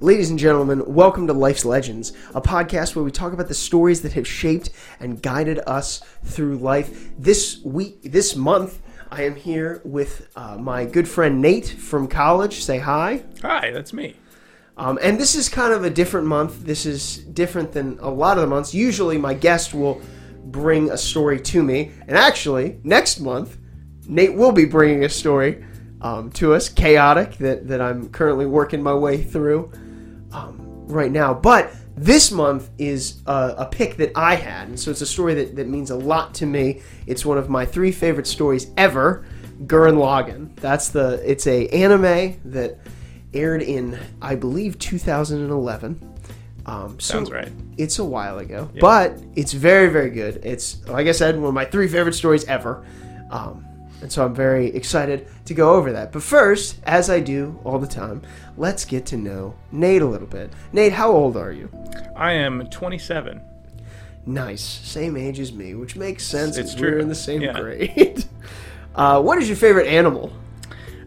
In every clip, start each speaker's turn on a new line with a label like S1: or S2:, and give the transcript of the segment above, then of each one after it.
S1: Ladies and gentlemen, welcome to Life's Legends, a podcast where we talk about the stories that have shaped and guided us through life. This week, this month, I am here with uh, my good friend Nate from college. Say hi.
S2: Hi, that's me.
S1: Um, and this is kind of a different month. This is different than a lot of the months. Usually, my guest will bring a story to me. And actually, next month, Nate will be bringing a story um, to us, chaotic, that, that I'm currently working my way through um, right now. But this month is a, a pick that I had. And so it's a story that, that means a lot to me. It's one of my three favorite stories ever. Gurren Lagann. That's the. It's a anime that aired in I believe 2011. Um, so
S2: Sounds right.
S1: It's a while ago, but it's very very good. It's like I said, one of my three favorite stories ever, um, and so I'm very excited to go over that. But first, as I do all the time, let's get to know Nate a little bit. Nate, how old are you?
S2: I am 27.
S1: Nice, same age as me, which makes sense.
S2: It's
S1: as We're
S2: true.
S1: in the same
S2: Yeah.
S1: grade. uh, what is your favorite animal?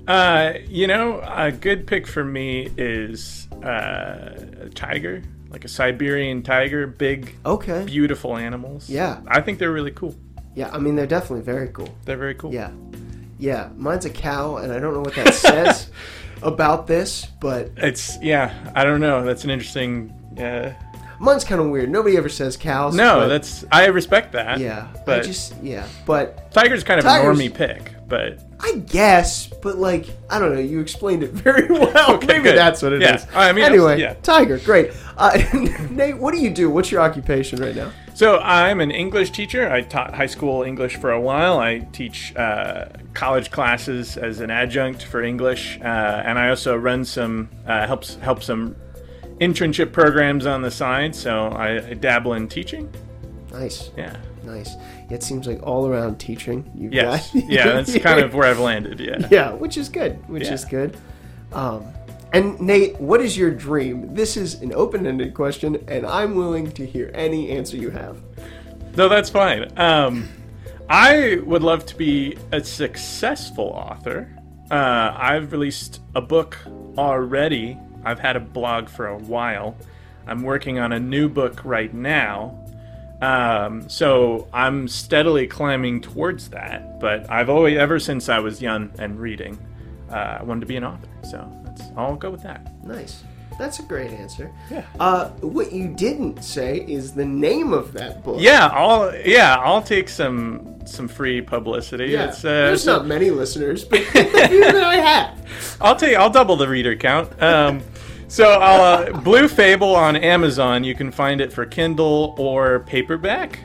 S2: Uh, you know, a good pick for me is uh, a tiger, like a Siberian tiger, big,
S1: Okay.
S2: beautiful animals.
S1: Yeah.
S2: I think they're really cool.
S1: Yeah, I mean they're definitely very cool.
S2: They're very cool.
S1: Yeah. Yeah. Mine's a cow, and I don't know what that says about this, but
S2: It's, yeah, I don't know. That's an interesting. Uh,
S1: mine's kind of weird. Nobody ever says cows.
S2: no,
S1: but-
S2: that's. I respect that.
S1: Yeah. I
S2: But
S1: just, yeah. But
S2: tiger's kind of
S1: Tigers-
S2: a normie pick, but.
S1: I guess, but like, I don't know. You explained it very well.
S2: Okay,
S1: Maybe
S2: good.
S1: that's what it is.
S2: Yeah. I mean,
S1: anyway,
S2: yeah.
S1: tiger, great. Uh, Nate, what do you do? What's your occupation right now?
S2: So I'm an English teacher. I taught high school English for a while. I teach uh, college classes as an adjunct for English, uh, and I also run some uh, helps help some internship programs on the side. So I, I dabble in teaching.
S1: Nice.
S2: Yeah.
S1: Nice. It seems like all around teaching. You've
S2: Yes.
S1: got-
S2: Yeah. That's kind of where I've landed. Yeah.
S1: Yeah, which is good. Which
S2: Yeah.
S1: is good. Um, and Nate, what is your dream? This is an open-ended question, and I'm willing to hear any answer you have.
S2: No, that's fine. Um, I would love to be a successful author. Uh, I've released a book already. I've had a blog for a while. I'm working on a new book right now. Um, so I'm steadily climbing towards that. But I've always, ever since I was young and reading, uh, I wanted to be an author. So that's, I'll go with that.
S1: Nice. That's a great answer.
S2: Yeah.
S1: Uh, what you didn't say is the name of that book.
S2: Yeah, I'll yeah I'll take some some free publicity.
S1: Yeah.
S2: It's, uh,
S1: There's
S2: it's-
S1: not many listeners, but the few that I have.
S2: I'll tell you, I'll double the reader count. Um, so, I'll, uh, Blue Fable on Amazon, you can find it for Kindle or paperback.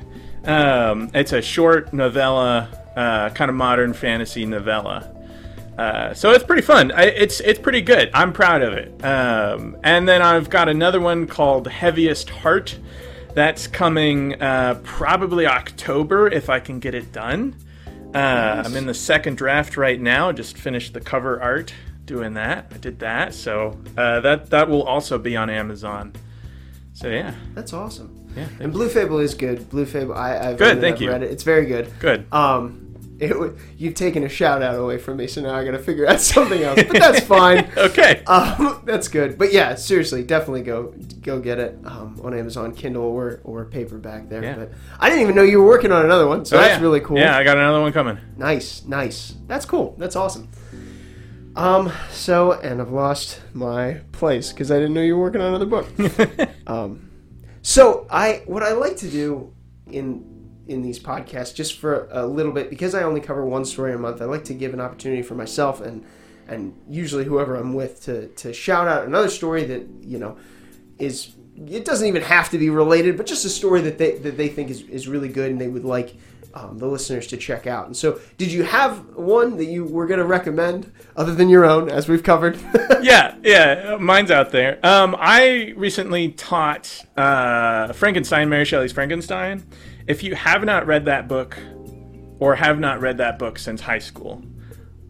S2: Um, it's a short novella, uh, kind of modern fantasy novella. Uh, so it's pretty fun. I, it's it's pretty good. I'm proud of it. Um, and then I've got another one called Heaviest Heart. That's coming uh, probably October if I can get it done. Uh, I'm in the second draft right now. Just finished the cover art doing that. I did that, so uh, that that will also be on Amazon. So yeah,
S1: That's awesome.
S2: yeah,
S1: And Blue Fable is good. Blue Fable, I, I've read
S2: Good,
S1: it,
S2: thank
S1: I've
S2: you.
S1: read it. It's very good.
S2: good.
S1: Um, it, w- you've taken a shout out away from me, so now I got to figure out something else. But that's fine.
S2: Okay.
S1: Um, that's good. But yeah, seriously, definitely go go get it um, on Amazon Kindle or or paperback there.
S2: Yeah.
S1: But I didn't even know you were working on another one, so
S2: Oh,
S1: that's
S2: yeah.
S1: really cool.
S2: Yeah, I got another one coming.
S1: Nice, nice. That's cool. That's awesome. Um, so and I've lost my place because I didn't know you were working on another book. um, so I what I like to do in in these podcasts just for a little bit because I only cover one story a month. I like to give an opportunity for myself and and usually whoever I'm with to to shout out another story that you know is it doesn't even have to be related, but just a story that they that they think is, is really good and they would like um, the listeners to check out. And so, did you have one that you were going to recommend other than your own, as we've covered?
S2: yeah, yeah, mine's out there. Um, I recently taught uh, Frankenstein, Mary Shelley's Frankenstein. If you have not read that book, or have not read that book since high school,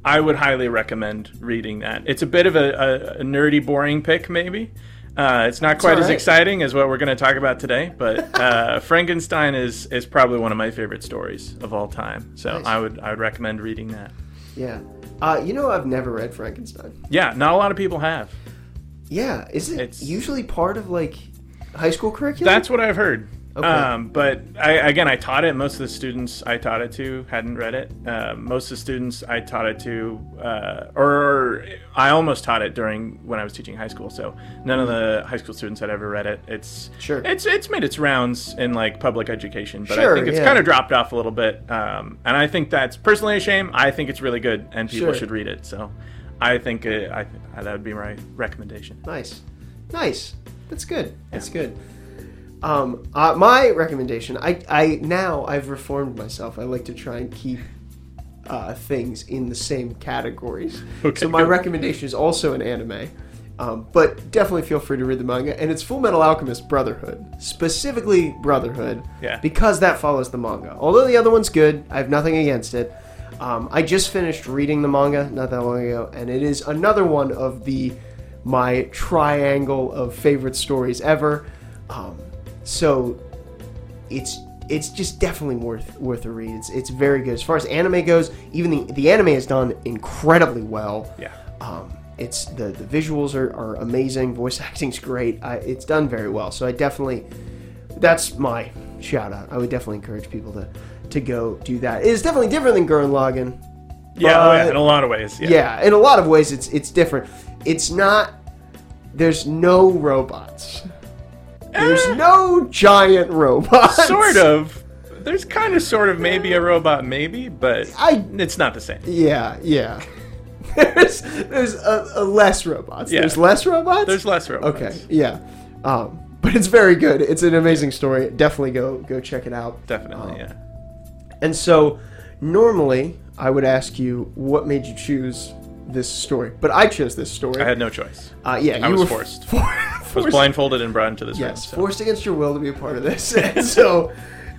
S2: I would highly recommend reading that. It's a bit of a, a, a nerdy, boring pick, maybe. Uh, it's not quite as
S1: alright.
S2: exciting as what we're going to talk about today, but uh, Frankenstein is is probably one of my favorite stories of all time. So
S1: Nice.
S2: I would I would recommend reading that.
S1: yeah. Uh, you know, I've never read Frankenstein.
S2: Yeah, not a lot of people have.
S1: Yeah, is it
S2: It's-
S1: usually part of like high school curriculum?
S2: That's what I've heard.
S1: Okay.
S2: Um, but I, again, I taught it. Most of the students I taught it to hadn't read it. Uh, most of the students I taught it to, uh, or I almost taught it during when I was teaching high school. So none of the high school students had ever read it. It's
S1: Sure.
S2: It's it's made its rounds in like public education, but
S1: Sure,
S2: I think it's
S1: yeah.
S2: kind of dropped off a little bit. Um, and I think that's personally a shame. I think it's really good, and people
S1: Sure.
S2: should read it. So I think uh, I that would be my recommendation.
S1: nice, nice. That's good. That's good. Um, uh, my recommendation. I, I now I've reformed myself. I like to try and keep uh, things in the same categories.
S2: Okay,
S1: so my
S2: good.
S1: recommendation is also an anime, um, but definitely feel free to read the manga. And it's Full Metal Alchemist Brotherhood, specifically Brotherhood,
S2: Yeah.
S1: because that follows the manga. Although the other one's good, I have nothing against it. Um, I just finished reading the manga not that long ago, and it is another one of the my triangle of favorite stories ever. Um, so it's it's just definitely worth worth a read. It's it's very good as far as anime goes. Even the the anime is done incredibly well.
S2: Yeah.
S1: Um, it's the the visuals are, are amazing. Voice acting's great. I, it's done very well. So I definitely that's my shout out. I would definitely encourage people to to go do that. It is definitely different than Gurren Lagann.
S2: Yeah, oh, yeah,
S1: but-
S2: in a lot of ways.
S1: yeah, in a lot of ways it's it's different. It's not there's no robots. There's
S2: Eh.
S1: no giant robots.
S2: Ah! sort of. There's kind of, sort of, maybe a robot, maybe, but
S1: I-
S2: it's not the same.
S1: Yeah, yeah. there's there's a, a less robots.
S2: Yeah.
S1: There's less robots.
S2: There's less robots.
S1: Okay, yeah. Um, but it's very good. It's an amazing story. Definitely go go check it out.
S2: Definitely, yeah.
S1: And so, normally I would ask you what made you choose this story, but I chose this story.
S2: I had no choice.
S1: uh, yeah, you
S2: I was
S1: were
S2: forced.
S1: for-
S2: I was
S1: forced-
S2: blindfolded and brought into this room.
S1: Yes,
S2: so-
S1: forced against your will to be a part of this. and so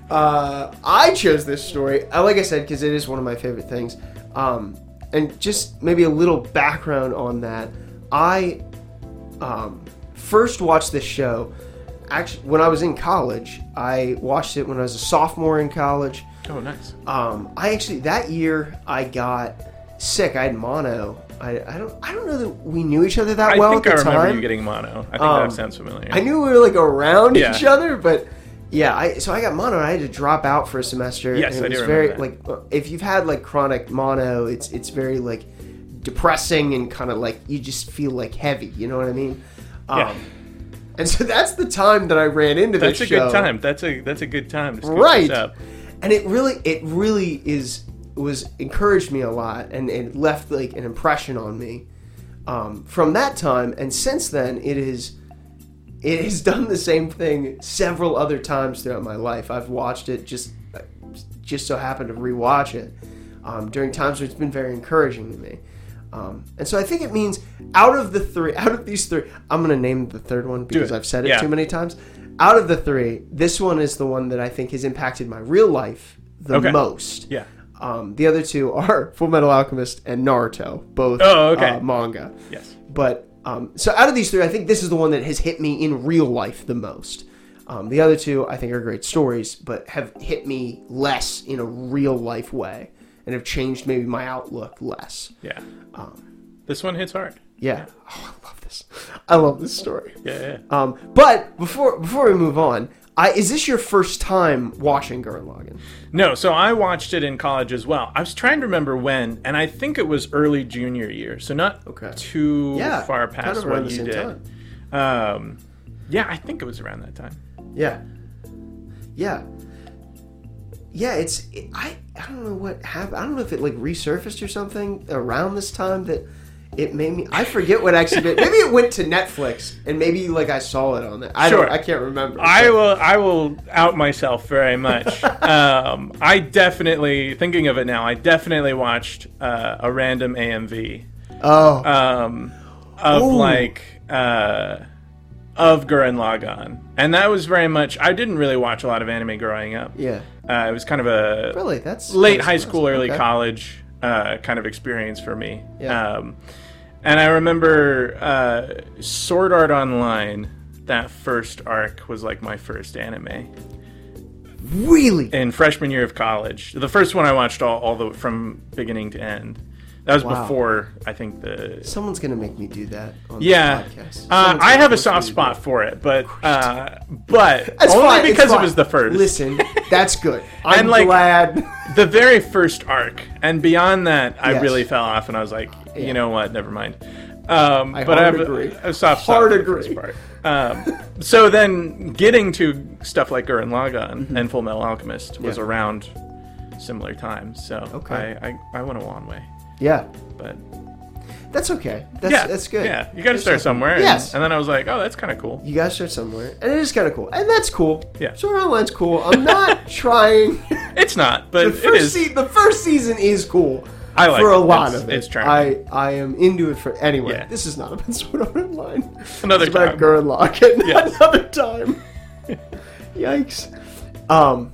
S1: uh, I chose this story, uh, like I said, because it is one of my favorite things. Um, and just maybe a little background on that. I um, first watched this show actually when I was in college. I watched it when I was a sophomore in college.
S2: Oh, nice.
S1: Um, I actually that year I got sick. I had mono. I, I don't I don't know that we knew each other that
S2: I
S1: well
S2: think I
S1: at the
S2: remember
S1: time.
S2: you getting mono. I think
S1: Um,
S2: that sounds familiar.
S1: I knew we were like around
S2: Yeah.
S1: each other, but yeah, I so I got mono. and I had to drop out for a semester.
S2: Yes,
S1: and
S2: I
S1: it
S2: do
S1: was very
S2: remember
S1: like uh, if you've had like chronic mono, it's it's very like depressing and kind of like you just feel like heavy. You know what I mean? Um,
S2: Yeah.
S1: And so that's the time that I ran into
S2: that's a
S1: this
S2: good
S1: show.
S2: time. That's a that's a good time to scoop
S1: Right.
S2: this up.
S1: And it really, it really is was encouraged me a lot, and it left like an impression on me um, from that time. And since then, it is it has done the same thing several other times throughout my life. I've watched it just just so happened to rewatch it um, during times where it's been very encouraging to me. Um, and so I think it means out of the three, out of these three, I'm going to name the third one because
S2: it.
S1: I've said it
S2: Yeah.
S1: too many times. Out of the three, this one is the one that I think has impacted my real life the
S2: Okay.
S1: most.
S2: Yeah.
S1: Um, the other two are Full Metal Alchemist and Naruto, both
S2: Oh, okay.
S1: uh, manga.
S2: Yes.
S1: But um, so out of these three, I think this is the one that has hit me in real life the most. Um, the other two, I think, are great stories, but have hit me less in a real life way and have changed maybe my outlook less.
S2: Yeah.
S1: Um,
S2: this one hits hard.
S1: Yeah. Oh, I love this. I love this story.
S2: Yeah. yeah.
S1: Um, but before before we move on, I, is this your first time watching Gurren Lagann?
S2: No, so I watched it in college as well. I was trying to remember when, and I think it was early junior year, so not
S1: Okay.
S2: too
S1: Yeah,
S2: far
S1: kind
S2: past
S1: of around
S2: what
S1: the
S2: you
S1: same
S2: did. Um, yeah, I think it was around that time.
S1: Yeah. Yeah. Yeah, it's it, I I don't know what happened. I don't know if it like resurfaced or something around this time that it made me I forget what actually did. Maybe it went to Netflix and maybe like I saw it on there. I
S2: Sure.
S1: don't I can't remember.
S2: I
S1: But-
S2: will. I will out myself very much. um, I definitely, thinking of it now, I definitely watched uh, a random AMV
S1: Oh.
S2: um, of
S1: Ooh.
S2: like uh, of Gurren Lagann, and that was very much. I didn't really watch a lot of anime growing up.
S1: yeah.
S2: Uh, it was kind of a
S1: Really? That's
S2: late
S1: that's
S2: high
S1: awesome.
S2: school, early
S1: Okay.
S2: college uh, kind of experience for me.
S1: Yeah.
S2: Um, and I remember uh, Sword Art Online. That first arc was like my first anime
S1: Really?
S2: in freshman year of college. The first one I watched all, all the from beginning to end. That was
S1: Wow.
S2: before I think the
S1: Someone's gonna make me do that on
S2: yeah.
S1: this podcast.
S2: Uh,
S1: Someone's
S2: I
S1: gonna
S2: have a
S1: make me
S2: soft
S1: do
S2: spot
S1: that.
S2: for it, but uh, but
S1: That's
S2: only
S1: fine, it's
S2: because it
S1: fine.
S2: was the first.
S1: Listen, that's good. I'm
S2: And, like-
S1: glad.
S2: the very first arc, and beyond that, I
S1: Yes.
S2: really fell off, and I was like,
S1: Yeah.
S2: you know what, never mind. Um, but I
S1: hard
S2: have a-
S1: agree.
S2: A, soft spot
S1: Hard
S2: for the first
S1: agree.
S2: part. Um, so then, getting to stuff like Gurren Lagann and Full Metal Alchemist was
S1: Mm-hmm. Yeah.
S2: around similar times. So
S1: Okay.
S2: I, I I went a long way,
S1: yeah,
S2: but
S1: that's okay. That's
S2: yeah,
S1: that's good.
S2: Yeah, you got to start somewhere. and-
S1: Yes.
S2: and then I was like, oh, that's kind of cool.
S1: You gotta start somewhere, and it is kind of cool, and that's cool.
S2: Yeah.
S1: Sword Art Online's cool. I'm not trying.
S2: It's not, but
S1: The
S2: it is.
S1: first, se- the first season is cool.
S2: I like
S1: for
S2: it.
S1: a lot
S2: It's-
S1: of it.
S2: it's charming.
S1: I I am into it for anyway.
S2: Yeah.
S1: This is not about Sword Art Online.
S2: Another
S1: it's about
S2: time.
S1: Gurren Lagann.
S2: Yes.
S1: Another time. Yikes. Um,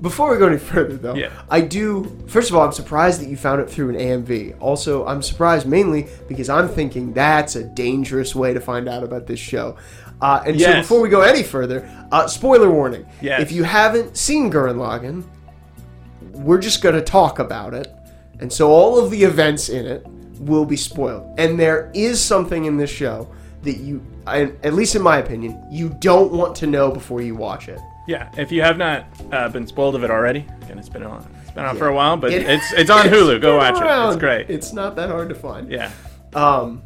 S1: before we go any further, though,
S2: Yeah.
S1: I do. First of all, I'm surprised that you found it through an AMV. Also, I'm surprised mainly because I'm thinking that's a dangerous way to find out about this show. Uh, and so,
S2: Yes.
S1: before we go any further, uh, spoiler warning:
S2: Yes.
S1: if you haven't seen Gurren Lagann, we're just going to talk about it. And so all of the events in it will be spoiled. And there is something in this show that you, I- at least in my opinion, you don't want to know before you watch it.
S2: Yeah, if you have not uh, been spoiled of it already, and it's been on, it's been on
S1: Yeah.
S2: for a while, but
S1: It-
S2: it's it's on Hulu. Go watch it.
S1: Around.
S2: It's great.
S1: It's not that hard to find.
S2: yeah,
S1: Um,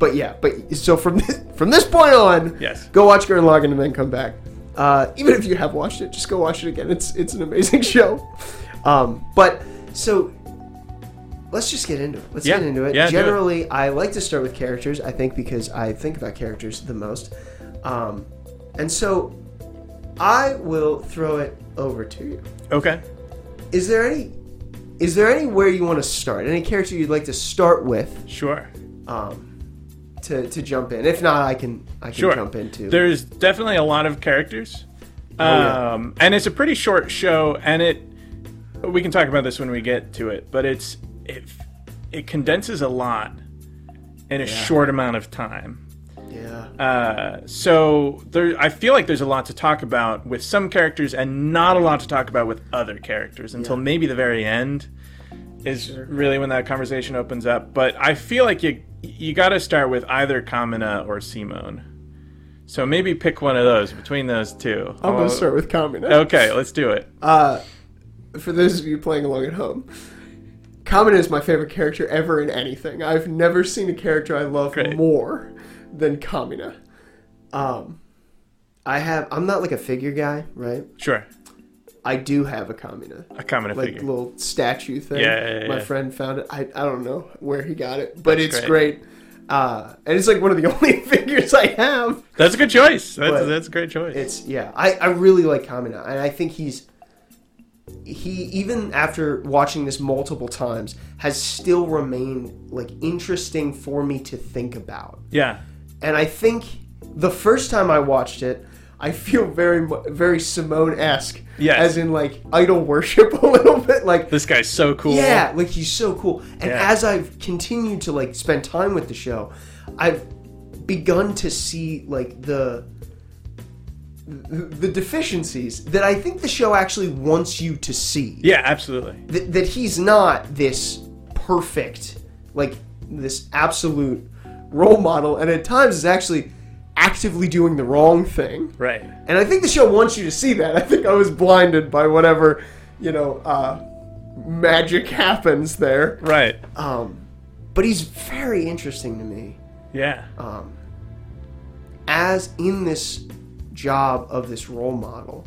S1: but yeah, but so from this, from this point on,
S2: Yes.
S1: go watch Gurren Lagann and then come back. Uh, even if you have watched it, just go watch it again. It's it's an amazing show. Um, but so let's just get into it. Let's
S2: Yeah.
S1: get into it.
S2: Yeah, do it.
S1: Generally, I like to start with characters. I think because I think about characters the most, um, and so I will throw it over to you.
S2: okay.
S1: Is there any is there anywhere you want to start? Any character you'd like to start with?
S2: Sure.
S1: um, to, to jump in. If not, I can I can
S2: Sure.
S1: jump into. Oh,
S2: There's definitely a lot of characters.
S1: yeah.
S2: Um, and it's a pretty short show and it we can talk about this when we get to it, but it's it, it condenses a lot in a short amount of time.
S1: yeah,
S2: Uh, so there, I feel like there's a lot to talk about with some characters, and not a lot to talk about with other characters until maybe the very end is really when that conversation opens up. But I feel like you you got to start with either Kamina or Simone. So maybe pick one of those between those two.
S1: I'm
S2: I'll-
S1: gonna start with Kamina.
S2: Okay, let's do it.
S1: Uh, for those of you playing along at home, Kamina is my favorite character ever in anything. I've never seen a character I love
S2: Great.
S1: more than Kamina. Um, I have. I'm not like a figure guy, right?
S2: sure,
S1: I do have a Kamina.
S2: a Kamina
S1: like
S2: figure.
S1: little statue thing.
S2: Yeah, yeah, yeah,
S1: My
S2: yeah.
S1: friend found it. I, I don't know where he got it, but it's
S2: great.
S1: great. Uh, and it's like one of the only figures I have.
S2: that's a good choice. That's
S1: But
S2: that's a great choice.
S1: It's yeah. I, I really like Kamina, and I think he's he even after watching this multiple times has still remained like interesting for me to think about.
S2: yeah,
S1: And I think the first time I watched it, I feel very mu- very Simone esque.
S2: Yes.
S1: As in like idol worship a little bit. Like
S2: this guy's so cool.
S1: yeah, like he's so cool. And
S2: Yeah.
S1: as I've continued to like spend time with the show, I've begun to see like the the deficiencies that I think the show actually wants you to see.
S2: yeah, absolutely.
S1: That, that he's not this perfect, like this absolute role model, and at times is actually actively doing the wrong thing.
S2: Right.
S1: And I think the show wants you to see that. I think I was blinded by whatever, you know, uh, magic happens there.
S2: Right.
S1: Um, but he's very interesting to me.
S2: Yeah.
S1: Um, as in this job of this role model,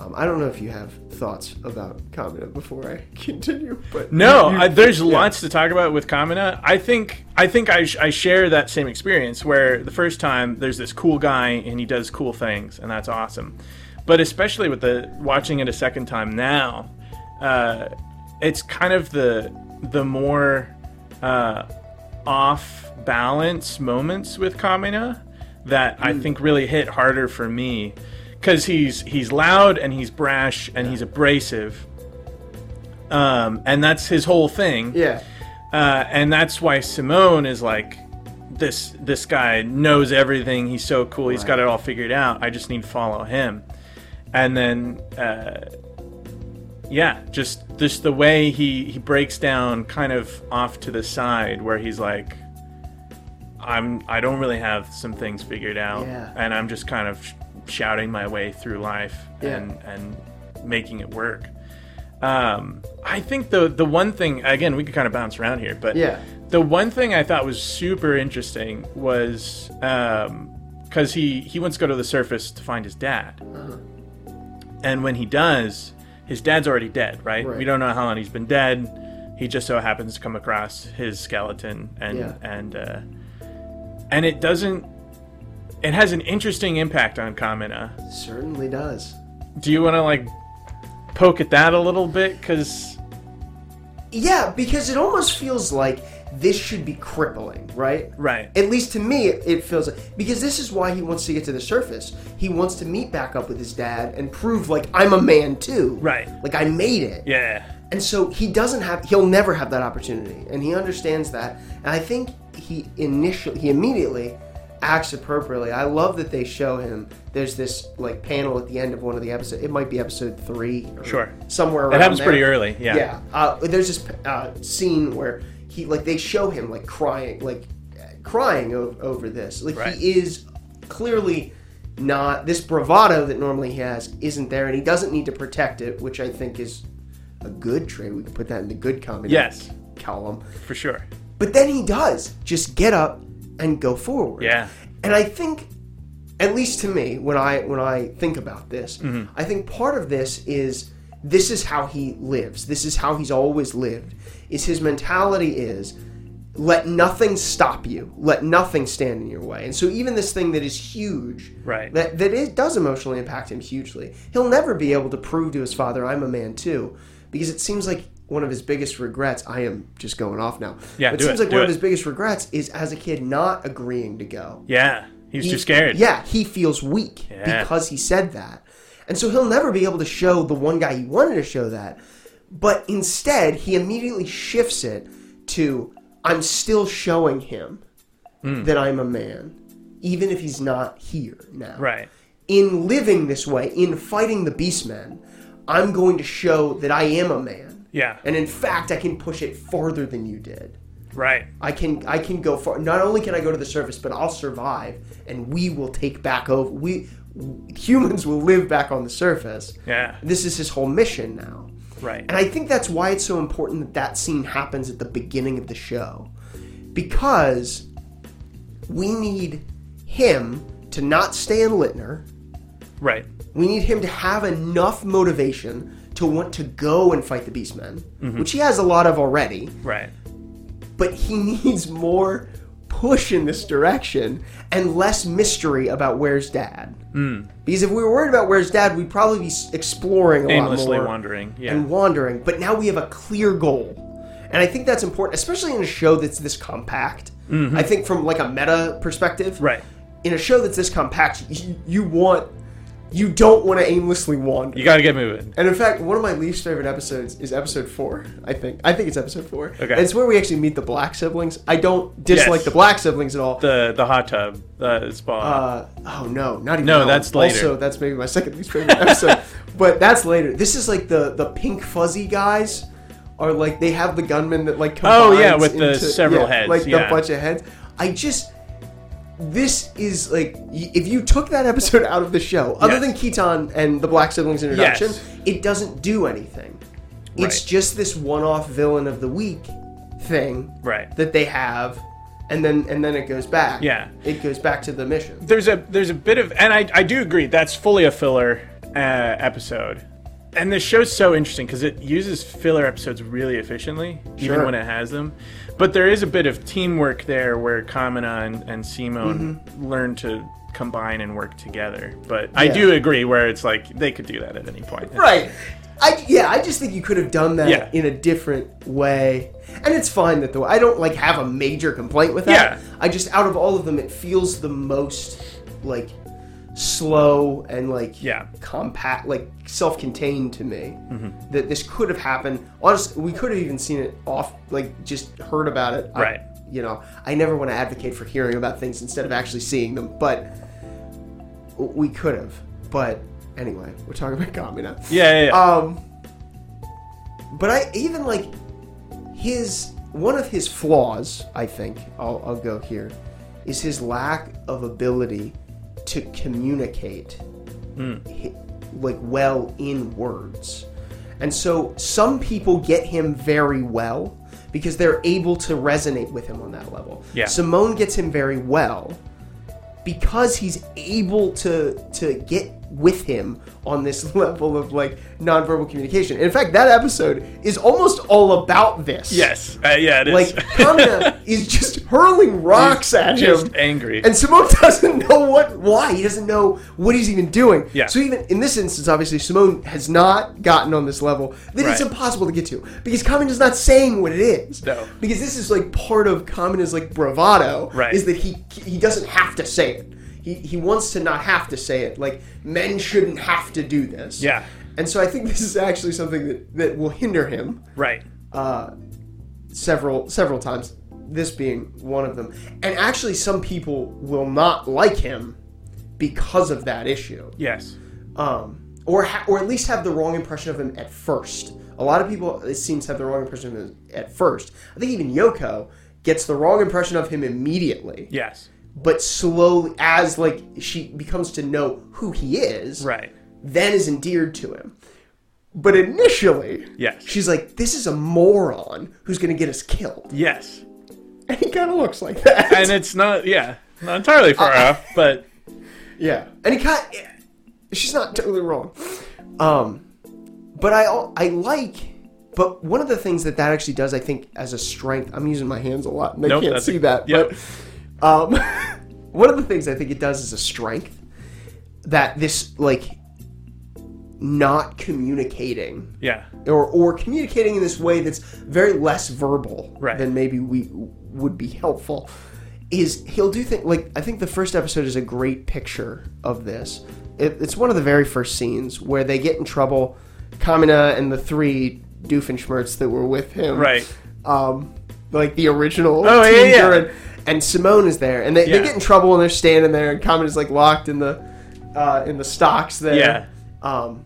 S1: um, I don't know if you have thoughts about Kamina before I continue, but
S2: No,
S1: you-
S2: I, there's
S1: yeah.
S2: lots to talk about with Kamina. I think I think I, sh- I share that same experience where the first time there's this cool guy and he does cool things and that's awesome, but especially with the watching it a second time now, uh, it's kind of the the more uh, off balance moments with Kamina that I
S1: Hmm.
S2: think really hit harder for me because he's he's loud and he's brash and he's abrasive. Um, and that's his whole thing.
S1: yeah,
S2: Uh, and that's why Simone is like, this this guy knows everything. He's so cool. He's got it all figured out. I just need to follow him. And then, uh, yeah, just just the way he he breaks down, kind of off to the side, where he's like, "I'm I don't really have some things figured out,
S1: Yeah.
S2: and I'm just kind of sh- shouting my way through life
S1: Yeah.
S2: and and making it work." Um, I think the the one thing again we could kind of bounce around here, but
S1: Yeah.
S2: the one thing I thought was super interesting was because he he wants to go to the surface to find his dad,
S1: Uh-huh.
S2: and when he does, his dad's already dead, right?
S1: Right.
S2: We don't know how long he's been dead. He just so happens to come across his skeleton, and
S1: Yeah.
S2: and uh, and it doesn't. It has an interesting impact on Kamina.
S1: Certainly does.
S2: Do you want to like poke at that a little bit? Because
S1: Yeah, because it almost feels like this should be crippling, right?
S2: right,
S1: At least to me, it feels because this is why he wants to get to the surface. He wants to meet back up with his dad and prove, like, I'm a man too.
S2: Right.
S1: Like, I made it.
S2: yeah,
S1: And so he doesn't have, he'll never have that opportunity. And he understands that. And I think he initially, he immediately acts appropriately. I love that they show him. There's this, like, panel at the end of one of the episodes. It might be episode three or
S2: Sure.
S1: somewhere around
S2: that happens pretty
S1: there.
S2: early. Yeah,
S1: Yeah. Uh, there's this uh, scene where he like they show him like crying, like uh, crying o- over this. Like
S2: Right.
S1: he is clearly not this bravado that normally he has isn't there, and he doesn't need to protect it, which I think is a good trait. We can put that in the good comment
S2: Yes.
S1: column.
S2: for sure.
S1: But then he does just get up and go forward.
S2: Yeah.
S1: And I think, at least to me, when I when I think about this,
S2: Mm-hmm.
S1: I think part of this is this is how he lives. This is how he's always lived. Is his mentality is let nothing stop you. Let nothing stand in your way. And so even this thing that is huge,
S2: Right.
S1: that that it does emotionally impact him hugely. He'll never be able to prove to his father, "I'm a man too," because it seems like one of his biggest regrets. I am just going off now.
S2: Yeah,
S1: But
S2: do
S1: it seems
S2: it,
S1: like
S2: do
S1: one
S2: it.
S1: of his biggest regrets is as a kid not agreeing to go.
S2: Yeah, he was
S1: He-
S2: too scared.
S1: Yeah, he feels weak
S2: Yeah.
S1: because he said that. And so he'll never be able to show the one guy he wanted to show that. But instead, he immediately shifts it to I'm still showing him
S2: Hmm.
S1: that I'm a man, even if he's not here now.
S2: Right.
S1: In living this way, in fighting the beastmen, I'm going to show that I am a man.
S2: Yeah.
S1: And in fact, I can push it farther than you did.
S2: Right.
S1: I can I can go far. Not only can I go to the surface, but I'll survive, and we will take back over. We humans will live back on the surface.
S2: Yeah.
S1: This is his whole mission now,
S2: Right.
S1: and I think that's why it's so important that that scene happens at the beginning of the show, because we need him to not stay in Littner.
S2: Right.
S1: We need him to have enough motivation to want to go and fight the Beastmen, which he has a lot of already
S2: Right.
S1: but he needs more push in this direction and less mystery about where's dad.
S2: Hmm.
S1: Mm. Because if we were worried about where's dad, we'd probably be s- exploring a
S2: Aimlessly
S1: lot more
S2: wandering. Yeah.
S1: and wandering. But now we have a clear goal, and I think that's important, especially in a show that's this compact. I think from like a meta perspective,
S2: Mm-hmm. Right.
S1: In a show that's this compact, you, you want you don't want to aimlessly wander.
S2: You got to get moving.
S1: And in fact, one of my least favorite episodes is episode four. I think I think it's episode four.
S2: Okay.
S1: And it's where we actually meet the black siblings. I don't dislike
S2: Yes.
S1: the black siblings at all.
S2: The the hot tub, the spa.
S1: uh, oh no, not even.
S2: No,
S1: that
S2: that's
S1: one.
S2: later.
S1: Also, that's maybe my second least favorite episode. but that's later. This is like the the pink fuzzy guys are like they have the gunman that like
S2: Oh, yeah,
S1: combines
S2: with the
S1: into-
S2: several
S1: yeah,
S2: heads,
S1: like
S2: yeah.
S1: the bunch of heads. I just this is like y- if you took that episode out of the show, other
S2: Yes.
S1: than Keaton and the black siblings introduction,
S2: Yes.
S1: it doesn't do anything. It's
S2: Right.
S1: just this one-off villain of the week thing
S2: Right.
S1: that they have, and then and then it goes back.
S2: Yeah.
S1: it goes back to the mission.
S2: there's a there's a bit of, and I I do agree that's fully a filler uh, episode. And this show's so interesting because it uses filler episodes really efficiently, even
S1: Sure.
S2: when it has them. But there is a bit of teamwork there where Kamina and, and Simon learn to combine and work together. But
S1: Mm-hmm.
S2: I
S1: Yeah.
S2: do agree where it's like they could do that at any point.
S1: Right. I, yeah, I just think you could have done that
S2: Yeah.
S1: in a different way, and it's fine that though I don't like have a major complaint with that.
S2: Yeah.
S1: I just out of all of them, it feels the most like slow and like
S2: Yeah.
S1: compact, like self-contained to me.
S2: Mm-hmm.
S1: That this could have happened. Honestly, we could have even seen it off, like just heard about it. I-
S2: Right.
S1: you know, I never want to advocate for hearing about things instead of actually seeing them, but we could have. But anyway, we're talking about Gamina. Uh,
S2: Yeah, yeah, yeah.
S1: Um, but I even like his one of his flaws. I think I'll, I'll go here is his lack of ability to communicate
S2: Hmm.
S1: hi- like well in words. And so some people get him very well because they're able to resonate with him on that level.
S2: Yeah.
S1: Simone gets him very well because he's able to to get with him on this level of like nonverbal communication. And in fact, that episode is almost all about this.
S2: Yes. Uh, yeah, it
S1: Like
S2: is.
S1: Kamina is just hurling rocks at him.
S2: just angry.
S1: And Simone doesn't know what, why. He doesn't know what he's even doing.
S2: Yeah.
S1: So even in this instance, obviously, Simone has not gotten on this level that it's
S2: Right.
S1: impossible to get to because Kamina's not saying what it is.
S2: No.
S1: Because this is like part of Kamina's like bravado.
S2: Right.
S1: Is that he he doesn't have to say it. He he wants to not have to say it. Like men shouldn't have to do this.
S2: Yeah.
S1: And so I think this is actually something that, that will hinder him
S2: right.
S1: uh, several several times. This being one of them, and actually, some people will not like him because of that issue,
S2: Yes.
S1: um, or ha- or at least have the wrong impression of him at first. A lot of people, it seems, have the wrong impression of him at first. I think even Yoko gets the wrong impression of him immediately,
S2: Yes.
S1: but slowly, as like she becomes to know who he is,
S2: Right.
S1: then is endeared to him. But initially,
S2: Yes.
S1: she's like, "This is a moron who's going to get us killed."
S2: Yes.
S1: And he kind of looks like that.
S2: And it's not, yeah, not entirely far
S1: Uh,
S2: off, but
S1: yeah. And he kind she's not totally wrong. Um but I al- I like but one of the things that that actually does I think as a strength. I'm using my hands a lot and they
S2: Nope,
S1: can't
S2: that's-
S1: see that.
S2: yep.
S1: But um one of the things I think it does is a strength that this like not communicating
S2: yeah.
S1: or or communicating in this way that's very less verbal
S2: Right.
S1: than maybe we would be helpful is he'll do things like I think the first episode is a great picture of this. It, it's one of the very first scenes where they get in trouble. Kamina and the three Doofenshmirtz that were with him,
S2: Right.
S1: Um, like the original.
S2: Oh, yeah,
S1: Teen
S2: yeah.
S1: Durant, and Simone is there, and they,
S2: Yeah.
S1: they get in trouble, and they're standing there, and Kamina's like locked in the uh, in the stocks there.
S2: Yeah.
S1: Um,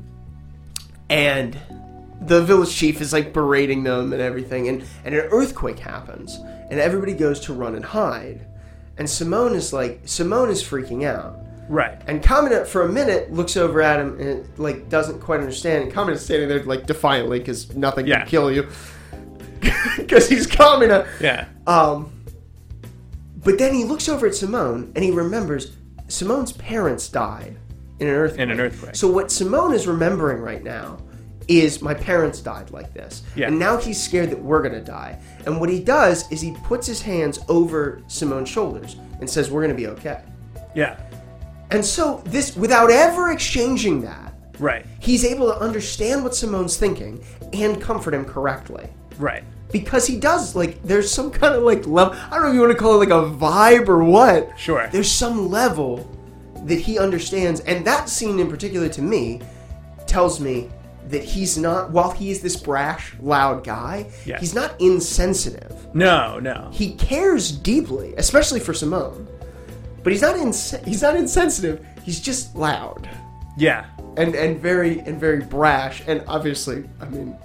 S1: and the village chief is like berating them and everything and, and an earthquake happens and everybody goes to run and hide and simone is like simone is freaking out
S2: Right.
S1: and Kamina, for a minute, looks over at him and like doesn't quite understand. And Kamina's standing there like defiantly because nothing
S2: Yeah.
S1: can kill you, because he's Kamina.
S2: Yeah.
S1: Um, but then he looks over at Simone and he remembers Simone's parents died in an earthquake.
S2: In an earthquake.
S1: So what Simone is remembering right now is my parents died like this.
S2: Yeah.
S1: And now he's scared that we're going to die. And what he does is he puts his hands over Simone's shoulders and says, We're going to be okay.
S2: Yeah.
S1: And so this, without ever exchanging that,
S2: Right.
S1: he's able to understand what Simone's thinking and comfort him correctly
S2: Right.
S1: because he does like there's some kind of like level i don't know if you want to call it like a vibe or what
S2: Sure.
S1: there's some level that he understands and that scene in particular to me tells me that he's not while he is this brash loud guy
S2: Yes.
S1: he's not insensitive
S2: No, no.
S1: he cares deeply especially for simone but he's not ins- he's not insensitive he's just loud
S2: Yeah.
S1: and and very and very brash and obviously i mean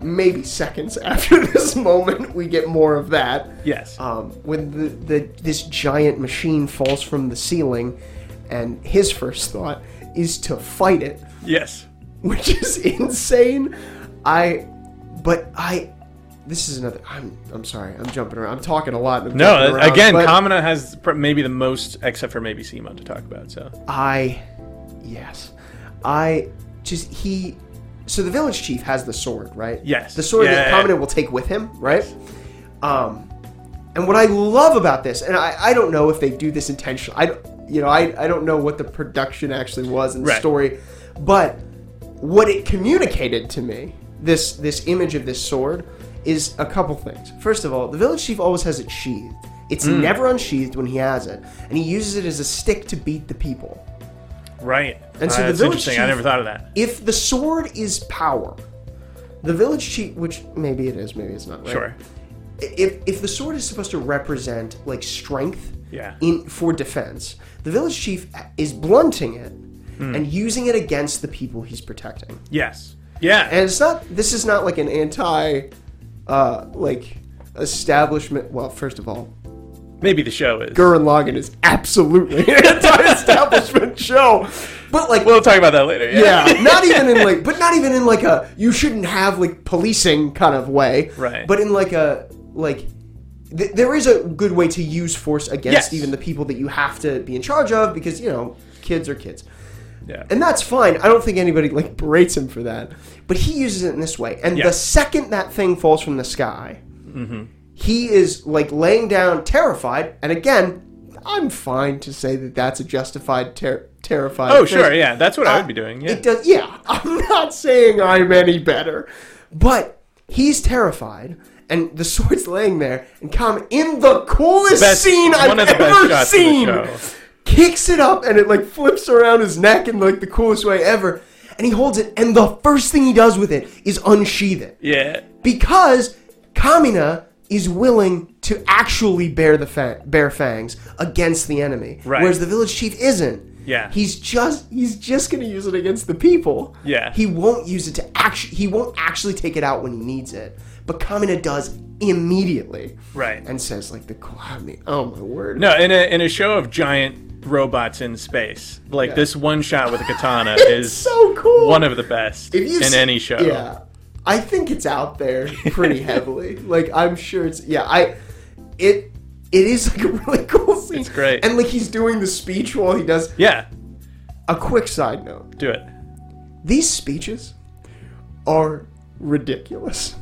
S1: maybe seconds after this moment we get more of that
S2: Yes.
S1: um, when the, the this giant machine falls from the ceiling and his first thought is to fight it
S2: Yes.
S1: which is insane i but i this is another i'm i'm sorry i'm jumping around i'm talking a lot and I'm
S2: No,
S1: jumping
S2: that-
S1: around,
S2: again,
S1: but
S2: Kamina has pr- maybe the most, except for maybe Simon to talk about. So
S1: I, yes, I just he. So the village chief has the sword, right?
S2: Yes.
S1: The sword that
S2: Yeah, yeah,
S1: Kamina will take with him, right? Um, and what I love about this, and I, I don't know if they do this intentionally. I, don't- you know, I, I don't know what the production actually was and the
S2: Right.
S1: story, but what it communicated to me, this this image of this sword, is a couple things. First of all, the village chief always has it sheathed. It's
S2: Mm.
S1: never unsheathed when he has it, and he uses it as a stick to beat the people.
S2: right. Uh,
S1: And so the
S2: that's
S1: village
S2: interesting. I
S1: chief-
S2: never thought of that.
S1: If the sword is power, the village chief, which maybe it is, maybe it's not. Right?
S2: Sure.
S1: If if the sword is supposed to represent like strength,
S2: Yeah.
S1: in for defense, the village
S2: Hmm.
S1: chief is blunting it and using it against the people he's protecting.
S2: Yes. Yeah.
S1: and it's not this is not like an anti uh like establishment well first of all
S2: Maybe the show is.
S1: Gurren Lagann is absolutely an anti-establishment show but like
S2: We'll talk about that later. Yeah.
S1: yeah not even in like but not even in like a you shouldn't have like policing kind of way
S2: Right.
S1: but in like a like th- there is a good way to use force against
S2: Yes.
S1: even the people that you have to be in charge of because you know kids are kids
S2: Yeah.
S1: and that's fine. I don't think anybody like berates him for that. But he uses it in this way. And
S2: Yeah.
S1: the second that thing falls from the sky,
S2: Mm-hmm.
S1: he is like laying down terrified. And again, I'm fine to say that that's a justified ter- terrified.
S2: Oh,
S1: thing.
S2: sure. Yeah. That's what I
S1: Uh,
S2: would be doing. Yeah.
S1: It does. Yeah, I'm not saying I'm any better, but he's terrified, and the sword's laying there, and Kama, in the coolest
S2: Best-
S1: scene I've
S2: one of the best
S1: ever
S2: shots of the
S1: seen,
S2: show.
S1: kicks it up, and it like flips around his neck in like the coolest way ever. And he holds it, and the first thing he does with it is unsheath it
S2: yeah.
S1: because Kamina is willing to actually bear the fa- bear fangs against the enemy,
S2: Right.
S1: whereas the village chief isn't.
S2: Yeah.
S1: he's just he's just gonna use it against the people.
S2: Yeah.
S1: he won't use it to actually he won't actually take it out when he needs it, but Kamina does immediately.
S2: Right.
S1: and says like the cool- I mean, oh my word,
S2: No, in a in a show of giant robots in space, like this one shot with a katana is
S1: so cool.
S2: One of the best
S1: If you've
S2: in
S1: se-
S2: any show.
S1: Yeah, I think it's out there pretty heavily. Like I'm sure it's yeah. I it it is like a really cool scene.
S2: It's great.
S1: And like he's doing the speech while he does.
S2: Yeah.
S1: A quick side note:
S2: Do it.
S1: these speeches are ridiculous.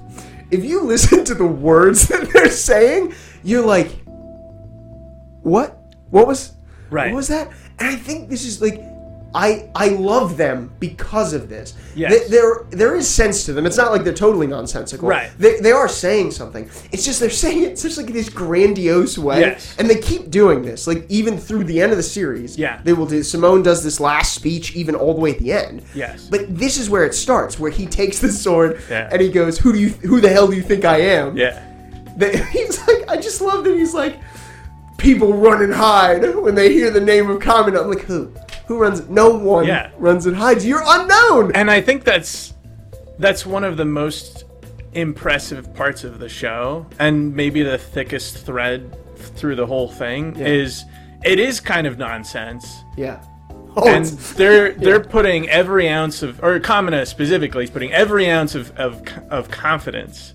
S1: If you listen to the words that they're saying, you're like, what? What was?
S2: Right.
S1: What was that? And I think this is like, I I love them because of this.
S2: Yes.
S1: Th- there there is sense to them. It's not like they're totally nonsensical.
S2: Right.
S1: They, they are saying something. It's just they're saying it in such like this grandiose way.
S2: Yes.
S1: And they keep doing this, like even through the end of the series.
S2: Yeah.
S1: They will do. Simone does this last speech, even all the way at the end.
S2: Yes.
S1: But this is where it starts, where he takes the sword
S2: Yeah.
S1: and he goes, "Who do you? Who the hell do you think I am?"
S2: Yeah.
S1: They- he's like, I just love that he's like, people run and hide when they hear the name of Common. I'm like, who? Who runs? No one
S2: Yeah.
S1: runs and hides. You're unknown.
S2: And I think that's that's one of the most impressive parts of the show and maybe the thickest thread through the whole thing is it is kind of nonsense
S1: yeah. Oh,
S2: and
S1: it's-
S2: they're they're putting every ounce of or Kamina specifically is putting every ounce of, of of confidence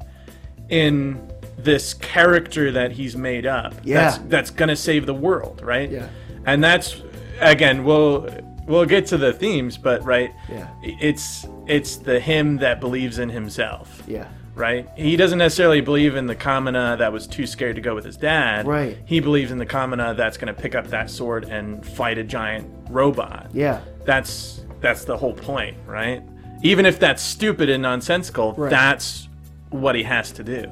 S2: in this character that he's made up.
S1: Yeah.
S2: that's, that's gonna save the world, right?
S1: Yeah.
S2: and that's again we'll we'll get to the themes, but right,
S1: Yeah.
S2: it's it's the him that believes in himself.
S1: yeah.
S2: Right? He doesn't necessarily believe in the Kamina that was too scared to go with his dad.
S1: Right.
S2: He believes in the Kamina that's going to pick up that sword and fight a giant robot
S1: Yeah.
S2: that's that's the whole point, right? Even if that's stupid and nonsensical,
S1: Right.
S2: that's what he has to do.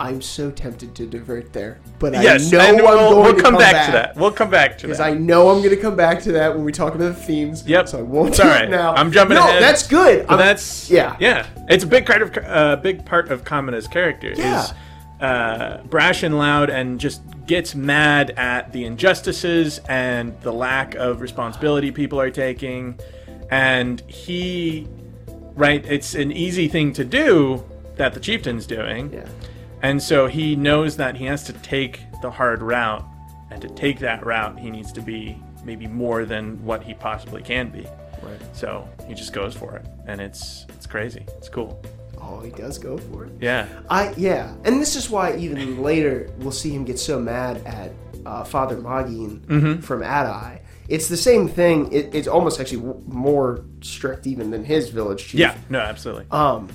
S1: I'm so tempted to divert there, but
S2: yes,
S1: I know
S2: and
S1: I'm
S2: we'll,
S1: going
S2: we'll
S1: to
S2: come back, to that. We'll come back to that.
S1: Because I know I'm going to come back to that when we talk about the themes.
S2: Yep.
S1: So I won't
S2: It's
S1: do
S2: all
S1: it
S2: right.
S1: now.
S2: I'm jumping
S1: no,
S2: ahead.
S1: that's good.
S2: But
S1: I'm-
S2: that's
S1: yeah.
S2: yeah. It's a big part of uh, big part of Kamina's character
S1: Yeah.
S2: is uh, brash and loud and just gets mad at the injustices and the lack of responsibility people are taking, and he, right? It's an easy thing to do that the chieftain's doing,
S1: Yeah.
S2: and so he knows that he has to take the hard route, and to take that route, he needs to be maybe more than what he possibly can be.
S1: Right.
S2: So he just goes for it, and it's it's crazy. It's cool.
S1: Oh, he does go for it.
S2: Yeah.
S1: I yeah, and this is why even later we'll see him get so mad at uh, Father Magin
S2: Mm-hmm.
S1: from Adai. It's the same thing. It, it's almost actually w- more strict even than his village chief.
S2: Yeah. No, absolutely.
S1: Um,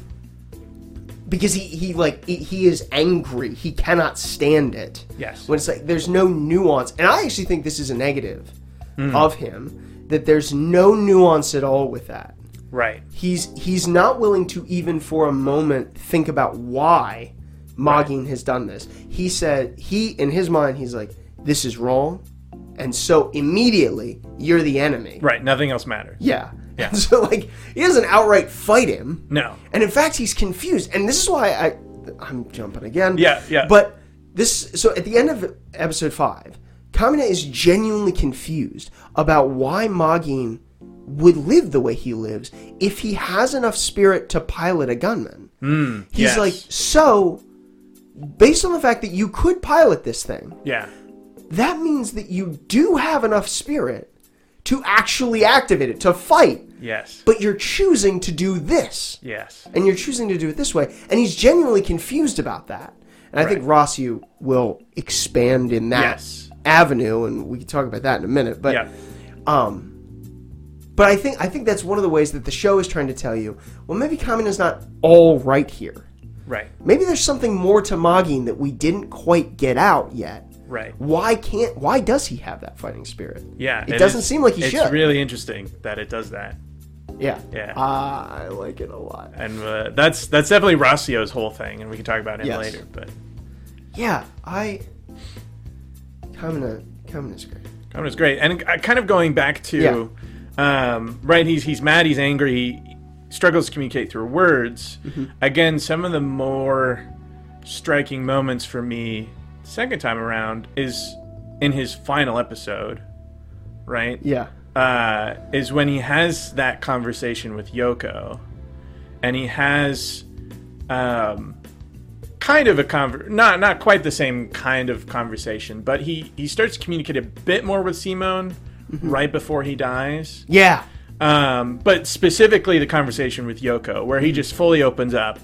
S1: because he he like he, he is angry. He cannot stand it.
S2: Yes.
S1: When it's like there's no nuance, and I actually think this is a negative
S2: Mm.
S1: of him that there's no nuance at all with that
S2: right.
S1: he's he's not willing to even for a moment think about why Magin has done this. He said he in his mind he's like this is wrong, and so immediately you're the enemy.
S2: Right. Nothing else matters.
S1: Yeah. Yeah. so like he doesn't outright fight him.
S2: No.
S1: And in fact, he's confused. And this is why I I'm jumping again.
S2: Yeah, yeah.
S1: But this so at the end of episode 5, Kamina is genuinely confused about why Magin would live the way he lives if he has enough spirit to pilot a gunman. He's
S2: Hmm, yes.
S1: like, so based on the fact that you could pilot this thing,
S2: Yeah.
S1: that means that you do have enough spirit to actually activate it, to fight,
S2: Yes.
S1: but you're choosing to do this.
S2: yes.
S1: And you're choosing to do it this way. And he's genuinely confused about that. And I think Ross, you will expand in that
S2: Yes.
S1: avenue, and we can talk about that in a minute. But
S2: Yeah.
S1: um, but I think I think that's one of the ways that the show is trying to tell you, well, maybe communism's not all right here.
S2: Right.
S1: Maybe there's something more to Mogging that we didn't quite get out yet.
S2: Right.
S1: Why can't? Why does he have that fighting spirit?
S2: Yeah.
S1: It
S2: and
S1: doesn't
S2: it's-
S1: seem like he
S2: it's
S1: should. Uh,
S2: really interesting that it does that.
S1: yeah. Ah,
S2: Yeah.
S1: I like it a lot.
S2: And uh, that's that's definitely Rossio's whole thing, and we can talk about him
S1: Yes.
S2: later. But
S1: Yeah. I. Kamina. Kamina's great.
S2: Conan is great, and uh, kind of going back to, um, right? He's he's mad, he's angry, he struggles to communicate through words. Again, some of the more striking moments for me second time around is in his final episode, right?
S1: Yeah.
S2: uh, is when he has that conversation with Yoko, and he has um, kind of a conver- not not quite the same kind of conversation, but he he starts to communicate a bit more with Simone right before he dies.
S1: Yeah.
S2: Um, but specifically the conversation with Yoko, where he just fully opens up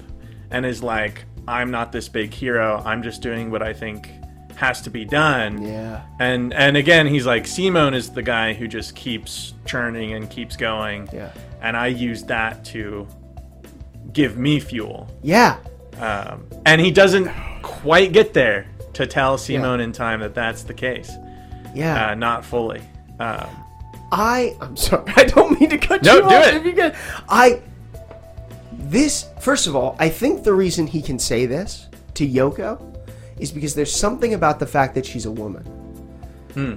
S2: and is like, "I'm not this big hero. I'm just doing what I think." has to be done
S1: Yeah.
S2: and and again, he's like Simone is the guy who just keeps churning and keeps going.
S1: Yeah.
S2: And I use that to give me fuel.
S1: Yeah.
S2: Um, and he doesn't quite get there to tell Simone in time that that's the case.
S1: Yeah.
S2: Uh, not fully. Um,
S1: I I'm sorry. I don't mean to cut
S2: No,
S1: you
S2: do
S1: off.
S2: it.
S1: If you can. I this first of all, I think the reason he can say this to Yoko is because there's something about the fact that she's a woman.
S2: Hmm.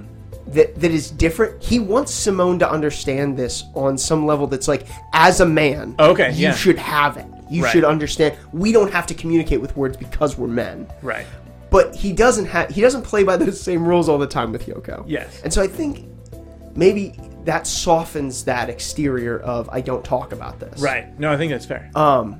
S1: That, that is different. He wants Simone to understand this on some level that's like, as a man,
S2: Okay,
S1: you
S2: yeah.
S1: should have it. You
S2: Right.
S1: should understand. We don't have to communicate with words because we're men
S2: right.
S1: but he doesn't have he doesn't play by those same rules all the time with Yoko.
S2: Yes.
S1: And so I think maybe that softens that exterior of I don't talk about this.
S2: Right. No, I think that's fair.
S1: Uh,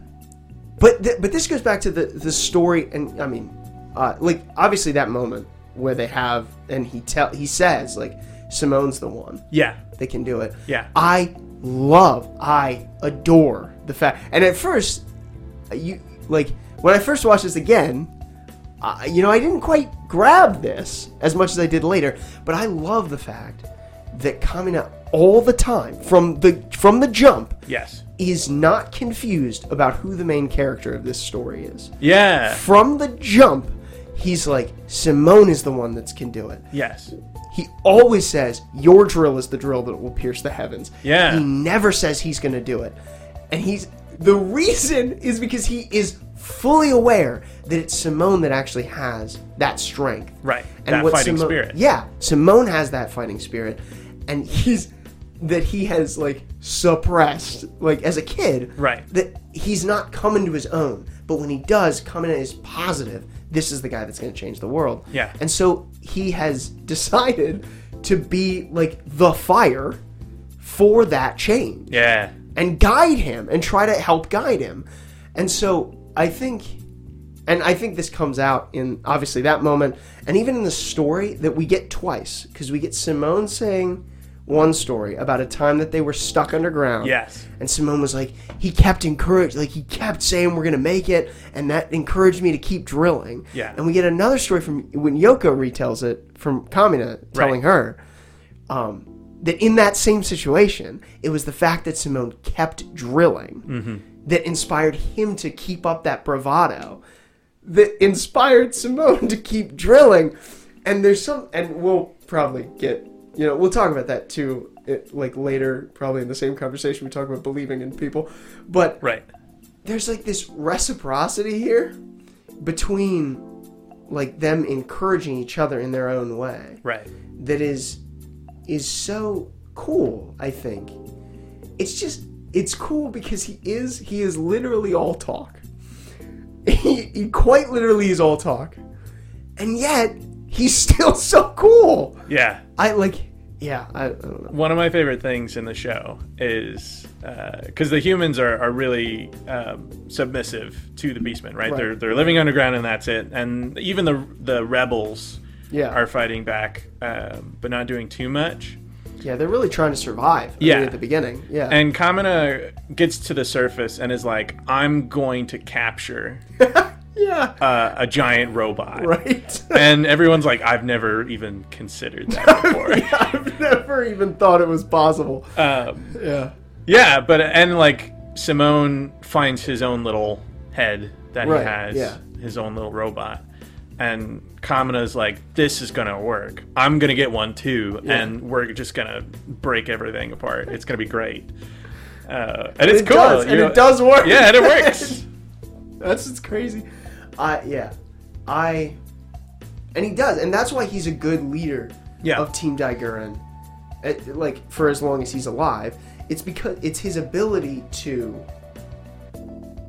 S1: But th- but this goes back to the the story and I mean uh, like obviously that moment where they have and he tell he says like Simone's the one
S2: yeah.
S1: they can do it.
S2: Yeah.
S1: I love, I adore the fact. And at first, you like when I first watched this again, I, you know, I didn't quite grab this as much as I did later. But I love the fact that Kamina all the time from the from the jump
S2: Yes.
S1: is not confused about who the main character of this story is.
S2: Yeah.
S1: From the jump, he's like Simone is the one that can do it
S2: Yes.
S1: he always says your drill is the drill that will pierce the heavens
S2: Yeah.
S1: he never says he's going to do it and he's the reason is because he is fully aware that it's simone that actually has that strength
S2: Right. That fighting
S1: Simo-
S2: spirit.
S1: yeah simone has that fighting spirit and he's that he has like suppressed like as a kid
S2: Right.
S1: that he's not coming to his own but when he does coming is positive this is the guy that's going to change the world
S2: Yeah.
S1: and so he has decided to be like the fire for that change
S2: Yeah.
S1: and guide him and try to help guide him. And so I think and I think this comes out in obviously that moment and even in the story that we get twice because we get Simone saying one story about a time that they were stuck underground.
S2: Yes.
S1: And Simone was like, he kept encouraged, like he kept saying we're gonna make it, and that encouraged me to keep drilling.
S2: Yeah.
S1: And we get another story from when Yoko retells it from Kamina telling her um, that in that same situation, it was the fact that Simone kept drilling that inspired him to keep up that bravado, that inspired Simone to keep drilling. And there's some, and we'll probably get, you know, we'll talk about that too, it, like later, probably in the same conversation we talk about believing in people. But
S2: Right.
S1: there's like this reciprocity here between like them encouraging each other in their own way
S2: Right.
S1: that is is so cool i think it's just it's cool because he is he is literally all talk he, he quite literally is all talk and yet he's still so cool
S2: Yeah.
S1: i like yeah, I, I don't know.
S2: One of my favorite things in the show is because the humans are, are really um, submissive to the beastmen, right?
S1: Right.
S2: They're they're living underground and that's it. And even the the rebels
S1: Yeah,
S2: are fighting back, um, but not doing too much.
S1: yeah, they're really trying to survive. I mean,
S2: Yeah.
S1: at the beginning. Yeah,
S2: And Kamina gets to the surface and is like, "I'm going to capture
S1: yeah,
S2: uh, a giant robot."
S1: right.
S2: And everyone's like, "I've never even considered that before."
S1: I've never even thought it was possible.
S2: um,
S1: Yeah,
S2: Yeah, but and like Simone finds his own little head that he
S1: Right,
S2: has,
S1: yeah.
S2: his own little robot, and Kamina's like, "This is gonna work. I'm gonna get one too, and we're just gonna break everything apart. It's gonna be great." Uh, and it's
S1: it
S2: cool.
S1: does,
S2: you
S1: and
S2: know-
S1: it does work.
S2: Yeah, and it works.
S1: That's just crazy. I yeah, I, and he does, and that's why he's a good leader
S2: Yeah.
S1: of Team Daigurin. It- like for as long as he's alive, it's because it's his ability to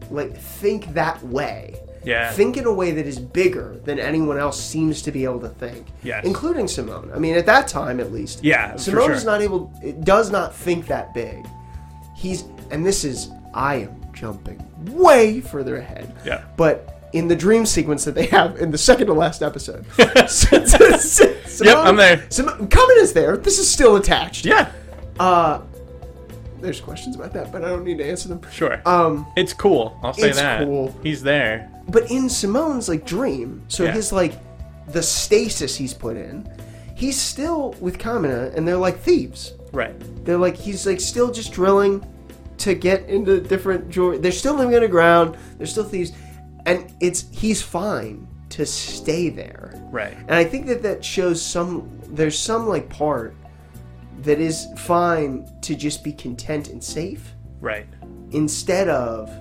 S1: like think that way.
S2: Yeah.
S1: Think in a way that is bigger than anyone else seems to be able to think.
S2: Yes.
S1: Including Simone. I mean, at that time, at least.
S2: Yeah, for
S1: Simone
S2: sure.
S1: is not able. It does not think that big. He's and this is I am jumping way further ahead.
S2: Yeah.
S1: But in the dream sequence that they have in the second to last episode. Simone,
S2: Yep, I'm there.
S1: Simone, Common is there. This is still attached.
S2: yeah,
S1: Uh, there's questions about that, but I don't need to answer them.
S2: sure.
S1: Um,
S2: it's cool. I'll say
S1: it's
S2: that.
S1: cool.
S2: He's there.
S1: but in Simone's like dream, so
S2: Yeah.
S1: his like the stasis he's put in, he's still with Kamina, and they're like thieves.
S2: Right.
S1: They're like he's like still just drilling to get into different jewelry. They're still living underground. They're still thieves, and it's he's fine to stay there.
S2: Right.
S1: And I think that that shows some there's some like part that is fine to just be content and safe
S2: Right.
S1: instead of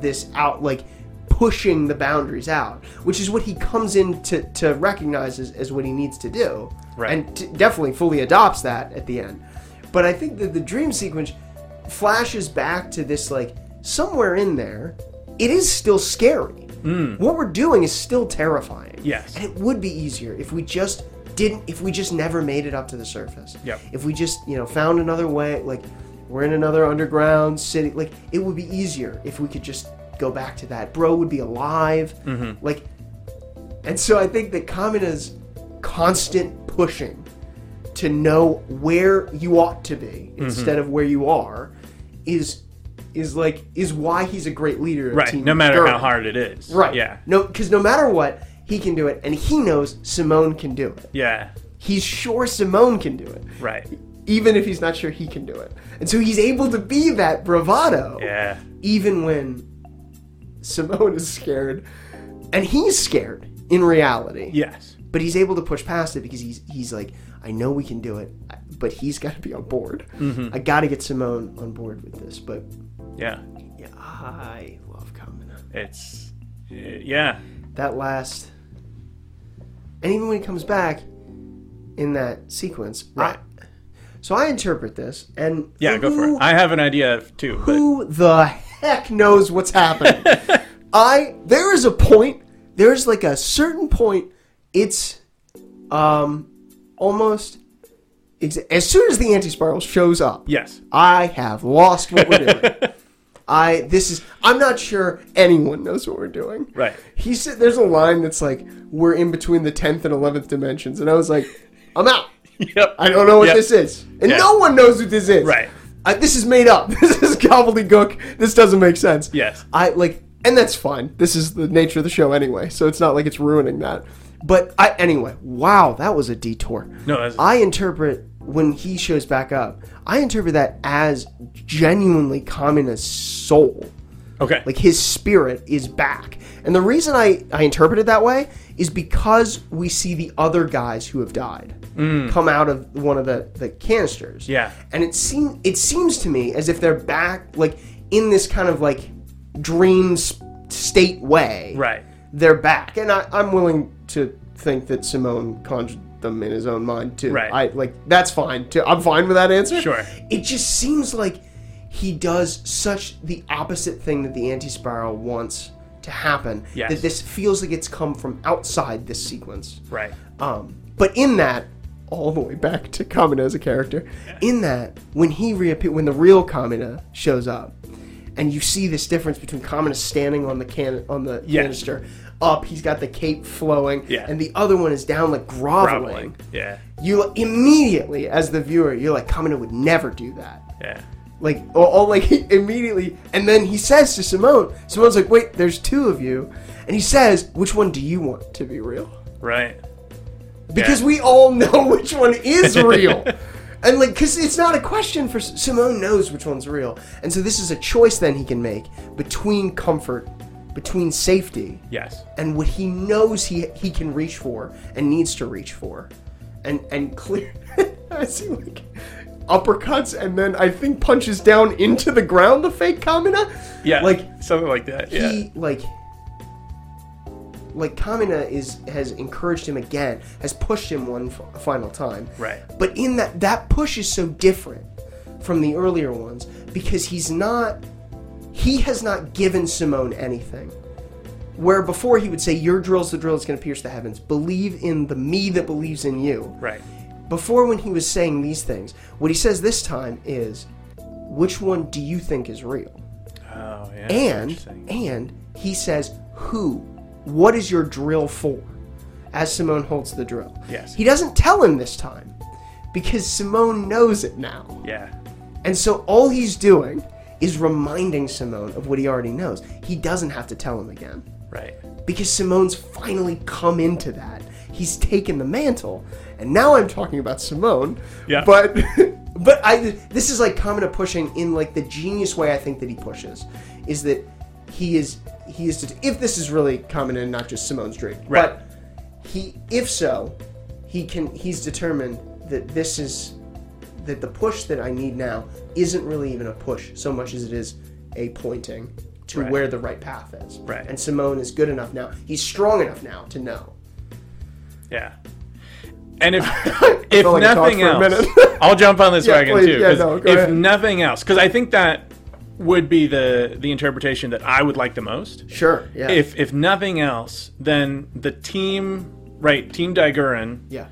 S1: this out like pushing the boundaries out, which is what he comes in to, to recognize as, as what he needs to do,
S2: Right.
S1: and t- definitely fully adopts that at the end. But I think that the dream sequence flashes back to this like somewhere in there, it is still scary. What we're doing is still terrifying.
S2: Hmm. Yes.
S1: and it would be easier if we just didn't, if we just never made it up to the surface
S2: Yep.
S1: if we just you know found another way like we're in another underground city like it would be easier if we could just go back to that bro would be alive
S2: Mm-hmm.
S1: like and so i think that kamina's constant pushing to know where you ought to be
S2: Mm-hmm.
S1: instead of where you are is is like is why he's a great leader of
S2: Right.
S1: Team
S2: No matter how
S1: Durham.
S2: hard it is.
S1: right
S2: Yeah.
S1: no because no matter what he can do it and he knows simone can do it
S2: Yeah.
S1: he's sure simone can do it
S2: Right.
S1: even if he's not sure he can do it. And so he's able to be that bravado,
S2: Yeah.
S1: even when Simone is scared. And he's scared in reality,
S2: Yes.
S1: but he's able to push past it because he's he's like, I know we can do it, but he's got to be on board.
S2: Mm-hmm.
S1: I got to get Simone on board with this. But
S2: Yeah.
S1: yeah, I love Kamina.
S2: It's yeah,
S1: That last, and even when he comes back in that sequence, I-
S2: Right.
S1: so I interpret this, and
S2: yeah. Go for
S1: who
S2: it. I have an idea of too. But
S1: who the heck knows what's happening? I there is a point. There's like a certain point. It's um almost ex- as soon as the anti-spiral shows up.
S2: yes,
S1: I have lost what we're doing. I this is I'm not sure anyone knows what we're doing.
S2: Right.
S1: He said there's a line that's like we're in between the 10th and 11th dimensions and I was like I'm out.
S2: yep.
S1: I don't know what
S2: Yep.
S1: this is. And
S2: Yeah.
S1: no one knows what this is.
S2: Right.
S1: I, this is made up. This is gobbledygook. This doesn't make sense.
S2: Yes.
S1: I like, and that's fine. This is the nature of the show anyway, so it's not like it's ruining that. But I, anyway, wow, that was a detour.
S2: No, that's-
S1: I interpret when he shows back up. I interpret that as genuinely Kamina's soul
S2: Okay.
S1: like his spirit is back and the reason i i interpret it that way is because we see the other guys who have died come out of one of the the canisters
S2: Mm. Yeah.
S1: and it seem it seems to me as if they're back like in this kind of like dream s- state way
S2: right.
S1: they're back and I, i'm willing to think that simone conjured them in his own mind too
S2: Right.
S1: i like that's fine too i'm fine with that answer
S2: Sure.
S1: it just seems like he does such the opposite thing that the anti-spiral wants to happen
S2: Yes.
S1: that this feels like it's come from outside this sequence
S2: Right.
S1: um, but in that all the way back to Kamina as a character. In that, when he reappears, when the real Kamina shows up, and you see this difference between Kamina standing on the can on the
S2: Yeah.
S1: canister up, he's got the cape flowing,
S2: Yeah.
S1: and the other one is down like groveling.
S2: Probably. Yeah.
S1: You immediately, as the viewer, you're like, Kamina would never do that
S2: Yeah.
S1: like all, all like he, immediately and then he says to simone simone's like wait there's two of you and he says which one do you want to be real
S2: Right.
S1: because
S2: Yeah.
S1: we all know which one is real and like because it's not a question for S- simone knows which one's real and so this is a choice then he can make between comfort between safety
S2: Yes.
S1: and what he knows he he can reach for and needs to reach for, and and clear. I see like uppercuts and then I think punches down into the ground. The fake Kamina,
S2: Yeah.
S1: like
S2: something like that. Yeah.
S1: he like like Kamina is has encouraged him again, has pushed him one f- final time.
S2: Right.
S1: But in that that push is so different from the earlier ones because he's not he has not given Simone anything. Where before he would say, "Your drill's the drill that's going to pierce the heavens. Believe in the me that believes in you."
S2: right.
S1: Before, when he was saying these things, what he says this time is, "Which one do you think is real?"
S2: Oh yeah.
S1: and
S2: Interesting.
S1: and he says who what is your drill for as simone holds the drill
S2: Yes.
S1: he doesn't tell him this time because simone knows it now
S2: Yeah.
S1: and so all he's doing is reminding simone of what he already knows he doesn't have to tell him again
S2: Right.
S1: because simone's finally come into that he's taken the mantle and now i'm talking about simone
S2: Yeah.
S1: but but i this is like Kamina pushing in like the genius way i think that he pushes is that he is he is if this is really Kamina and not just simone's dream
S2: Right.
S1: but he if so he can he's determined that this is that the push that i need now isn't really even a push so much as it is a pointing to
S2: Right.
S1: where the right path is
S2: Right.
S1: and Simone is good enough now. He's strong enough now to know.
S2: Yeah. And if if
S1: felt like I talked
S2: nothing
S1: for a
S2: else,
S1: minute.
S2: I'll jump on this
S1: Yeah,
S2: wagon
S1: please.
S2: too.
S1: Yeah,
S2: 'cause
S1: no, go
S2: if
S1: ahead.
S2: nothing else, because I think that would be the the interpretation that I would like the most.
S1: Sure. Yeah.
S2: If if nothing else, then the team right team Digurin
S1: yeah.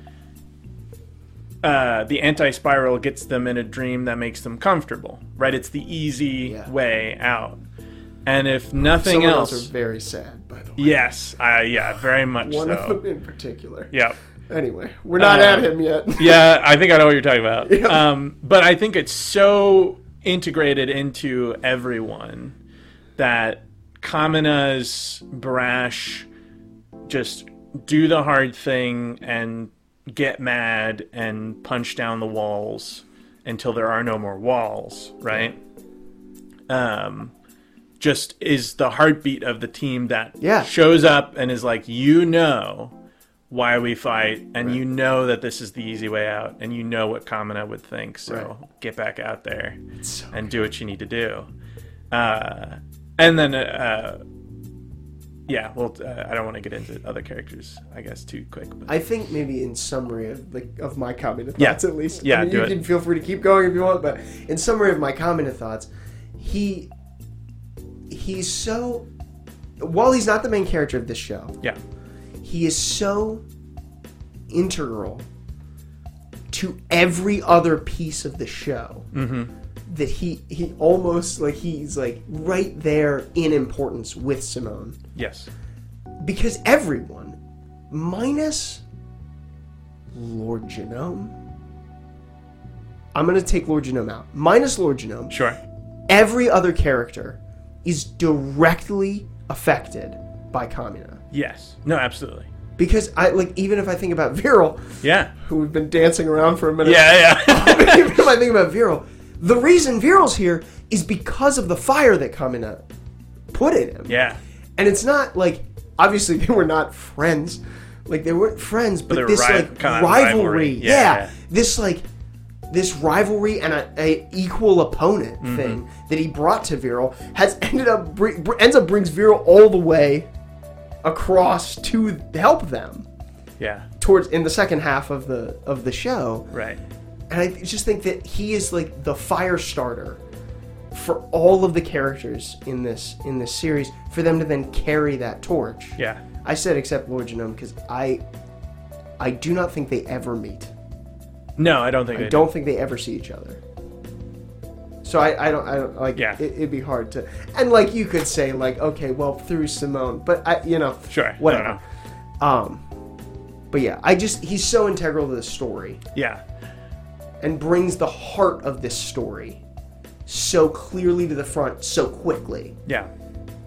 S2: uh, the anti spiral gets them in a dream that makes them comfortable, right? It's the easy
S1: Yeah.
S2: way out. And if nothing
S1: Someone
S2: else,
S1: else are very sad, by the way.
S2: yes, I yeah, very much
S1: One
S2: so.
S1: of them in particular.
S2: Yeah,
S1: Anyway, we're not
S2: Uh,
S1: at him yet.
S2: yeah, I think I know what you're talking about. Um, but I think it's so integrated into everyone that Kamina's brash, just do the hard thing and get mad and punch down the walls until there are no more walls, right? Um, just is the heartbeat of the team that
S1: Yeah.
S2: shows up and is like, you know why we fight, and you know that this is the easy way out, and you know what Kamina would think, so
S1: Right.
S2: get back out there
S1: So-
S2: and do what you need to do. Uh, and then, uh, uh, yeah, well, uh, I don't want to get into other characters, I guess, too quick. But
S1: I think maybe in summary of the, of my comment of
S2: Yeah.
S1: thoughts at least. I
S2: Yeah,
S1: mean,
S2: do
S1: you
S2: it.
S1: can feel free to keep going if you want, but in summary of my comment of thoughts, he he's so while he's not the main character of this show,
S2: yeah,
S1: he is so integral to every other piece of the show
S2: Mm-hmm.
S1: that he he almost like he's like right there in importance with Simone
S2: yes,
S1: because everyone minus Lord Genome I'm going to take Lord Genome out minus Lord Genome
S2: sure,
S1: every other character is directly affected by Kamina
S2: yes, no, absolutely,
S1: because I like even if I think about Viral
S2: yeah,
S1: who we've been dancing around for a minute.
S2: yeah, yeah,
S1: Even if I think about Viral, the reason Viral's here is because of the fire that Kamina put in him.
S2: yeah,
S1: And it's not like obviously they were not friends. Like they weren't friends, but,
S2: they were
S1: this
S2: ri-
S1: like
S2: kind of
S1: rivalry.
S2: rivalry.
S1: Yeah,
S2: Yeah, yeah.
S1: This like this rivalry and a, a equal opponent
S2: Mm-hmm.
S1: thing that he brought to Viral has ended up br- br- ends up brings Viral all the way across to help them
S2: yeah,
S1: towards in the second half of the of the show
S2: right,
S1: and i just think that he is like the fire starter for all of the characters in this in this series for them to then carry that torch
S2: yeah,
S1: i said except lord genome because i i do not think they ever meet
S2: No, I don't think I,
S1: I don't think they ever see each other. So I, I don't I don't like
S2: Yeah.
S1: it, it'd be hard to and like you could say like okay well through Simone but I you know
S2: Sure, I don't
S1: whatever um but yeah I just he's so integral to the story
S2: Yeah.
S1: and brings the heart of this story so clearly to the front so quickly
S2: Yeah.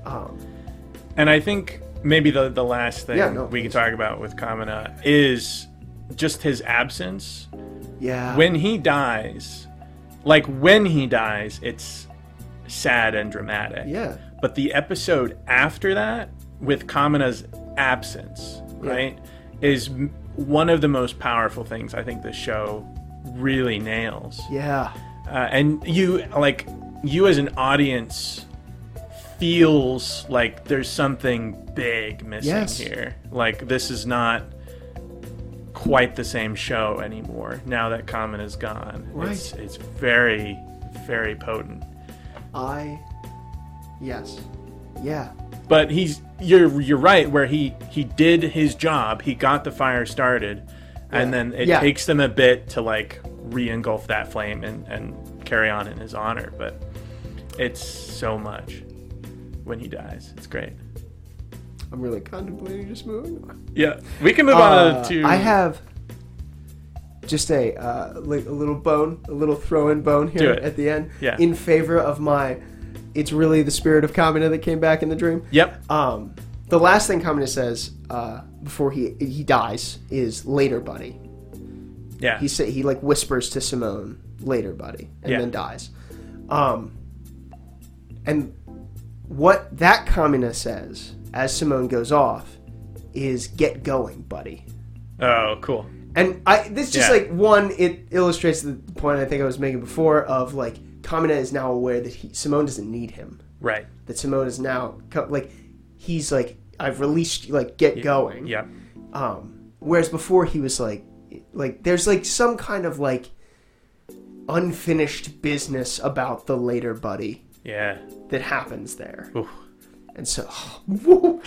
S1: um
S2: And I think maybe the the last thing
S1: Yeah, no,
S2: we can
S1: please.
S2: talk about with Kamina is just his absence.
S1: yeah
S2: When he dies, like when he dies, it's sad and dramatic.
S1: yeah
S2: But the episode after that with Kamina's absence,
S1: Yeah.
S2: right, is m- one of the most powerful things I think the show really nails.
S1: yeah
S2: uh, and you like you as an audience feels like there's something big missing
S1: Yes.
S2: here like this is not quite the same show anymore now that common is gone it's it's very very potent
S1: I yes yeah
S2: but he's you're you're right where he he did his job he got the fire started and
S1: Yeah.
S2: then it
S1: Yeah.
S2: takes them a bit to like re-engulf that flame and and carry on in his honor but it's so much when he dies it's great
S1: I'm really contemplating just moving on.
S2: yeah we can move
S1: Uh,
S2: on to
S1: I have just a uh, li- a little bone, a little throw-in bone
S2: Do
S1: here
S2: it.
S1: at the end,
S2: Yeah.
S1: in favor of my. It's really the spirit of Kamina that came back in the dream.
S2: yep
S1: Um, the last thing Kamina says uh, before he he dies is "Later, buddy."
S2: yeah
S1: He say, he like whispers to Simone, "Later, buddy," and
S2: Yeah.
S1: then dies. Um, and what that Kamina says as Simone goes off is "Get going, buddy."
S2: oh cool
S1: And I this just
S2: Yeah.
S1: like one, it illustrates the point I think I was making before of like Kamina is now aware that he, Simone doesn't need him.
S2: right
S1: That Simone is now co- like he's like I've released you, like get going.
S2: yep
S1: Um, whereas before he was like like there's like some kind of like unfinished business about the later buddy
S2: yeah
S1: that happens there.
S2: Oof.
S1: And so um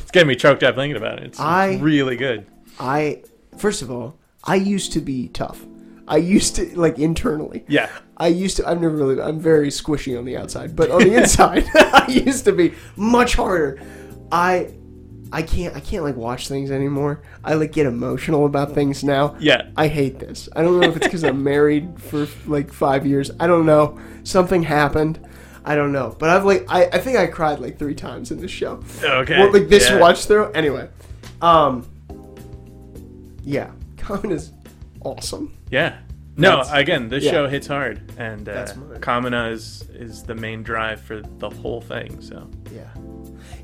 S2: it's getting me choked up thinking about it it's
S1: I-
S2: really good
S1: I first of all, I used to be tough. I used to like internally.
S2: yeah
S1: I used to. I've never really. I'm very squishy on the outside, but on the inside, I used to be much harder. I, I can't. I can't like watch things anymore. I like get emotional about things now.
S2: yeah
S1: I hate this. I don't know if it's because I'm married for like five years. I don't know. Something happened. I don't know. But I've like. I, I think I cried like three times in this show.
S2: okay
S1: Well, like this
S2: yeah.
S1: watch through. Anyway, um, yeah, Common is awesome.
S2: Yeah. No,
S1: That's-
S2: again, this
S1: yeah.
S2: show hits hard, and uh,
S1: That's mine.
S2: Kamina is is the main drive for the whole thing. So
S1: Yeah.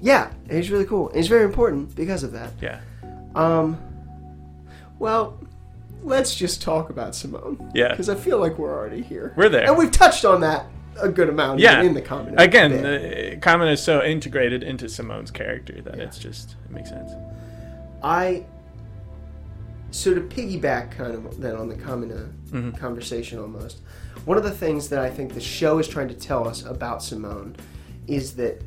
S1: Yeah, and he's really cool. And he's very important because of that.
S2: yeah,
S1: Um, well, let's just talk about Simone.
S2: Yeah.
S1: Because I feel like we're already here.
S2: We're there.
S1: And we've touched on that a good amount
S2: yeah.
S1: in the comment.
S2: again,
S1: bit.
S2: the, Kamina is so integrated into Simone's character that it's just it makes sense.
S1: I. So to piggyback kind of then on the common uh,
S2: Mm-hmm.
S1: conversation almost, one of the things that I think the show is trying to tell us about Simone is that,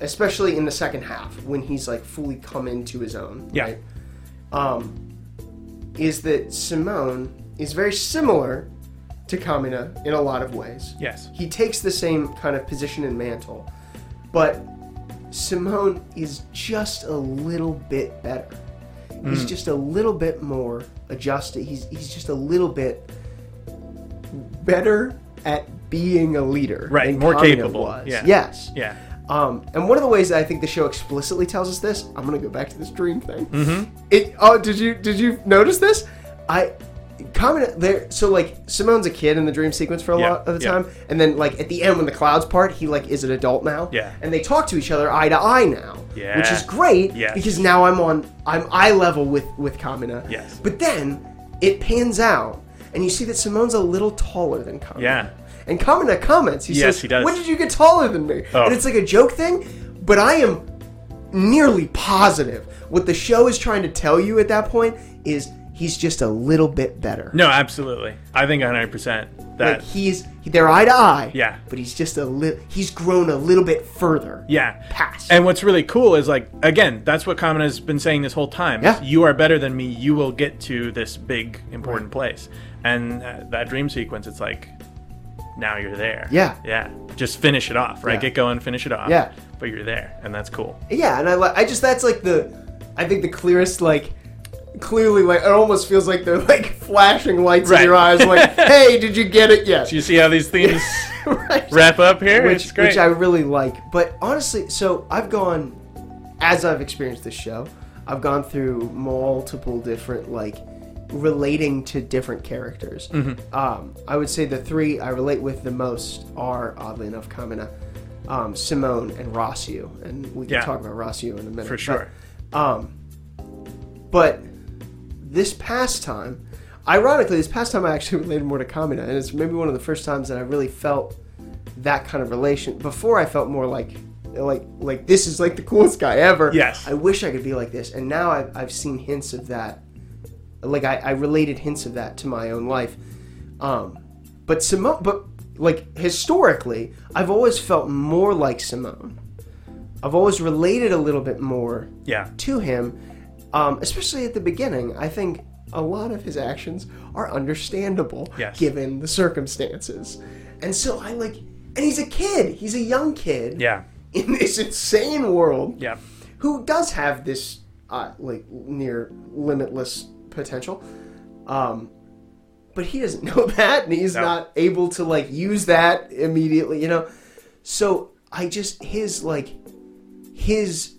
S1: especially in the second half when he's like fully come into his own,
S2: Yeah.
S1: right? Um, is that Simone is very similar to Kamina in a lot of ways.
S2: Yes.
S1: He takes the same kind of position and mantle, but Simone is just a little bit better. He's
S2: Mm.
S1: just a little bit more adjusted. He's he's just a little bit better at being a leader.
S2: Right,
S1: than
S2: more
S1: Kamina
S2: capable,
S1: Was.
S2: yeah.
S1: Yes.
S2: Yeah.
S1: Um, and one of the ways that I think the show explicitly tells us this, I'm gonna go back to this dream thing.
S2: Mm-hmm.
S1: It oh did you did you notice this? I comment there so like Simone's a kid in the dream sequence for a
S2: Yeah,
S1: lot of the
S2: yeah.
S1: time, and then like at the end when the clouds part, he like is an adult now.
S2: Yeah.
S1: And they talk to each other eye to eye now.
S2: Yeah.
S1: Which is great
S2: Yes.
S1: because now I'm on I'm eye level with with Kamina.
S2: Yes.
S1: But then it pans out and you see that Simone's a little taller than Kamina.
S2: Yeah.
S1: And Kamina comments, he
S2: Yes,
S1: says,
S2: he does.
S1: When did you get taller than me?
S2: Oh.
S1: And it's like a joke thing, but I am nearly positive what the show is trying to tell you at that point is he's just a little bit better.
S2: No, absolutely. I think 100% that.
S1: Like he's they're eye to eye.
S2: Yeah.
S1: But he's just a little. He's grown a little bit further.
S2: yeah.
S1: Past.
S2: And what's really cool is like again, that's what Kamina has been saying this whole time. is,
S1: Yeah.
S2: You are better than me. You will get to this big important place. And uh, that dream sequence, it's like now you're there.
S1: Yeah.
S2: Yeah. Just finish it off, right?
S1: Yeah.
S2: Get going, finish it off.
S1: Yeah.
S2: But you're there, and that's cool.
S1: Yeah, and I li- I just that's like the I think the clearest like clearly like it almost feels like they're like flashing lights
S2: Right.
S1: in your eyes like hey did you get it yet
S2: Do you see how these themes
S1: right.
S2: wrap up here?
S1: which
S2: it's great.
S1: which I really like but honestly so I've gone as I've experienced this show I've gone through multiple different like relating to different characters
S2: Mm-hmm.
S1: um, I would say the three I relate with the most are oddly enough Kamina um, Simone and Rossio and we can
S2: Yeah.
S1: talk about Rossio in a minute
S2: for
S1: but-
S2: sure.
S1: um, but this past time, ironically, this past time I actually related more to Kamina, and it's maybe one of the first times that I really felt that kind of relation. Before I felt more like, like, like this is like the coolest guy ever.
S2: Yes.
S1: I wish I could be like this, and now I've, I've seen hints of that. Like I, I related hints of that to my own life. Um, but Simone, but like historically, I've always felt more like Simone. I've always related a little bit more
S2: Yeah.
S1: to him, um, especially at the beginning. I think a lot of his actions are understandable
S2: Yes.
S1: given the circumstances. And so I like, and he's a kid, he's a young kid
S2: Yeah.
S1: in this insane world
S2: Yeah.
S1: who does have this uh, like near limitless potential. Um, but he doesn't know that, and he's
S2: No.
S1: not able to like use that immediately, you know. So I just his like his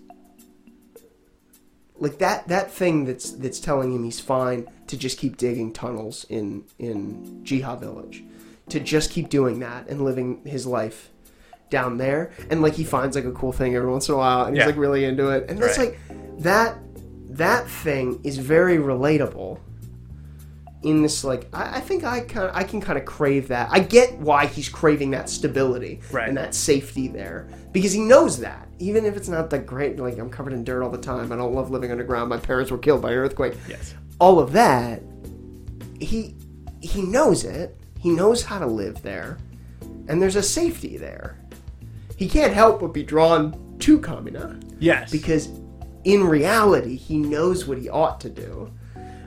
S1: like that that thing that's that's telling him he's fine to just keep digging tunnels in in Jihad Village, to just keep doing that and living his life down there, and like he finds like a cool thing every once in a while, and
S2: Yeah.
S1: he's like really into it, and that's
S2: Right.
S1: like that that thing is very relatable. In this, like, I, I think I kind I can kind of crave that. I get why he's craving that stability
S2: Right.
S1: and that safety there because he knows that even if it's not that great like i'm covered in dirt all the time i don't love living underground my parents were killed by an earthquake
S2: Yes.
S1: all of that he he knows it he knows how to live there and there's a safety there he can't help but be drawn to kamina
S2: Yes.
S1: because in reality he knows what he ought to do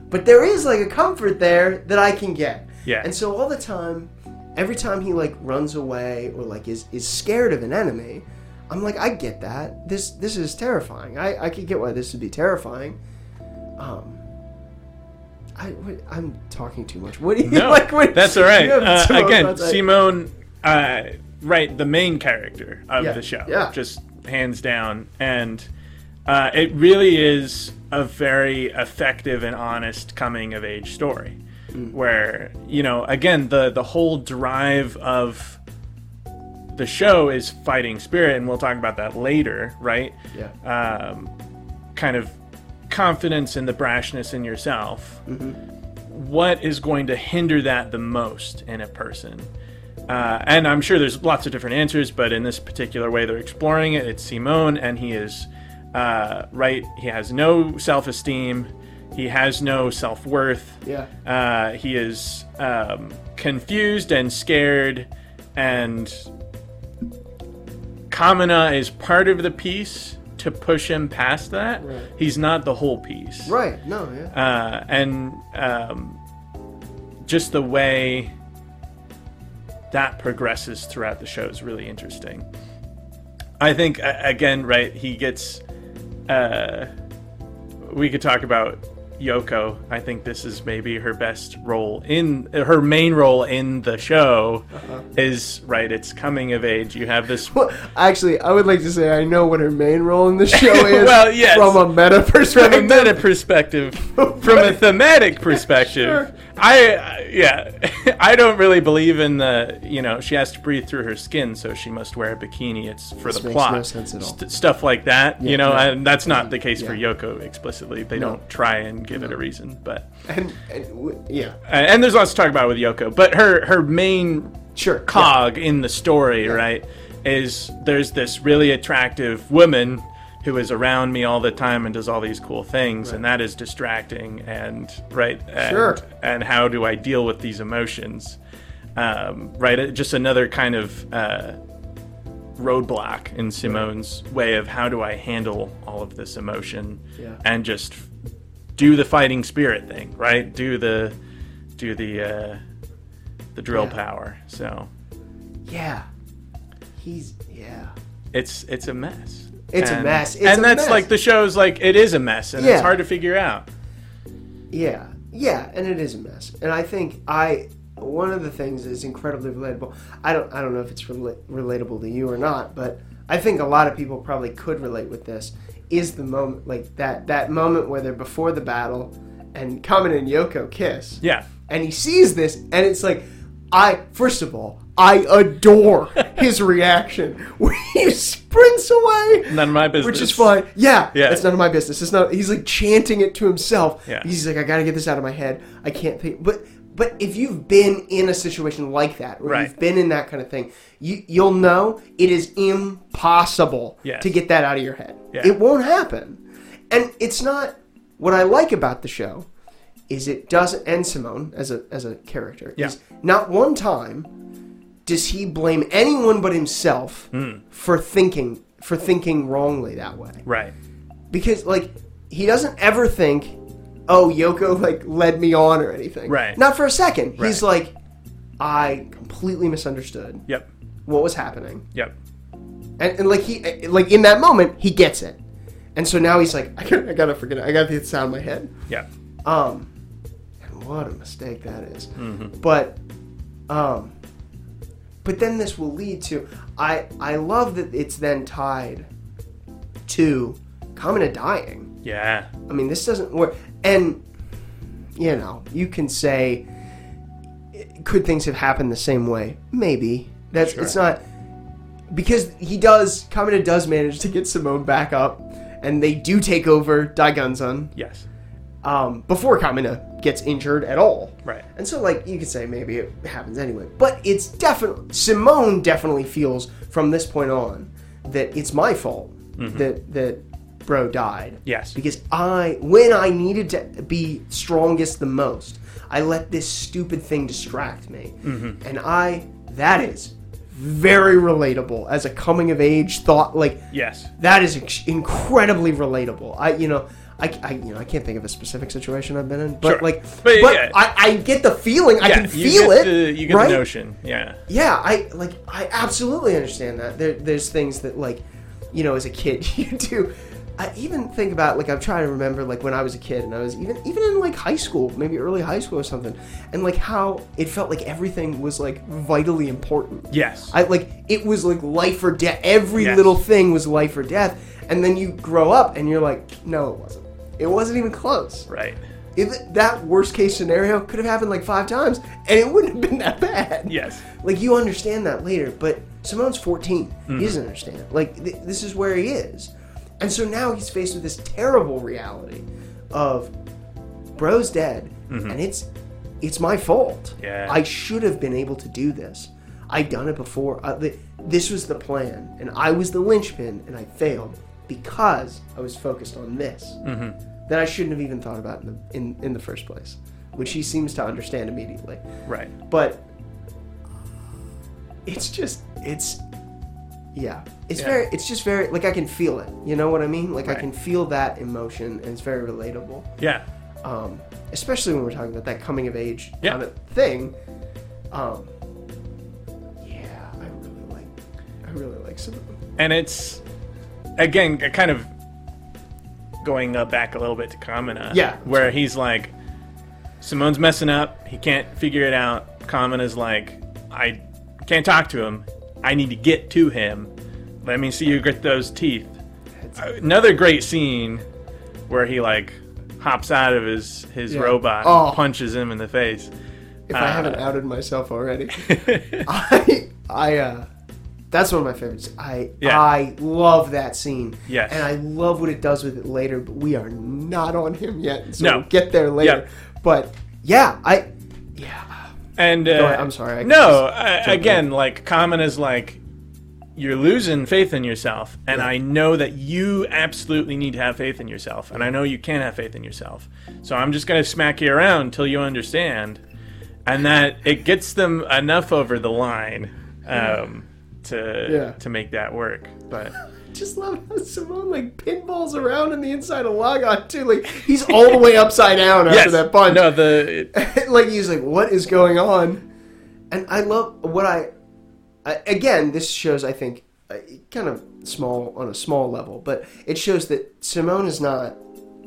S1: but there is like a comfort there that i can get
S2: Yeah.
S1: and so all the time every time he like runs away or like is is scared of an enemy i'm like i get that this this is terrifying i i could get why this would be terrifying um I, what- I'm talking too much. What do you
S2: No,
S1: like? What,
S2: that's all right.
S1: you have
S2: Uh,
S1: so much
S2: again,
S1: outside-
S2: Simone, uh, right, the main character of
S1: Yeah,
S2: the show,
S1: yeah.
S2: just hands down, and uh, it really is a very effective and honest coming of age story,
S1: Mm.
S2: where you know, again, the the whole drive of the show is fighting spirit, and we'll talk about that later, right?
S1: Yeah.
S2: um, kind of confidence and the brashness in yourself, what is going to hinder that the most in a person? Uh, and I'm sure there's lots of different answers, but in this particular way they're exploring it, it's Simone, and he is uh, right. He has no self esteem, he has no self worth.
S1: Yeah.
S2: Uh, he is um, confused and scared, and Kamina is part of the piece to push him past that.
S1: Right.
S2: He's not the whole piece.
S1: Right. No. Yeah.
S2: Uh, and um, just the way that progresses throughout the show is really interesting. I think, a- again, right, he gets. Uh, we could talk about Yoko. I think this is maybe her best role in her main role in the show is right. It's coming of age. You have this
S1: Well, actually, I would like to say I know what her main role in the show is.
S2: Well, yes.
S1: from a meta
S2: from a
S1: perspective.
S2: meta perspective, from a thematic perspective.
S1: Sure.
S2: I I- yeah, I don't really believe in the you know she has to breathe through her skin, so she must wear a bikini. It's for the
S1: makes
S2: plot,
S1: no sense at all.
S2: St- stuff like that. you know,
S1: yeah.
S2: and that's not the case for
S1: Yeah.
S2: Yoko explicitly. They don't try and give it a reason, but
S1: and, and w- yeah,
S2: uh, and there's lots to talk about with Yoko, but her her main
S1: sure.
S2: cog in the story, right? Is there's this really attractive woman who is around me all the time and does all these cool things, and that is distracting. And right, and,
S1: Sure.
S2: And how do I deal with these emotions? Um, right, it- just another kind of uh, roadblock in Simone's way of how do I handle all of this emotion
S1: Yeah.
S2: and just do the fighting spirit thing, right? Do the do the uh, the drill
S1: Yeah.
S2: power. So
S1: Yeah. He's yeah.
S2: it's it's a mess.
S1: It's a
S2: and,
S1: mess. It's
S2: and
S1: a
S2: that's
S1: mess.
S2: like the show's like it is a mess, and
S1: Yeah.
S2: it's hard to figure out.
S1: Yeah, yeah, and it is a mess. And I think I one of the things is incredibly relatable. I don't I don't know if it's rela- relatable to you or not, but I think a lot of people probably could relate with this. Is the moment like that that moment where they're before the battle and Kamen and Yoko kiss?
S2: Yeah,
S1: and he sees this and it's like i first of all i adore his reaction where he sprints away
S2: None of my business.
S1: which is fine yeah
S2: Yeah.
S1: it's none of my business it's not he's like chanting it to himself
S2: Yeah.
S1: he's like i gotta get this out of my head i can't think but but if you've been in a situation like that or
S2: Right.
S1: you've been in that kind of thing you, you'll know it is impossible
S2: Yes.
S1: to get that out of your head
S2: Yeah.
S1: it won't happen and it's not what i like about the show is it doesn't and Simone as a as a character
S2: Yeah.
S1: is not one time does he blame anyone but himself
S2: Hmm.
S1: for thinking for thinking wrongly that way
S2: right.
S1: because like he doesn't ever think oh Yoko like led me on or anything
S2: Right.
S1: not for a second he's
S2: Right.
S1: like I completely misunderstood
S2: Yep,
S1: what was happening
S2: yep.
S1: and, and like he like in that moment he gets it and so now he's like I gotta, I gotta forget it I gotta get this out of my head
S2: Yeah.
S1: um, and what a mistake that is. But, um, but then this will lead to I I love that it's then tied to Kamina dying.
S2: Yeah.
S1: I mean, this doesn't work, and you know you can say could things have happened the same way? Maybe that's it's
S2: Sure.
S1: not because he does Kamina does manage to get Simone back up, and they do take over Daigunzan
S2: Yes.
S1: um, before Kamina gets injured at all.
S2: Right.
S1: And so, like, you could say maybe it happens anyway. But it's definitely, Simone definitely feels from this point on that it's my fault that, that Bro died.
S2: Yes.
S1: Because I, when I needed to be strongest the most, I let this stupid thing distract me. And I, that is very relatable as a coming of age thought. Like,
S2: Yes.
S1: that is ex- incredibly relatable. I, you know, I, I, you know, I can't think of a specific situation I've been in, but
S2: Sure.
S1: like, but,
S2: But yeah.
S1: I, I get the feeling. I
S2: yeah.
S1: can
S2: you
S1: feel
S2: get
S1: it.
S2: The, you get
S1: right?
S2: the notion. Yeah.
S1: Yeah, I like. I absolutely understand that. There, there's things that like, you know, as a kid you do. I even think about like I'm trying to remember like when I was a kid and I was even even in like high school, maybe early high school or something, and like how it felt like everything was like vitally important.
S2: Yes.
S1: I like it was like life or death. Every
S2: Yes.
S1: little thing was life or death. And then you grow up and you're like, no, it wasn't. It wasn't even close.
S2: right.
S1: If that worst case scenario could have happened like five times, and it wouldn't have been that bad.
S2: Yes.
S1: Like you understand that later, but Simone's 14.
S2: Mm-hmm.
S1: He doesn't understand. it. Like th- this is where he is, and so now he's faced with this terrible reality of bro's dead, and it's it's my fault.
S2: Mm-hmm. Yeah.
S1: I should have been able to do this. I done it before. Uh, th- this was the plan, and I was the linchpin, and I failed because I was focused on this that I shouldn't have even thought about in the, in, in the first place, which he seems to understand immediately
S2: Right.
S1: but it's just it's yeah it's
S2: Yeah.
S1: very it's just very like i can feel it you know what i mean like i
S2: Right.
S1: can feel that emotion and it's very relatable
S2: Yeah.
S1: um especially when we're talking about that coming of age
S2: Yeah.
S1: kind of thing um yeah i really like i really like some
S2: and it's again kind of going uh, back a little bit to Kamina.
S1: Yeah.
S2: where he's like, Simone's messing up. He can't figure it out. Kamina's like, I can't talk to him. I need to get to him. Let me see you grit those teeth. Uh, Another great scene where he like hops out of his his
S1: Yeah.
S2: robot,
S1: Oh.
S2: and punches him in the face.
S1: if
S2: Uh,
S1: i haven't outed myself already I I uh that's one of my favorites. I
S2: Yeah.
S1: I love that scene.
S2: Yes.
S1: And I love what it does with it later, but we are not on him yet. So
S2: No.
S1: we'll get there later. But yeah, I yeah.
S2: And uh,
S1: ahead, I'm sorry, I
S2: no, I, again, like Common is like, you're losing faith in yourself. And I know that you absolutely need to have faith in yourself. And I know you can't have faith in yourself. So I'm just going to smack you around until you understand. And that it gets them enough over the line um, to
S1: Yeah.
S2: to make that work. But
S1: Just love how Simone like pinballs around in the inside of Logon too. Like he's all the way upside down after
S2: yes,
S1: that punch.
S2: no, the
S1: like he's like, what is going on? And I love what I, I again. This shows, I think, uh, kind of small on a small level, but it shows that Simone is not.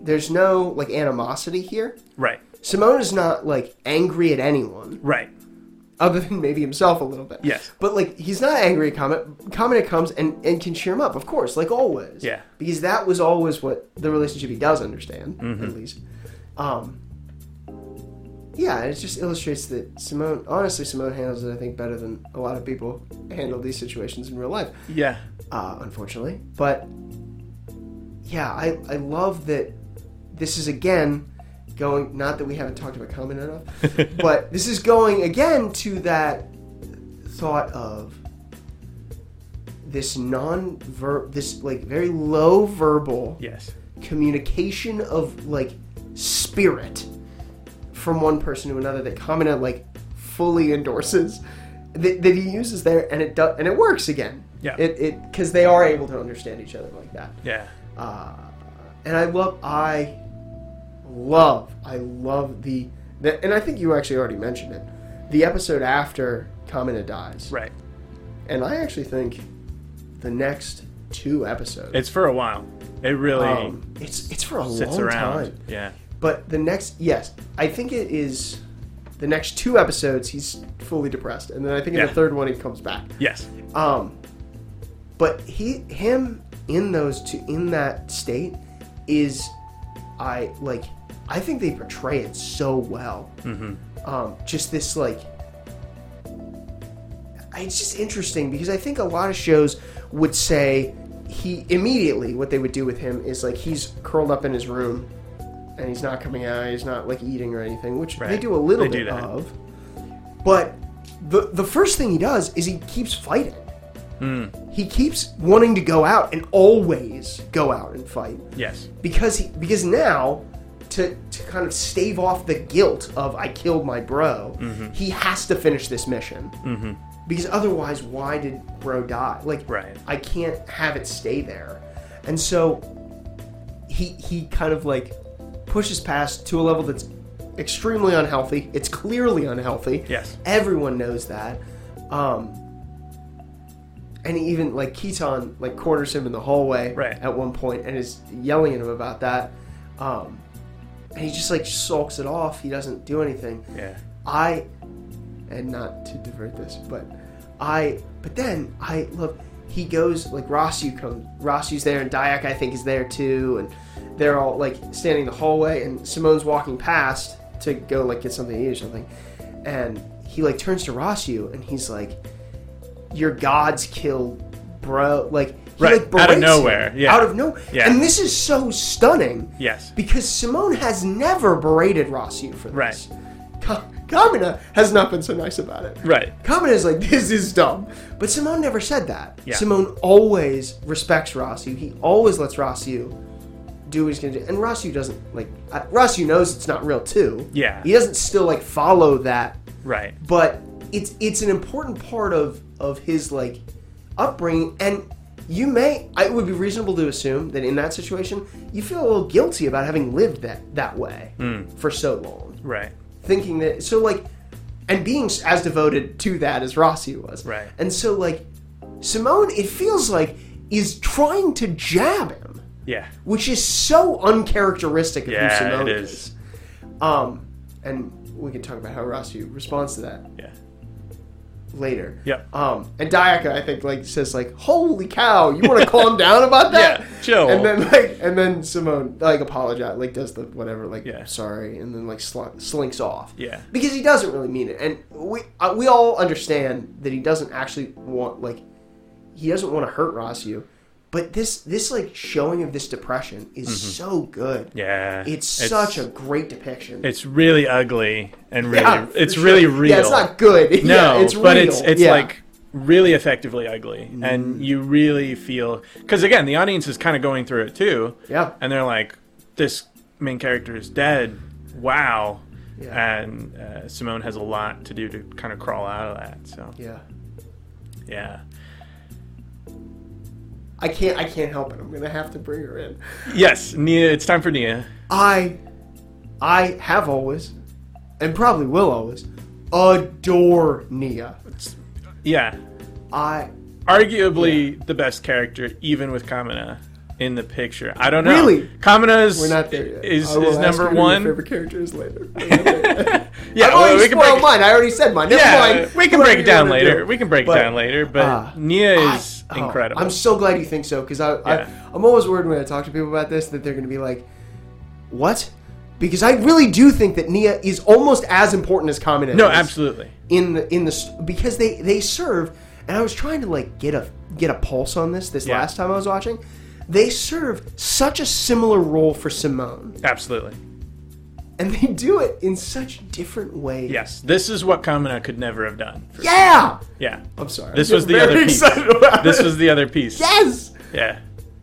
S1: There's no like animosity here.
S2: right,
S1: Simone is not like angry at anyone
S2: right,
S1: other than maybe himself a little bit.
S2: Yes.
S1: But like he's not angry at Comet. Comet comes and, and can cheer him up, of course, like always.
S2: Yeah.
S1: Because that was always what the relationship he does understand,
S2: Mm-hmm.
S1: at least. Um yeah, and it just illustrates that Simone, honestly, Simone handles it, I think, better than a lot of people handle these situations in real life
S2: yeah,
S1: uh, unfortunately. But yeah, I, I love that this is again going, not that we haven't talked about Common enough, but this is going again to that thought of this non verb, this like very low verbal
S2: yes,
S1: communication of like spirit from one person to another that Kamina like fully endorses that, that he uses there and it does and it works again
S2: Yeah.
S1: it it because they are able to understand each other like that
S2: yeah,
S1: uh, and I love I love I love the, the and I think you actually already mentioned it the episode after Kamina dies
S2: right.
S1: and I actually think the next two episodes
S2: It's for a while. It really
S1: um, it's it's for a
S2: sits
S1: long
S2: around.
S1: time.
S2: Yeah,
S1: But the next, yes, I think it is the next two episodes. He's fully depressed, and then I think in
S2: Yeah.
S1: the third one he comes back.
S2: yes,
S1: Um, but he, him in those two, in that state, is I like. I think they portray it so well.
S2: Mm-hmm.
S1: Um, just this like. It's just interesting because I think a lot of shows would say he immediately what they would do with him is like he's curled up in his room and he's not coming out, he's not like eating or anything, which they
S2: Right.
S1: do a little
S2: They do
S1: bit
S2: that.
S1: of. But the the first thing he does is he keeps fighting. He keeps wanting to go out and always go out and fight
S2: yes,
S1: because he because now to to kind of stave off the guilt of I killed my bro,
S2: Mm-hmm.
S1: he has to finish this mission. Mm-hmm. Because otherwise, why did bro die? Like,
S2: Right.
S1: I can't have it stay there. And so he he kind of like pushes past to a level that's extremely unhealthy. It's clearly unhealthy.
S2: Yes.
S1: everyone knows that. Um, and he even like Keaton like corners him in the hallway
S2: Right.
S1: at one point and is yelling at him about that. Um, and he just like sulks it off. He doesn't do anything.
S2: yeah,
S1: I and not to divert this, but I but then I look he goes like Rossu comes Rossu's there and Dayak I think is there too and they're all like standing in the hallway and Simone's walking past to go like get something to eat or something and he like turns to Rossu and he's like your gods kill bro like he,
S2: Right,
S1: like,
S2: out of
S1: berates him
S2: nowhere, yeah.
S1: out of nowhere
S2: Yeah.
S1: and this is so stunning
S2: yes,
S1: because Simone has never berated Rossu for this. Right. Kamina has not been so nice about it.
S2: right,
S1: Kamina is like, this is dumb. But Simone never said that.
S2: Yeah.
S1: Simone always respects Rossu. He always lets Rossu do what he's going to do. And Rossu doesn't, like, I- Rossu knows it's not real, too.
S2: Yeah.
S1: He doesn't still, like, follow that
S2: right,
S1: but it's it's an important part of of his like upbringing and you may I- it would be reasonable to assume that in that situation you feel a little guilty about having lived that that way
S2: Hmm.
S1: for so long
S2: right,
S1: thinking that so like and being s- as devoted to that as Rossi was
S2: Right.
S1: and so like Simone it feels like is trying to jab him
S2: yeah,
S1: which is so uncharacteristic of who
S2: yeah,
S1: Simone
S2: it is,
S1: um and we can talk about how Rossi responds to that
S2: yeah,
S1: later.
S2: Yep.
S1: Um, and Dayaka, I think, like says like, "Holy cow, you want to calm down about that?"
S2: Yeah, chill.
S1: And then like, and then Simone like apologize, like does the whatever, like
S2: Yeah.
S1: sorry, and then like sl- slinks off.
S2: Yeah.
S1: Because he doesn't really mean it, and we uh, we all understand that he doesn't actually want like he doesn't want to hurt Rosu, but this this like showing of this depression is so good.
S2: Mm-hmm. yeah.
S1: It's, such a great depiction.
S2: It's really ugly and really.
S1: Yeah,
S2: it's
S1: for
S2: really
S1: sure.
S2: real.
S1: Yeah, it's not good.
S2: No,
S1: yeah, it's
S2: but it's
S1: real.
S2: it's
S1: Yeah. Mm-hmm.
S2: like really effectively ugly, and you really feel because again, the audience is kind of going through it too,
S1: Yeah.
S2: and they're like, "This main character is dead." Wow.
S1: Yeah.
S2: And uh, Simone has a lot to do to kind of crawl out of that. So
S1: Yeah.
S2: yeah,
S1: I can't. I can't help it. I'm gonna have to bring her in.
S2: yes, Nia. It's time for Nia.
S1: I, I have always, and probably will always, adore Nia.
S2: Yeah,
S1: I
S2: arguably the best character, even with Kamina in the picture. I don't know.
S1: Really?
S2: Kamina is
S1: we're not there yet.
S2: is,
S1: I will
S2: is
S1: ask
S2: number
S1: you who
S2: one.
S1: Your favorite character is later. yeah,
S2: Yeah,
S1: I've
S2: well,
S1: already
S2: we can
S1: spoiled
S2: break-
S1: mine. I already said mine. Never
S2: Yeah,
S1: mind.
S2: we can
S1: What
S2: break
S1: are
S2: it
S1: you
S2: down
S1: gonna
S2: later.
S1: do?
S2: We can break it
S1: But-
S2: down later. But
S1: Ah.
S2: Nia is
S1: I- oh,
S2: incredible.
S1: I'm so glad you think so because I,
S2: Yeah.
S1: I I'm always worried when I talk to people about this that they're going to be like, "What?" Because I really do think that Nia is almost as important as Kamina.
S2: no,
S1: is
S2: absolutely.
S1: in the in the s- because they they serve and I was trying to like get a get a pulse on this this
S2: Yeah.
S1: last time I was watching. They serve such a similar role for Simone,
S2: Absolutely.
S1: and they do it in such different ways.
S2: Yes. This is what Kamina could never have done. For-
S1: Yeah.
S2: yeah.
S1: I'm sorry.
S2: This
S1: I'm
S2: was the
S1: very
S2: other piece.
S1: excited about
S2: This
S1: it.
S2: was the other piece.
S1: yes.
S2: Yeah.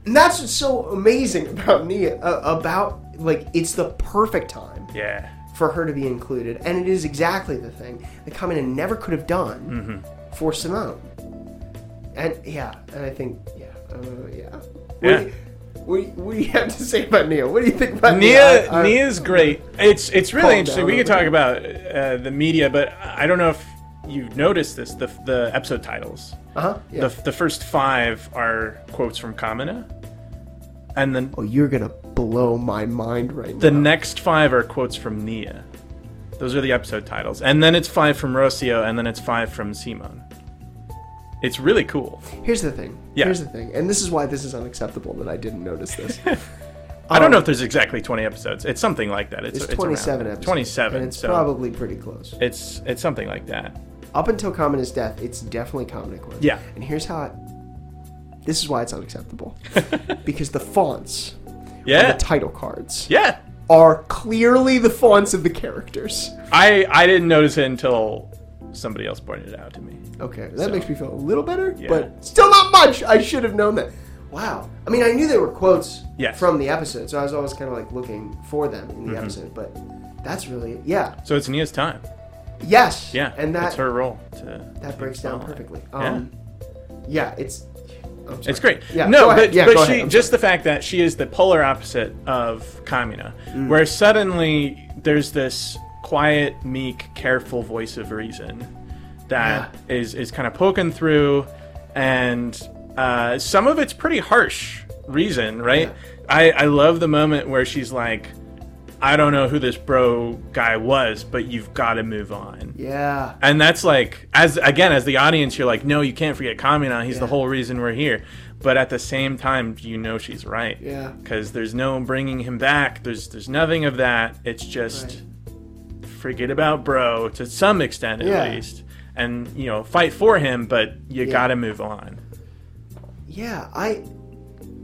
S1: And that's what's so amazing about Nia. Uh, about like it's the perfect time
S2: Yeah.
S1: for her to be included, and it is exactly the thing that Kamina never could have done
S2: Mm-hmm.
S1: for Simone. And yeah, and I think yeah, uh, yeah. What,
S2: Yeah.
S1: Do you, what, do you, what do you have to say about Nia? What do you think about
S2: Nia,
S1: Nia? I- I-
S2: Nia's great. It's it's
S1: Calm
S2: really interesting.
S1: down
S2: We could
S1: over
S2: talk about uh, the media, but I don't know if you've noticed this. The the episode titles,
S1: Uh-huh, yeah.
S2: the the first five are quotes from Kamina, and then
S1: oh, you're gonna blow my mind right
S2: the
S1: now.
S2: next five are quotes from Nia. Those are the episode titles, and then it's five from Rocio, and then it's five from Simon. It's really cool.
S1: Here's the thing.
S2: Yeah.
S1: Here's the thing, and this is why this is unacceptable that I didn't notice this.
S2: I don't
S1: Um,
S2: know if there's exactly 20 episodes. It's something like that. It's,
S1: It's
S2: it's around
S1: 27 episodes.
S2: 27.
S1: And it's
S2: so
S1: probably pretty close.
S2: it's it's something like that.
S1: Up until Kamina's death, it's definitely Kamina Quinn.
S2: Yeah.
S1: And here's how I. This is why it's unacceptable. because the fonts,
S2: Yeah.
S1: the title cards,
S2: yeah.
S1: are clearly the fonts of the characters.
S2: I I didn't notice it until somebody else pointed it out to me.
S1: Okay, that makes me feel a little better,
S2: Yeah.
S1: but still not much. I should have known that. Wow. I mean, I knew there were quotes
S2: Yes. Mm-hmm.
S1: from the episode, so I was always kind of like looking for them in the episode, but that's really. Yeah.
S2: So it's Nia's time.
S1: Yes.
S2: Yeah,
S1: And that,
S2: it's her role to
S1: that breaks down perfectly.
S2: Yeah.
S1: Um, yeah. it's. I'm sorry.
S2: It's great.
S1: Yeah,
S2: no,
S1: go ahead.
S2: but,
S1: Yeah,
S2: but
S1: go
S2: she
S1: ahead. I'm
S2: just the fact that she is the polar opposite of Kamina,
S1: Mm.
S2: where suddenly there's this quiet, meek, careful voice of reason that is is kind of poking through, and uh, some of it's pretty harsh reason, right? I I love the moment where she's like. I don't know who this bro guy was, but you've got to move on.
S1: Yeah.
S2: And that's like, as again, as the audience, you're like, no, you can't forget Kamina. He's the
S1: Yeah.
S2: whole reason we're here. But at the same time, you know she's right.
S1: Yeah.
S2: Because there's no bringing him back. There's there's nothing of that. It's just forget about bro to some extent at
S1: Yeah.
S2: least, and you know fight for him, but you
S1: Yeah.
S2: gotta move on.
S1: Yeah, I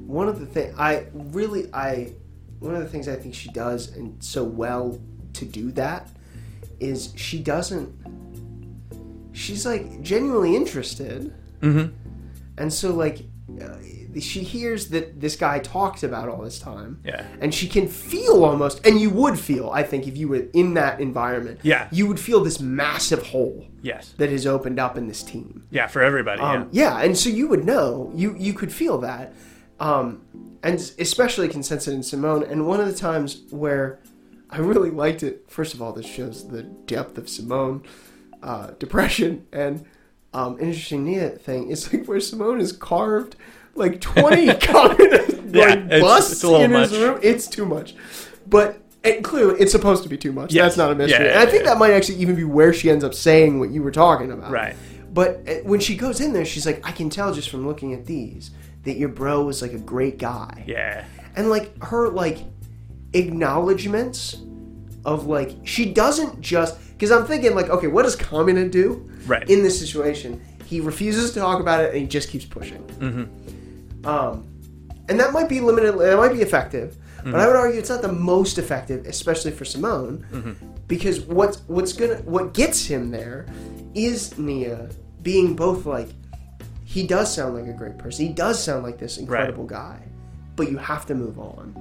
S1: one of the thing I really I one of the things I think she does and so well to do that is she doesn't she's like genuinely interested.
S2: Mhm.
S1: And so like uh, she hears that this guy talks about all this time.
S2: Yeah.
S1: And she can feel almost and you would feel I think if you were in that environment.
S2: Yeah.
S1: You would feel this massive hole
S2: Yes.
S1: that has opened up in this team.
S2: Yeah, for everybody.
S1: Um, yeah. and so you would know you you could feel that, um, and especially can sense it in Simone. And one of the times where I really liked it, first of all, this shows the depth of Simone uh, depression and um, interesting Nia thing is like where Simone is carved like twenty communist
S2: Yeah,
S1: like,
S2: it's-
S1: busts
S2: it's a little
S1: in
S2: much.
S1: his room. It's too much, but. And clearly, it's supposed to be too much.
S2: Yes.
S1: That's not a mystery.
S2: Yeah,
S1: and I think
S2: yeah.
S1: that might actually even be where she ends up saying what you were talking about.
S2: Right.
S1: But uh, when she goes in there, she's like, I can tell just from looking at these that your bro was like a great guy.
S2: yeah.
S1: And like her like acknowledgments of like she doesn't just because I'm thinking like, okay, what does Kamina do
S2: Right.
S1: in this situation? He refuses to talk about it and he just keeps pushing.
S2: Mm-hmm.
S1: Um, and that might be limited. That might be effective, but I would argue it's not the most effective, especially for Simone, because what's what's gonna what gets him there is Nia being both like he does sound like a great person. He does sound like this incredible guy, but you have to move on.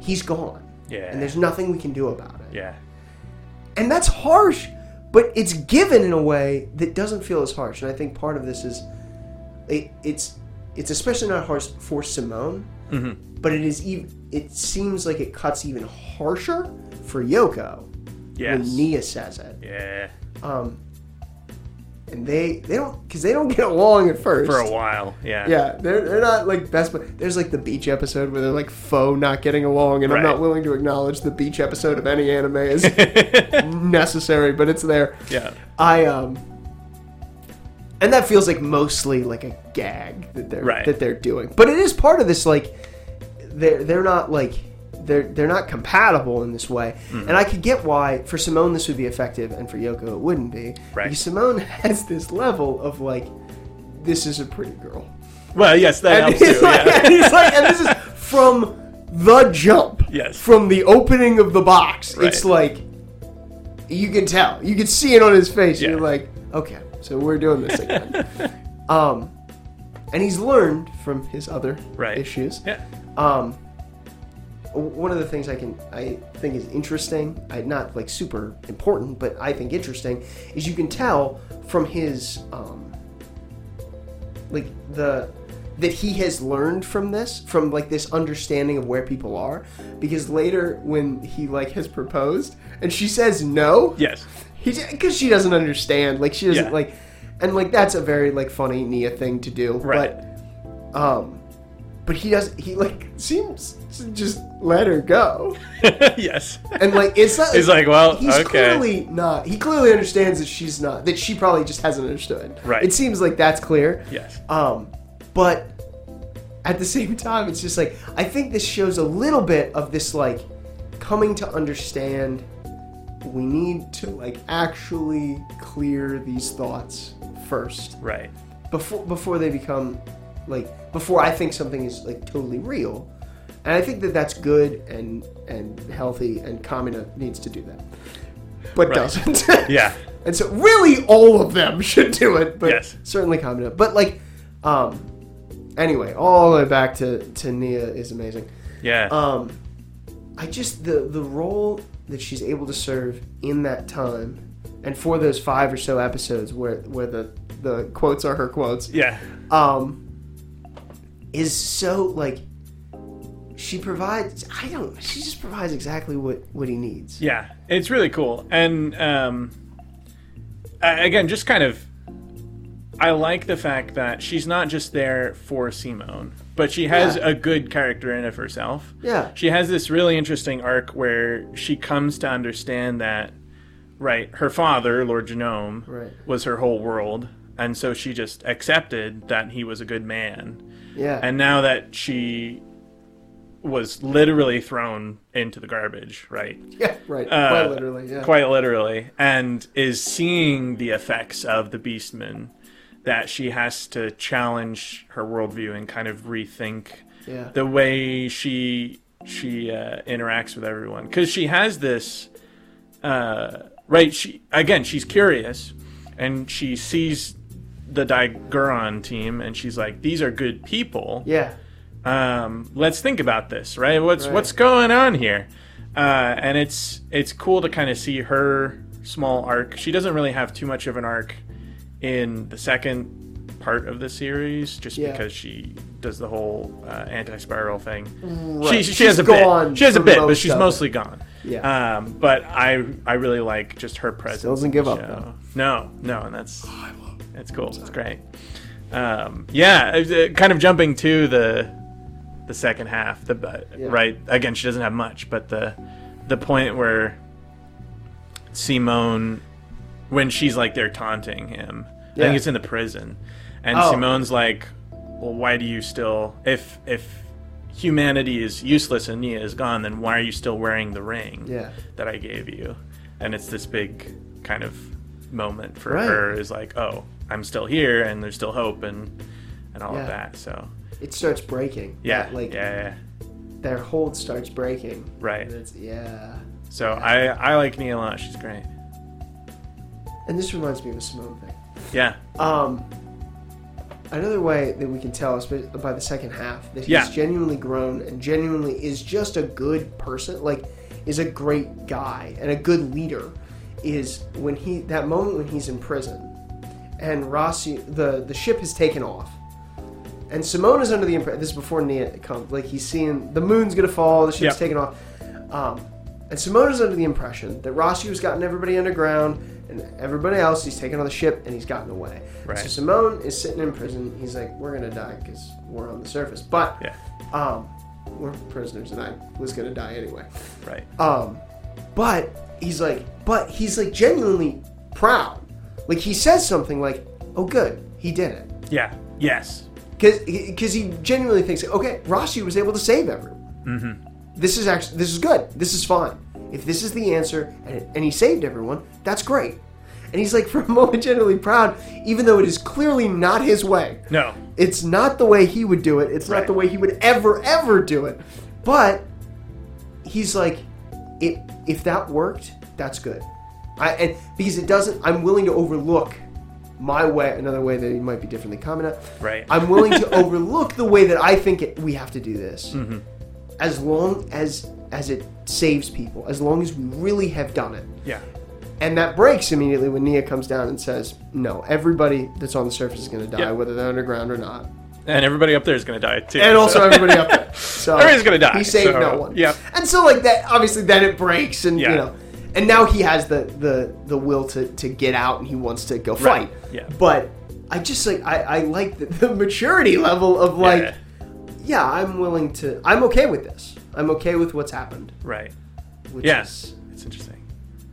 S1: He's gone,
S2: Yeah.
S1: and there's nothing we can do about it.
S2: yeah.
S1: And that's harsh, but it's given in a way that doesn't feel as harsh. And I think part of this is it, it's it's especially not harsh for Simone,
S2: Mm-hmm.
S1: but it is even it seems like it cuts even harsher for Yoko
S2: Yes.
S1: when Nia says it.
S2: yeah.
S1: Um, and they they don't because they don't get along at first.
S2: For a while. Yeah.
S1: Yeah, they're, they're not like best. But there's like the beach episode where they're like faux not getting along, and I'm
S2: Right.
S1: not willing to acknowledge the beach episode of any anime is necessary, but it's there.
S2: yeah.
S1: I um, and that feels like mostly like a gag that they're
S2: Right.
S1: that they're doing, but it is part of this like they're they're not like they're they're not compatible in this way,
S2: Mm-hmm.
S1: and I could get why for Simone this would be effective, and for Yoko it wouldn't be.
S2: Right.
S1: Because Simone has this level of like, this is a pretty girl.
S2: Well, yes, that
S1: And
S2: helps
S1: he's,
S2: too.
S1: like,
S2: yeah.
S1: and he's like, and this is from the jump.
S2: Yes.
S1: From the opening of the box.
S2: Right.
S1: It's like, you can tell. You can see it on his face.
S2: Yeah.
S1: You're like, okay, so we're doing this again. um, and he's learned from his other
S2: Right.
S1: issues.
S2: yeah.
S1: Um, w- one of the things I can I think is interesting, I, not like super important, but I think interesting, is you can tell from his um, like the that he has learned from this, from like this understanding of where people are, because later when he like has proposed and she says no,
S2: Yes.
S1: he because she doesn't understand, like she doesn't
S2: Yeah.
S1: like, and like that's a very like funny Nia thing to do,
S2: Right.
S1: But um, but he does. He like seems to just let her go,
S2: yes.
S1: and like it's not.
S2: He's like, well,
S1: he's
S2: okay.
S1: clearly not. He clearly understands that she's not. That she probably just hasn't understood.
S2: Right.
S1: It seems like that's clear.
S2: Yes.
S1: Um, but at the same time, it's just like I think this shows a little bit of this like coming to understand. We need to like actually clear these thoughts first
S2: Right.
S1: before before they become like before I think something is like totally real, and I think that that's good and and healthy and Kamina needs to do that, but
S2: Right.
S1: doesn't.
S2: Yeah.
S1: and so really all of them should do it, but
S2: Yes.
S1: certainly Kamina. But like, um, anyway, all the way back to to Nia is amazing.
S2: Yeah.
S1: Um, I just the the role that she's able to serve in that time, and for those five or so episodes where where the the quotes are her quotes,
S2: yeah.
S1: um, is so like she provides. I don't. She just provides exactly what what he needs.
S2: Yeah, it's really cool. And um, a- again, just kind of, I like the fact that she's not just there for Simone, but she has
S1: Yeah.
S2: a good character in of herself.
S1: Yeah.
S2: She has this really interesting arc where she comes to understand that, right, her father, Lord Genome,
S1: Right.
S2: was her whole world. And so she just accepted that he was a good man.
S1: Yeah.
S2: And now that she was literally thrown into the garbage, right?
S1: yeah. Right.
S2: uh,
S1: quite literally. Yeah.
S2: quite literally, and is seeing the effects of the Beastman. That she has to challenge her worldview and kind of rethink
S1: yeah.
S2: the way she she uh, interacts with everyone because she has this uh, right. She again, she's curious, and she sees the Diguron team, and she's like, "These are good people."
S1: yeah.
S2: um, let's think about this, right? What's
S1: Right.
S2: what's going on here? Uh, and it's it's cool to kind of see her small arc. She doesn't really have too much of an arc in the second part of the series, just
S1: Yeah.
S2: because she does the whole uh, anti-spiral thing.
S1: Right.
S2: She, she,
S1: She's
S2: has a
S1: gone
S2: bit. She has a
S1: for
S2: bit, but
S1: most
S2: she's
S1: of it.
S2: mostly gone.
S1: Yeah.
S2: Um, but I I really like just her presence.
S1: doesn't give up,
S2: in the
S1: though.
S2: show. No, no, and that's
S1: Oh,
S2: that's cool. It's great. Um, yeah, uh, kind of jumping to the the second half. The but
S1: Yeah.
S2: right again, she doesn't have much, but the the point where Simone, when she's like they're taunting him, I
S1: Yeah.
S2: think it's in the prison, and
S1: Oh.
S2: Simone's like, "Well, why do you still if if humanity is useless and Nia is gone, then why are you still wearing the ring
S1: Yeah.
S2: that I gave you?" And it's this big kind of moment for
S1: Right.
S2: her is like, "Oh, I'm still here, and there's still hope, and and all
S1: Yeah.
S2: of that." So
S1: It starts breaking.
S2: yeah,
S1: That, Like
S2: yeah, yeah.
S1: their hold starts breaking.
S2: Right.
S1: And it's, yeah.
S2: So I I like Nia a lot. She's great.
S1: And this reminds me of a Simone thing.
S2: Yeah.
S1: Um, another way that we can tell is by by the second half that he's
S2: Yeah.
S1: genuinely grown and genuinely is just a good person, like is a great guy and a good leader. Is when he that moment when he's in prison, and Rossi the the ship has taken off, and Simone is under the impression this is before Nia comes. Like he's seeing the moon's gonna fall, the ship's
S2: Yeah.
S1: taken off, um, and Simone is under the impression that Rossi has gotten everybody underground. And everybody else, he's taken on the ship and he's gotten away.
S2: Right.
S1: So Simone is sitting in prison. He's like, we're gonna die because we're on the surface, but
S2: Yeah.
S1: um, we're prisoners, and I was gonna die anyway.
S2: Right.
S1: Um, but he's like, but he's like genuinely proud. Like he says something like, "Oh, good, he did it,"
S2: Yeah. Yes.
S1: because because he genuinely thinks, "Okay, Rossi was able to save everyone. Mm-hmm. This is actually this is good. This is fine. If this is the answer, and, and he saved everyone, that's great." And he's like, for a moment, genuinely proud, even though it is clearly not his way.
S2: No.
S1: It's not the way he would do it. It's
S2: Right.
S1: not the way he would ever, ever do it. But he's like, it, if that worked, that's good. I, and because it doesn't, I'm willing to overlook my way, another way that he might be differently commented.
S2: Right.
S1: I'm willing to overlook the way that I think it, we have to do this,
S2: Mm-hmm.
S1: as long as as it saves people, as long as we really have done it.
S2: Yeah.
S1: And that breaks immediately when Nia comes down and says, "No, everybody that's on the surface is going to die,
S2: Yeah.
S1: whether they're underground or not."
S2: And everybody up there is gonna die too.
S1: and also
S2: so-
S1: everybody up there. So
S2: Everybody's gonna die,
S1: He saved
S2: so,
S1: no one.
S2: yeah.
S1: And so like that, obviously, then it breaks, and
S2: Yeah.
S1: you know, and now he has the the the will to to get out, and he wants to go
S2: Right,
S1: fight.
S2: yeah.
S1: But I just like I I like the, the maturity level of like,
S2: Yeah.
S1: yeah. I'm willing to. I'm okay with this. I'm okay with what's happened.
S2: Right.
S1: Which
S2: Yes.
S1: is
S2: It's interesting.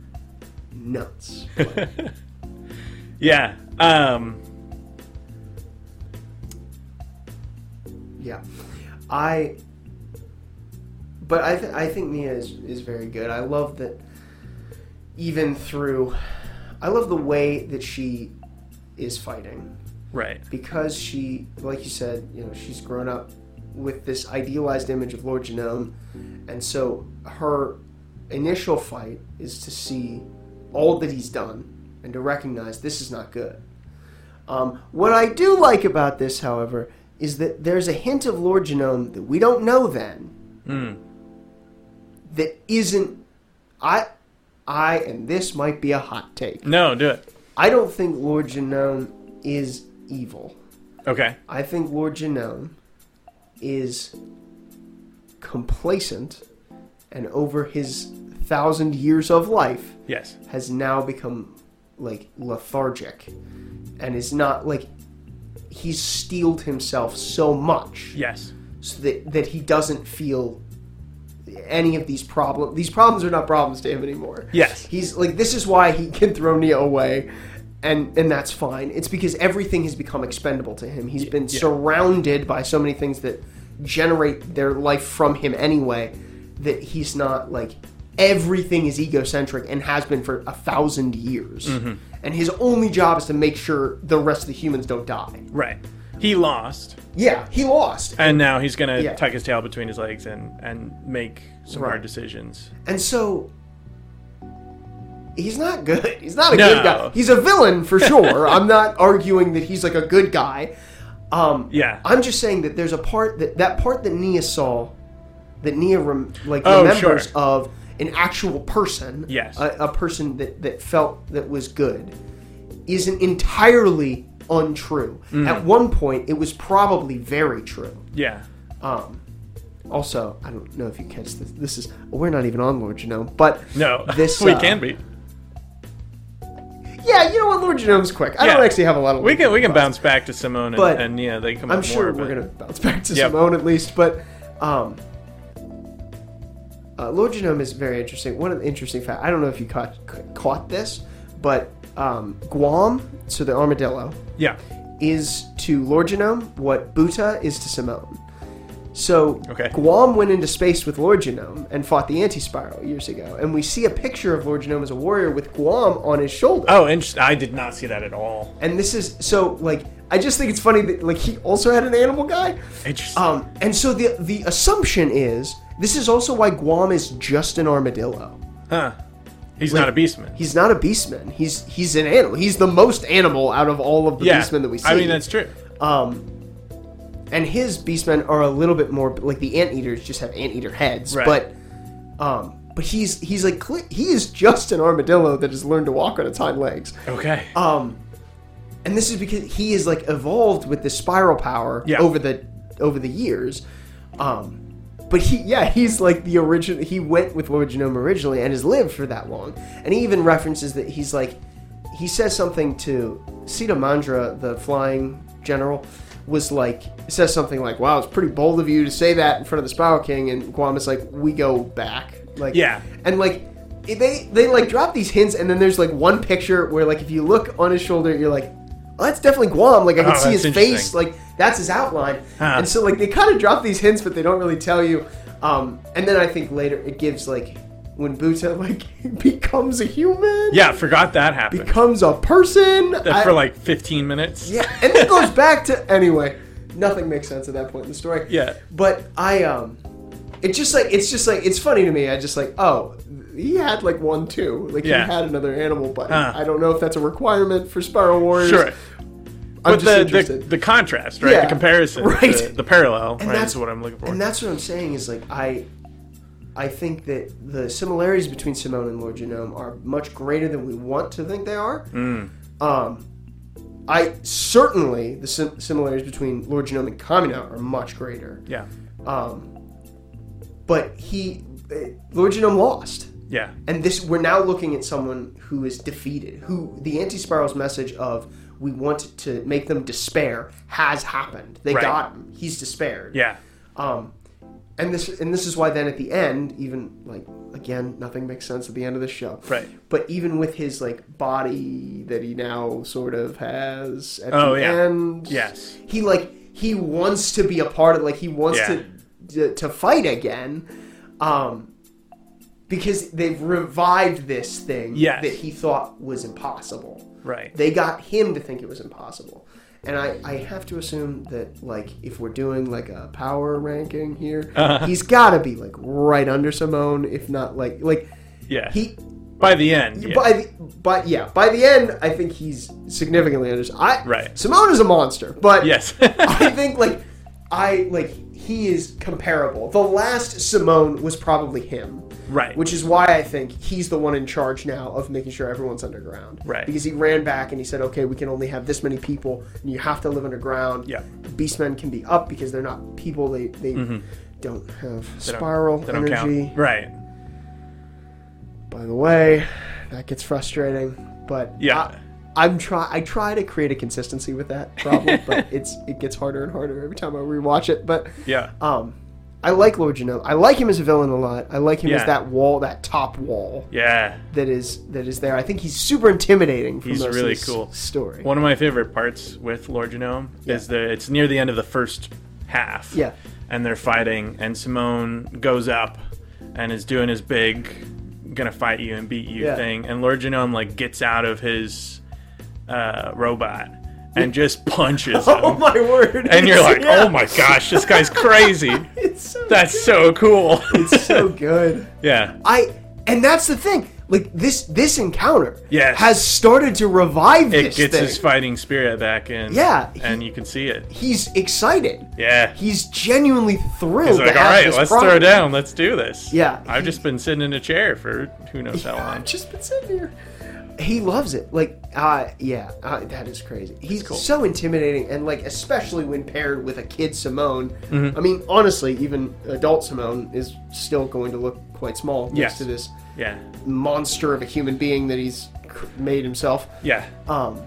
S1: nuts.
S2: Yeah. Um.
S1: Yeah, I. But I, th- I think Nia is, is very good. I love that even through. I love the way that she is fighting
S2: Right.
S1: because she, like you said, you know, she's grown up with this idealized image of Lord Genome, and so her initial fight is to see all that he's done and to recognize this is not good. Um, what I do like about this, however, is that there's a hint of Lord Genome that we don't know then
S2: Mm.
S1: that isn't. I, I, and this might be a hot take.
S2: No. Do it.
S1: I don't think Lord Genome is evil.
S2: Okay.
S1: I think Lord Genome is complacent and over his thousand years of life
S2: Yes.
S1: has now become like lethargic and is not like he's steeled himself so much
S2: Yes.
S1: so that, that he doesn't feel any of these problems these problems are not problems to him anymore
S2: Yes.
S1: he's like this is why he can throw Nia away and and that's fine it's because everything has become expendable to him he's been
S2: yeah.
S1: surrounded by so many things that generate their life from him anyway that he's not like everything is egocentric and has been for a thousand years
S2: Mm-hmm.
S1: and his only job is to make sure the rest of the humans don't die
S2: Right. He lost,
S1: yeah he lost
S2: and now he's gonna
S1: Yeah.
S2: tuck his tail between his legs and and make some hard
S1: Right.
S2: decisions.
S1: And so he's not good. He's not a
S2: No.
S1: good guy. He's a villain for sure. I'm not arguing that he's like a good guy. Um,
S2: Yeah.
S1: I'm just saying that there's a part that that part that Nia saw, that Nia rem, like
S2: Oh,
S1: remembers
S2: sure.
S1: of an actual person.
S2: Yes.
S1: a, a person that that felt that was good, isn't entirely untrue.
S2: Mm.
S1: At one point, it was probably very true.
S2: yeah.
S1: Um, also, I don't know if you catch this. This is we're not even on Lord Genome, but
S2: No.
S1: this
S2: we
S1: uh,
S2: can be.
S1: Yeah, you know what, Lord Genome's quick. I
S2: Yeah.
S1: don't actually have a lot of.
S2: We can we can bounce back to Simone and,
S1: But
S2: and yeah, they come.
S1: I'm
S2: up
S1: sure
S2: more,
S1: we're
S2: but-
S1: gonna bounce back to
S2: Yep.
S1: Simone at least, but um, uh, Lord Genome is very interesting. One of the interesting fact I don't know if you caught c- caught this, but um, Guam, so the armadillo,
S2: Yeah.
S1: is to Lord Genome what Buta is to Simone. So
S2: Okay.
S1: Guam went into space with Lord Genome and fought the anti-spiral years ago, and we see a picture of Lord Genome as a warrior with Guam on his shoulder.
S2: Oh, interesting. I did not see that at all.
S1: And this is so like I just think it's funny that like he also had an animal guy.
S2: Interesting.
S1: Um, and so the the assumption is this is also why Guam is just an armadillo.
S2: huh. He's not a beastman.
S1: He's not a beastman. He's he's an animal. He's the most animal out of all of the
S2: yeah,
S1: beastmen that we see.
S2: I mean that's true.
S1: Um, and his beastmen are a little bit more like the anteaters just have anteater heads,
S2: Right.
S1: but um, but he's he's like cle- he is just an armadillo that has learned to walk on its hind legs.
S2: Okay.
S1: Um, and this is because he is like evolved with the spiral power
S2: Yeah.
S1: over the over the years. Um, but he, yeah, he's like the original. He went with Wojanoma originally and has lived for that long. And he even references that he's like, he says something to Sita Mandra, the flying general, was like says something like, "Wow, it's pretty bold of you to say that in front of the Spiral King." And Guam is like, "We go back." Like,
S2: Yeah.
S1: and like they they like drop these hints and then there's like one picture where like if you look on his shoulder you're like oh, that's definitely guam like i can
S2: Oh,
S1: see
S2: that's
S1: his face
S2: interesting.
S1: like that's his outline
S2: Huh.
S1: and so like they kind of drop these hints but they don't really tell you um and then i think later it gives like when buta like becomes a human
S2: yeah, forgot that happened.
S1: becomes a person I-
S2: for like 15 minutes.
S1: yeah, and it goes back to anyway. Nothing makes sense at that point in the story.
S2: Yeah.
S1: but I um, it just like it's just like it's funny to me. I just like oh, he had like one too. Like
S2: Yeah.
S1: he had another animal, but
S2: Huh.
S1: I don't know if that's a requirement for Spiral Warriors.
S2: Sure.
S1: I'm
S2: But
S1: just
S2: the, the,
S1: interested.
S2: the contrast, right?
S1: Yeah.
S2: The comparison,
S1: Right.
S2: The, the parallel, right?
S1: that's-
S2: Is what I'm looking for.
S1: and that's what I'm saying is like I, I think that the similarities between Simone and Lord Genome are much greater than we want to think they are.
S2: Mm.
S1: Um, I certainly the sim- similarities between Lord Genome and Kamina are much greater.
S2: yeah,
S1: Um, but he, uh, Lord Genome lost,
S2: yeah,
S1: and this we're now looking at someone who is defeated. Who the Anti Spiral's message of we want to make them despair has happened. They
S2: Right.
S1: got him. He's despaired.
S2: yeah.
S1: Um, and this and this is why then at the end, even like again, nothing makes sense at the end of the show.
S2: Right.
S1: But even with his like body that he now sort of has at
S2: Oh,
S1: the
S2: yeah.
S1: end,
S2: Yes.
S1: he like he wants to be a part of like he wants
S2: Yeah.
S1: to, to to fight again. Um. Because they've revived this thing
S2: Yes.
S1: that he thought was impossible
S2: Right.
S1: they got him to think it was impossible and I, I have to assume that like if we're doing like a power ranking here he's got to be like right under simone if not like like
S2: yeah.
S1: he
S2: By the end. Yeah.
S1: by the but yeah by the end i think he's significantly under i
S2: Right.
S1: simone is a monster but
S2: yes.
S1: I think like I like he is comparable. The last Simone was probably him.
S2: Right.
S1: Which is why I think he's the one in charge now of making sure everyone's underground.
S2: Right.
S1: Because he ran back and he said, "Okay, we can only have this many people, and you have to live underground."
S2: Yeah. Mm-hmm.
S1: Beastmen can be up because they're not people. They they don't have
S2: They don't-
S1: spiral
S2: they don't count.
S1: energy.
S2: Right.
S1: By the way, that gets frustrating. But
S2: Yeah.
S1: I, I'm try I try to create a consistency with that problem, but it's it gets harder and harder every time I rewatch it. But
S2: Yeah.
S1: um, I like Lord Genome. I like him as a villain a lot. I like him as
S2: Yeah.
S1: that wall, that top wall
S2: Yeah.
S1: that is that is there. I think he's super intimidating. From
S2: He's
S1: most of
S2: really
S1: this
S2: cool.
S1: Story.
S2: One of my favorite parts with Lord Genome is the it's near the end of the first half.
S1: Yeah.
S2: And they're fighting and Simone goes up and is doing his big gonna fight you and beat you
S1: Yeah.
S2: thing and Lord Genome like gets out of his uh, robot and just punches
S1: Oh
S2: him.
S1: my word!
S2: And you're like,
S1: Yeah.
S2: "Oh my gosh, this guy's crazy.
S1: It's so
S2: That's so cool."
S1: it's so good.
S2: yeah.
S1: I and that's the thing. Like this this encounter
S2: Yes.
S1: has started to revive
S2: It
S1: this
S2: gets
S1: thing.
S2: his fighting spirit back in.
S1: Yeah, he-
S2: and you can see it.
S1: he's excited.
S2: Yeah.
S1: He's genuinely thrilled.
S2: He's like,
S1: to
S2: all
S1: have
S2: right,
S1: this
S2: let's
S1: problem.
S2: throw down. Let's do this.
S1: Yeah,
S2: I've
S1: he-
S2: just been sitting in a chair for who knows how
S1: I've
S2: long.
S1: just been sitting here. He loves it. Like, uh, yeah, uh, that is crazy. He's
S2: cool.
S1: so intimidating, and like, especially when paired with a kid Simone.
S2: Mm-hmm.
S1: I mean, honestly, even adult Simone is still going to look quite small next
S2: Yes.
S1: to this
S2: Yeah.
S1: monster of a human being that he's cr- made himself.
S2: Yeah.
S1: Um,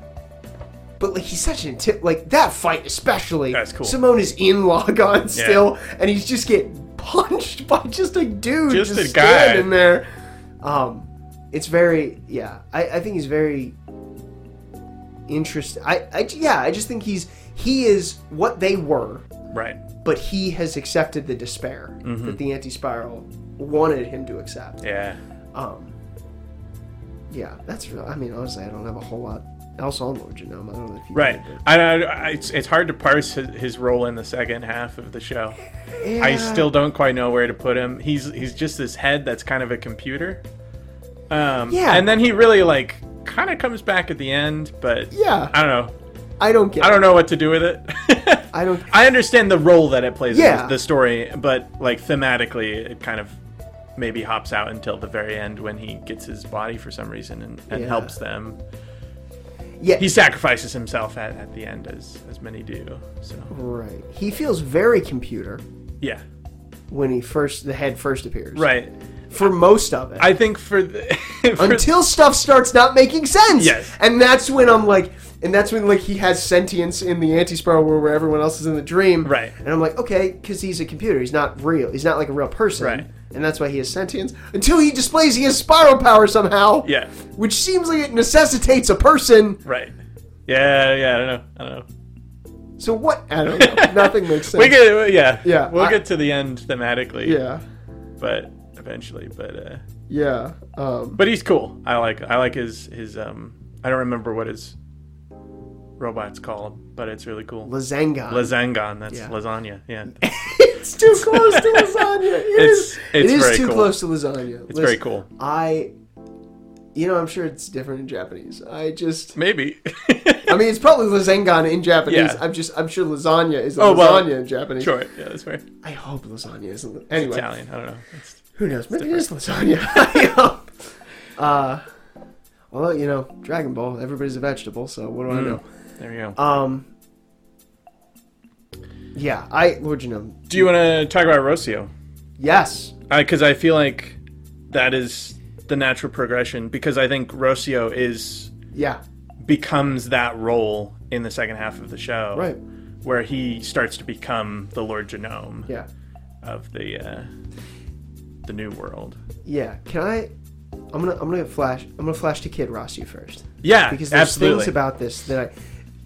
S1: but like he's such an inti- like that fight especially.
S2: That's cool.
S1: Simone is in Logon still, and he's just getting punched by just a dude,
S2: Just
S1: just,
S2: a guy.
S1: standing there. Um, it's very yeah. I, I think he's very interesting. I, I yeah. I just think he's he is what they were,
S2: Right.
S1: but he has accepted the despair
S2: Mm-hmm.
S1: that the anti spiral wanted him to accept.
S2: Yeah.
S1: Um, yeah, that's real. I mean, honestly, I don't have a whole lot else on Lord Genome. I don't know if you
S2: Right.
S1: did,
S2: I, I, I- it's it's hard to parse his, his role in the second half of the show.
S1: but-
S2: I
S1: Yeah.
S2: still don't quite know where to put him. He's he's just this head that's kind of a computer. Um,
S1: Yeah.
S2: And then he really like kind of comes back at the end, but
S1: Yeah.
S2: I don't know.
S1: I don't get.
S2: I don't know what to do with it.
S1: I don't.
S2: I understand the role that it plays
S1: Yeah.
S2: in the story, but like thematically, it kind of maybe hops out until the very end when he gets his body for some reason and, and
S1: Yeah.
S2: helps them.
S1: Yeah.
S2: He sacrifices himself at, at the end, as as many do. So
S1: right. He feels very computer
S2: yeah,
S1: when he first the head first appears.
S2: right.
S1: For most of it.
S2: I think for, the, for
S1: until stuff starts not making sense.
S2: Yes.
S1: And that's when I'm like, and that's when like he has sentience in the anti-spiral world where everyone else is in the dream.
S2: Right.
S1: And I'm like, okay, because he's a computer. He's not real. He's not like a real person.
S2: Right.
S1: And that's why he has sentience. Until he displays he has spiral power somehow.
S2: Yeah.
S1: Which seems like it necessitates a person.
S2: right. Yeah, yeah. I don't know. I don't know.
S1: So what? I don't know. Nothing makes sense.
S2: We get yeah
S1: Yeah,
S2: We'll
S1: I-
S2: get to the end thematically.
S1: yeah.
S2: but eventually, but. uh
S1: Yeah. Um,
S2: But he's cool. I like I like his his um I don't remember what his robot's called, but it's really cool.
S1: Lazanga.
S2: Lazangon, that's
S1: Yeah.
S2: lasagna. Yeah.
S1: it's too close to lasagna. It
S2: It's-
S1: is.
S2: it's
S1: it is
S2: very
S1: too
S2: cool.
S1: close to lasagna.
S2: It's very cool.
S1: I, you know, I'm sure it's different in Japanese. I just,
S2: Maybe.
S1: I mean, it's probably lasangan in Japanese.
S2: Yeah.
S1: I'm just, I'm sure lasagna is
S2: Oh,
S1: lasagna
S2: well,
S1: in Japanese.
S2: sure. Yeah, that's right.
S1: I hope lasagna isn't. Anyway,
S2: Italian. I don't know. It's-
S1: who knows? Maybe it is lasagna. I hope. Uh, well, you know, Dragon Ball. Everybody's a vegetable, so what do I know?
S2: there you go.
S1: Um. Yeah, I Lord Genome.
S2: Do you want to talk about Rocio?
S1: Yes.
S2: Because I feel like that is the natural progression. Because I think Rocio is
S1: Yeah.
S2: becomes that role in the second half of the show,
S1: Right.
S2: Where he starts to become the Lord Genome.
S1: Yeah.
S2: of the uh, the new world.
S1: Yeah. Can I? I'm gonna I'm gonna flash I'm gonna flash to Kid Rossi first
S2: Yeah,
S1: because there's
S2: absolutely.
S1: things about this that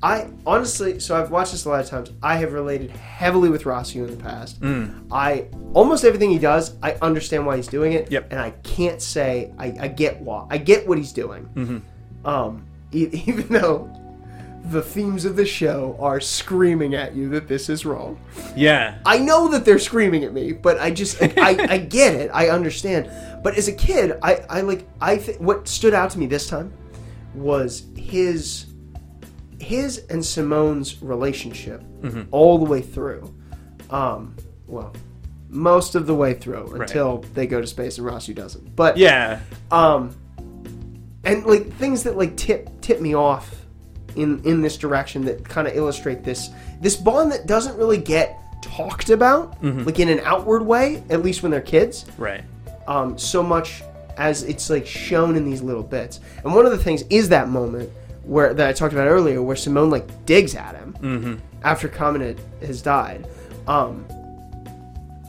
S1: I I honestly so I've watched this a lot of times. I have related heavily with Rossi in the past.
S2: Mm.
S1: I almost everything he does, I understand why he's doing it.
S2: Yep.
S1: And I can't say I, I get why I get what he's doing.
S2: Mm-hmm.
S1: Um, e- even though the themes of the show are screaming at you that this is wrong.
S2: yeah,
S1: I know that they're screaming at me, but I just I, I get it. I understand. But as a kid, I I like I th- what stood out to me this time was his his and Simone's relationship all the way through. Um, well, most of the way through until they go to space and Rasu doesn't. But
S2: yeah,
S1: um and like things that like tip tip me off in in this direction that kind of illustrate this this bond that doesn't really get talked about like in an outward way at least when they're kids
S2: right.
S1: um so much as it's like shown in these little bits and one of the things is that moment where that i talked about earlier where simone like digs at him after Comet has died um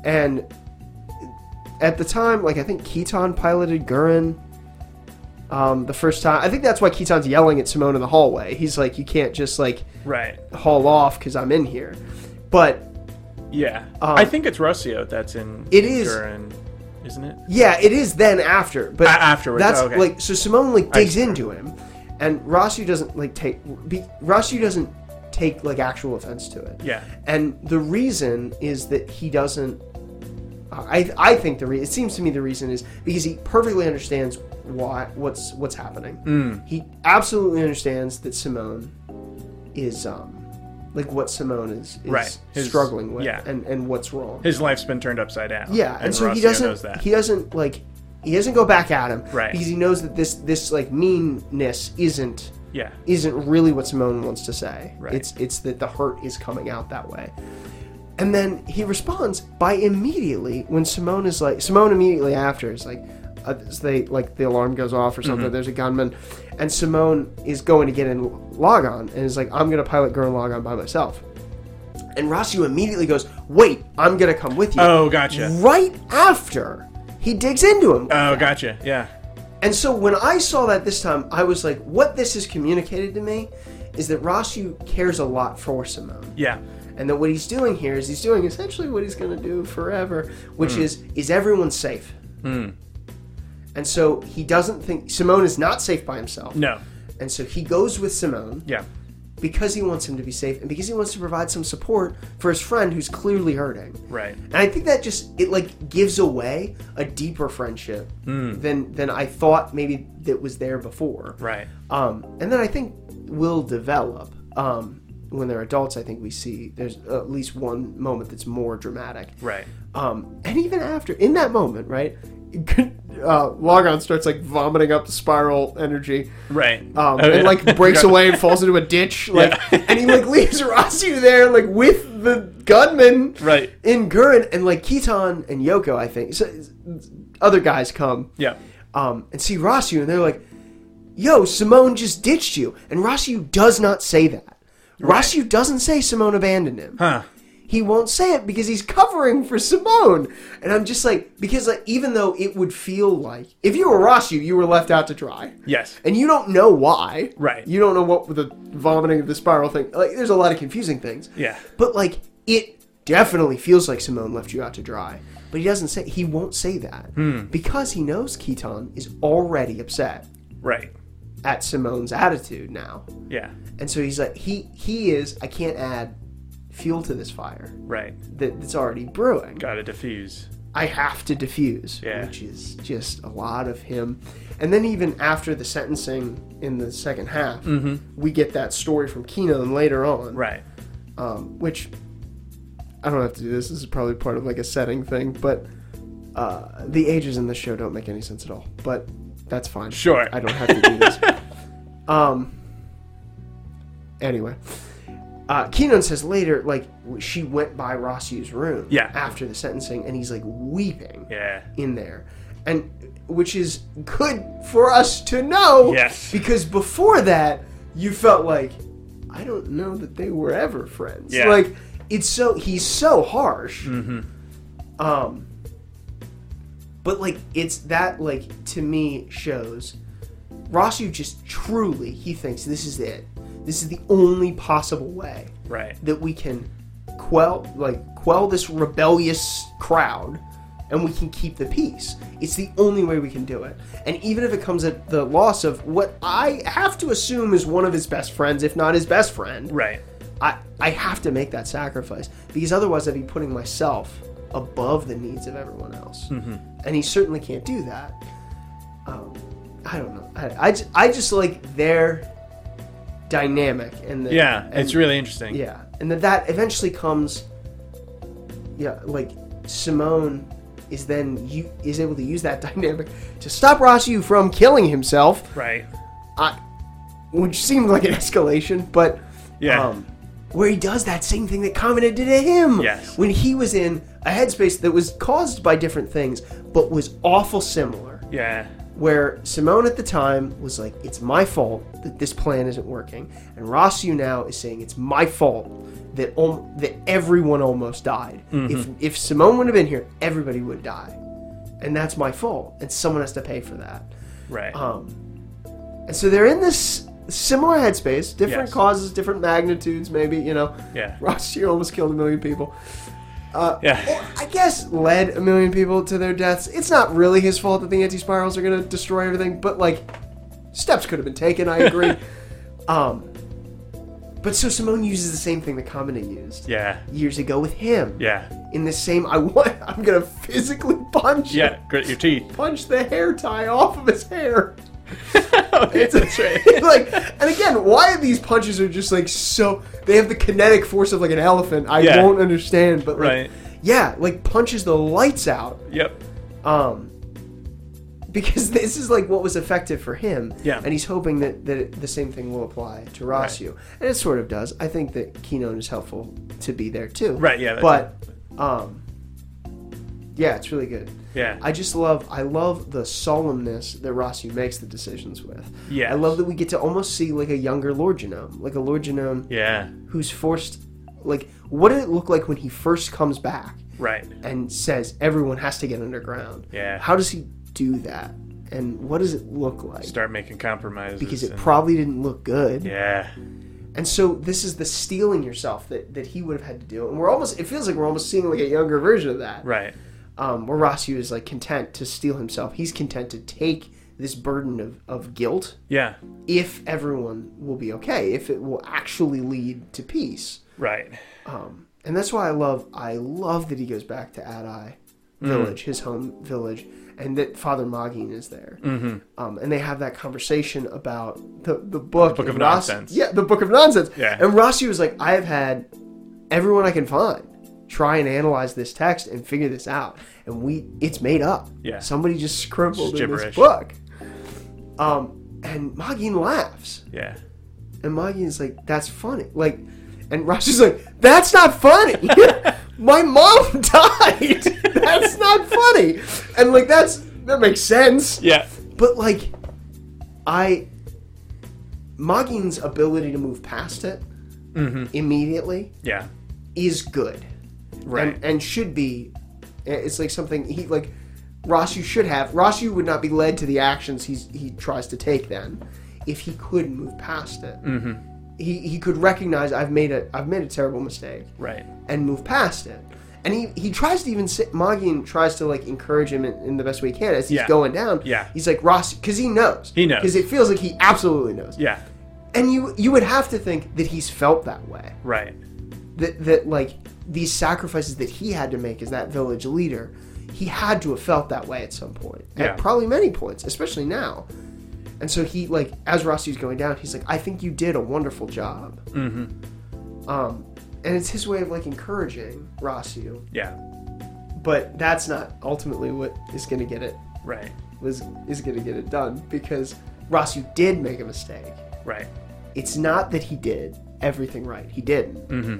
S1: and at the time, like I think Keaton piloted Gurren um, the first time. I think that's why Keaton's yelling at Simone in the hallway. He's like, "You can't just like
S2: Right.
S1: haul off because I'm in here." But
S2: Yeah.
S1: Um,
S2: I think it's Rossio that's in
S1: It is-
S2: Durin, isn't it?
S1: yeah, it is then after. But
S2: A- afterwards,
S1: that's
S2: oh, okay.
S1: like so Simone like
S2: I
S1: digs
S2: see.
S1: into him, and Rossi doesn't like take be, Rossi doesn't take like actual offense to it.
S2: Yeah.
S1: And the reason is that he doesn't. I, I think the re- it seems to me the reason is because he perfectly understands why what's what's happening.
S2: Mm.
S1: He absolutely understands that Simone is um like what Simone is, is
S2: Right. His-
S1: struggling with
S2: yeah.
S1: and and what's wrong.
S2: His life's been turned upside down.
S1: Yeah, and, so he
S2: Rossio
S1: doesn't.
S2: knows that.
S1: He doesn't like. He doesn't go back at him,
S2: Right.
S1: Because he knows that this this like meanness isn't
S2: yeah.
S1: isn't really what Simone wants to say.
S2: Right.
S1: It's it's that the hurt is coming out that way. And then he responds by immediately when Simone is like Simone immediately after is like uh, they like the alarm goes off or
S2: Mm-hmm.
S1: something. There's a gunman, and Simone is going to get in log on and is like I'm gonna pilot girl log on by myself. And Rossio immediately goes, "Wait, I'm gonna come with you."
S2: Oh, gotcha.
S1: Right after he digs into him.
S2: Oh, gotcha. Yeah.
S1: And so when I saw that this time, I was like, what this has communicated to me is that Rasu cares a lot for Simone.
S2: Yeah.
S1: And that what he's doing here is he's doing essentially what he's going to do forever, which
S2: Hmm.
S1: is, is everyone safe? And so he doesn't think Simone is not safe by himself.
S2: No.
S1: And so he goes with Simone
S2: Yeah.
S1: because he wants him to be safe and because he wants to provide some support for his friend who's clearly hurting.
S2: Right.
S1: And I think that just it like gives away a deeper friendship than than I thought maybe that was there before.
S2: Hmm. Right.
S1: Um, and then I think will develop um, when they're adults. I think we see there's at least one moment that's more dramatic.
S2: Right.
S1: Um, and even after, in that moment, right, uh, Logon starts like vomiting up the spiral energy,
S2: Right.
S1: um,
S2: Oh, yeah.
S1: and like breaks
S2: Forgot-
S1: away and falls into a ditch, like,
S2: Yeah.
S1: and he like leaves Rasu there, like with the gunman,
S2: Right.
S1: in Gurren, and like Kitan and Yoko, I think, so, other guys come,
S2: Yeah.
S1: um, and see Rasu, and they're like, "Yo, Simone just ditched you," and Rasu does not say that. Rasu doesn't say Simone abandoned him
S2: Huh.
S1: he won't say it because he's covering for Simone. And I'm just like, because like, even though it would feel like if you were Rasu, you were left out to dry.
S2: Yes.
S1: And you don't know why.
S2: Right.
S1: You don't know what the vomiting of the spiral thing. Like, there's a lot of confusing things.
S2: Yeah.
S1: But like, it definitely feels like Simone left you out to dry. But he doesn't say. He won't say that
S2: Hmm.
S1: because he knows Keaton is already upset
S2: Right.
S1: at Simone's attitude now,
S2: Yeah.
S1: and so he's like, he he is. I can't add fuel to this fire
S2: Right.
S1: that, that's already brewing.
S2: Got to diffuse.
S1: I have to diffuse,
S2: Yeah.
S1: which is just a lot of him. And then even after the sentencing in the second half, we get that story from Keenan later on,
S2: Mm-hmm. Right.
S1: um, which I don't have to do this. This is probably part of like a setting thing, but uh, the ages in this show don't make any sense at all. But that's fine.
S2: Sure.
S1: I don't have to do this. um. Anyway, uh, Keenan says later, like w- she went by Rossi's room.
S2: Yeah.
S1: After the sentencing, and he's like weeping
S2: Yeah.
S1: in there, and which is good for us to know.
S2: Yes.
S1: Because before that, you felt like I don't know that they were ever friends.
S2: Yeah. Mm-hmm.
S1: Like it's so he's so harsh. Um. But like it's that like to me shows Rosu just truly he thinks this is it. This is the only possible way
S2: Right.
S1: that we can quell like quell this rebellious crowd and we can keep the peace. It's the only way we can do it. And even if it comes at the loss of what I have to assume is one of his best friends, if not his best friend,
S2: Right.
S1: I, I have to make that sacrifice because otherwise I'd be putting myself above the needs of everyone else.
S2: Mm-hmm.
S1: And he certainly can't do that. Um, I don't know. I, I, ju- I just like their dynamic and the,
S2: Yeah.
S1: and-
S2: It's really interesting.
S1: yeah, and that that eventually comes. Yeah, like Simone is then you is able to use that dynamic to stop Rossu from killing himself,
S2: Right.
S1: I, which seemed like an escalation, but
S2: Yeah.
S1: Um, where he does that same thing that commented did to him.
S2: Yes.
S1: when he was in a headspace that was caused by different things, but was awful similar
S2: Yeah.
S1: where Simone at the time was like, "It's my fault that this plan isn't working," and Rossiu now is saying, "It's my fault that om- that everyone almost died. If if Simone would have been here, everybody would die, and that's my fault, and someone has to pay for that."
S2: Right.
S1: Um, and so they're in this similar headspace, different
S2: Yes.
S1: causes, different magnitudes, maybe you know.
S2: Yeah.
S1: Rossiu almost killed a million people.
S2: yeah.
S1: Or, I guess led a million people to their deaths. It's not really his fault that the anti spirals are going to destroy everything, but like steps could have been taken. I agree. um, but so Simone uses the same thing that Kamina used
S2: Yeah.
S1: years ago with him.
S2: Yeah.
S1: In the same, I want. I'm going to physically punch. him,
S2: Yeah. Grit your teeth.
S1: Punch the hair tie off of his hair.
S2: it's that's right.
S1: like, and again, why these punches are just like so? They have the kinetic force of like an elephant. I
S2: Yeah.
S1: won't understand, but like,
S2: Right.
S1: yeah, like punches the lights out.
S2: Yep.
S1: Um, because this is like what was effective for him.
S2: Yeah.
S1: And he's hoping that, that it- the same thing will apply to Rosu. And it sort of does. I think that Keynote is helpful to be there too.
S2: Right, yeah, that-
S1: But, um, yeah, it's really good.
S2: Yeah.
S1: I just love I love the solemnness that Rosu makes the decisions with.
S2: Yes.
S1: I love that we get to almost see like a younger Lord Genome, like a Lord Genome
S2: yeah.
S1: who's forced like what did it look like when he first comes back?
S2: Right.
S1: and says everyone has to get underground.
S2: Yeah.
S1: How does he do that? And what does it look like?
S2: Start making compromises.
S1: Because it
S2: and-
S1: probably didn't look good.
S2: yeah.
S1: And so this is the stealing yourself that, that he would have had to do. And we're almost it feels like we're almost seeing like a younger version of that.
S2: Right.
S1: Um, where Rossiu is like content to steal himself. He's content to take this burden of, of guilt
S2: Yeah.
S1: if everyone will be okay, if it will actually lead to peace.
S2: Right.
S1: Um, and that's why I love I love that he goes back to Adai
S2: Mm-hmm.
S1: village, his home village, and that Father Magin is there. Mm-hmm. Um, and they have that conversation about the the book,
S2: The Book of
S1: and Ross-
S2: Nonsense.
S1: Yeah, the book of nonsense.
S2: Yeah.
S1: And Rossi was like, I have had everyone I can find try and analyze this text and figure this out, and we it's made up.
S2: Yeah.
S1: somebody just scribbled
S2: It's
S1: in this
S2: gibberish.
S1: book. Um, and Magin laughs.
S2: Yeah.
S1: And Maggie's like, that's funny. Like, and Rossi's like, that's not funny. My mom died. That's not funny. And like, that's that makes sense.
S2: Yeah.
S1: But like, I Magin's ability to move past it immediately
S2: Yeah.
S1: is good,
S2: Right.
S1: And, and should be. eh, It's like something he like. Rossi should have. Rossi would not be led to the actions he's he tries to take then, if he could move past it. Mm-hmm. He he could recognize I've made a I've made a terrible mistake
S2: Right.
S1: and move past it. And he, he tries to even say, Magin tries to like encourage him in, in the best way he can as he's
S2: Yeah.
S1: going down.
S2: Yeah.
S1: He's like Rossi because he knows.
S2: He knows.
S1: because it feels like he absolutely knows.
S2: Yeah.
S1: And you you would have to think that he's felt that way
S2: Right.
S1: that that like these sacrifices that he had to make as that village leader, he had to have felt that way at some point.
S2: Yeah.
S1: At probably many points, especially now. And so he like as Rossi's going down, he's like, I think you did a wonderful job. Mm-hmm. Um, and it's his way of like encouraging Rossi,
S2: Yeah.
S1: but that's not ultimately what is going to get it
S2: Right.
S1: was is going to get it done because Rossi did make a mistake
S2: Right.
S1: it's not that he did everything right. He didn't.
S2: Mm-hmm.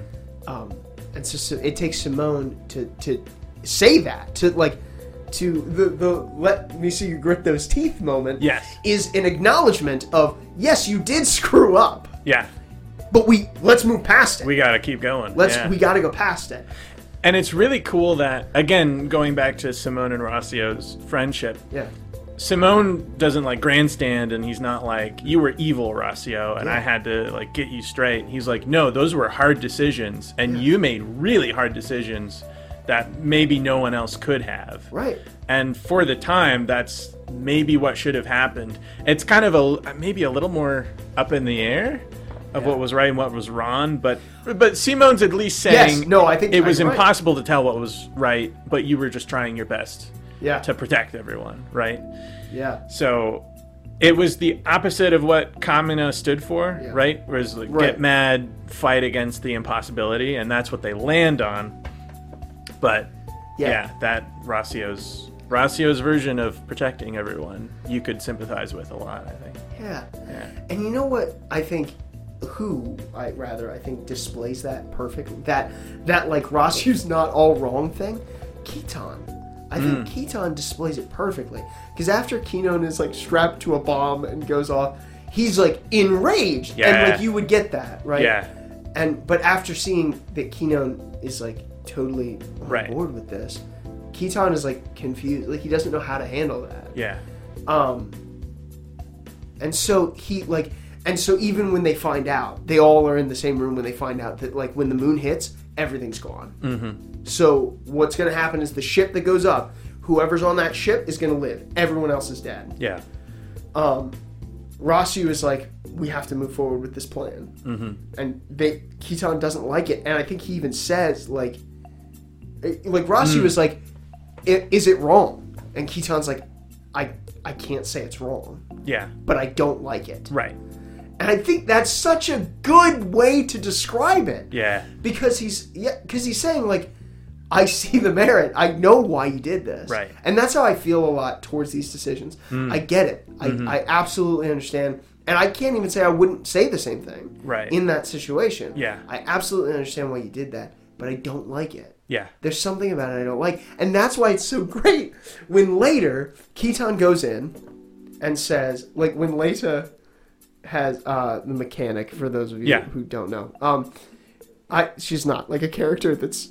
S1: Um, and so, so it takes Simone to to say that to like to the the let me see you grit those teeth moment.
S2: Yes.
S1: is an acknowledgement of yes, you did screw up,
S2: Yeah.
S1: but we let's move past it.
S2: We gotta keep going.
S1: let's
S2: Yeah.
S1: we got to go past it.
S2: And it's really cool that again, going back to Simone and Rossio's friendship,
S1: Yeah.
S2: Simone doesn't like grandstand and he's not like, You were evil, Rossio, and I
S1: Yeah.
S2: had to like get you straight. He's like, No, those were hard decisions and you made really hard decisions that maybe no one else could have.
S1: Right.
S2: and for the time that's maybe what should have happened it's kind of a maybe a little more up in the air of what was right and what was wrong but but simone's at least
S1: Yes,
S2: saying
S1: no, I think-
S2: it was
S1: you're right.
S2: impossible to tell what was right but you were just trying your best
S1: Yeah.
S2: to protect everyone right
S1: Yeah.
S2: so it was the opposite of what Kamina stood for,
S1: Yeah.
S2: right? Whereas like
S1: Right.
S2: get mad, fight against the impossibility, and that's what they land on. But yeah,
S1: Yeah.
S2: that Rossio's Rossio's version of protecting everyone, you could sympathize with a lot, I think.
S1: Yeah.
S2: Yeah.
S1: And you know what I think who I rather I think displays that perfectly that that like Rossu's not all wrong thing? Keaton. I
S2: Mm.
S1: think Keaton displays it perfectly. Because after Keaton is like strapped to a bomb and goes off, he's like enraged. And
S2: Yeah.
S1: like you would get that, right?
S2: Yeah.
S1: And but after seeing that Keaton is like totally on
S2: Right.
S1: board with this, Keaton is like confused. Like he doesn't know how to handle that.
S2: Yeah.
S1: Um, and so he like, and so even when they find out, they all are in the same room when they find out that like when the moon hits, everything's gone. Mm-hmm. So what's going to happen is the ship that goes up, whoever's on that ship is going to live. Everyone else is dead.
S2: Yeah.
S1: Um, Rossi is like, we have to move forward with this plan, mm-hmm. and they Keaton doesn't like it, and I think he even says like, it- like Rossi was like, "I- is it wrong? And Keaton's like, I I can't say it's wrong
S2: Yeah.
S1: but I don't like it.
S2: Right.
S1: And I think that's such a good way to describe it.
S2: Yeah.
S1: Because he's yeah, because he's saying like, I see the merit. I know why you did this.
S2: Right. Hmm.
S1: And that's how I feel a lot towards these decisions. I get it. I,
S2: Mm-hmm.
S1: I absolutely understand. And I can't even say I wouldn't say the same thing.
S2: Right.
S1: In that situation.
S2: Yeah.
S1: I absolutely understand why you did that, but I don't like it.
S2: Yeah.
S1: There's something about it I don't like. And that's why it's so great when later Keaton goes in and says, like when Leta has uh, the mechanic, for those of you
S2: Yeah.
S1: who don't know, um, I she's not like a character that's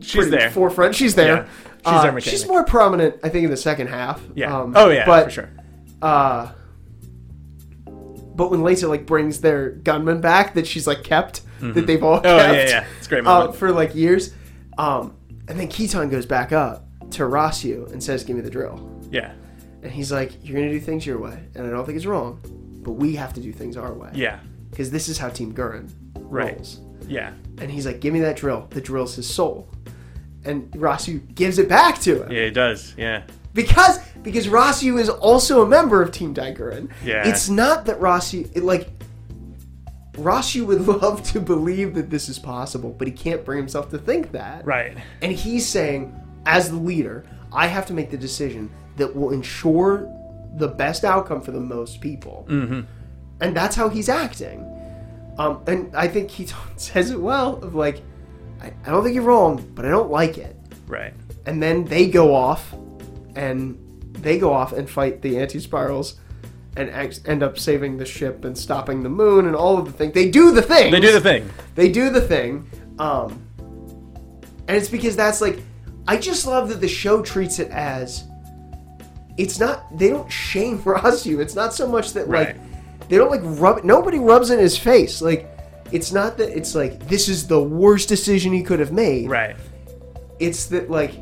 S2: She's
S1: pretty
S2: there.
S1: forefront. She's there.
S2: Yeah. She's
S1: Uh,
S2: our mechanic.
S1: She's more prominent, I think, in the second half.
S2: yeah.
S1: Um,
S2: oh yeah,
S1: but,
S2: for sure.
S1: Uh, but when Leta like brings their gunman back that she's like kept, that they've all
S2: Oh yeah,
S1: kept
S2: yeah. It's a great
S1: uh,
S2: moment.
S1: for like years. Um, and then Keaton goes back up to Rossio and says, "Give me the drill."
S2: yeah.
S1: And he's like, You're going to do things your way. And I don't think it's wrong, but we have to do things our way.
S2: Yeah.
S1: Because this is how Team Gurren
S2: Right.
S1: rolls.
S2: Yeah.
S1: And he's like, Give me that drill. The drill's his soul. And Rasu gives it back to him.
S2: Yeah, he does. Yeah.
S1: Because because Rasu is also a member of Team Daigurin.
S2: Yeah.
S1: It's not that Rasu it, like Rasu would love to believe that this is possible, but he can't bring himself to think that.
S2: Right.
S1: And he's saying, as the leader, I have to make the decision that will ensure the best outcome for the most people. Mm-hmm. And that's how he's acting. Um, and I think he says it well of like, I, I don't think you're wrong, but I don't like it.
S2: Right.
S1: And then they go off and they go off and fight the anti spirals and ex- end up saving the ship and stopping the moon and all of the things. They do the thing.
S2: They do the thing.
S1: They do the thing. Um, and it's because that's like, I just love that the show treats it as it's not, they don't shame Rasu. It's not so much that
S2: Right.
S1: like, they don't like rub, nobody rubs in his face. Like, it's not that it's like, this is the worst decision he could have made.
S2: Right.
S1: It's that like,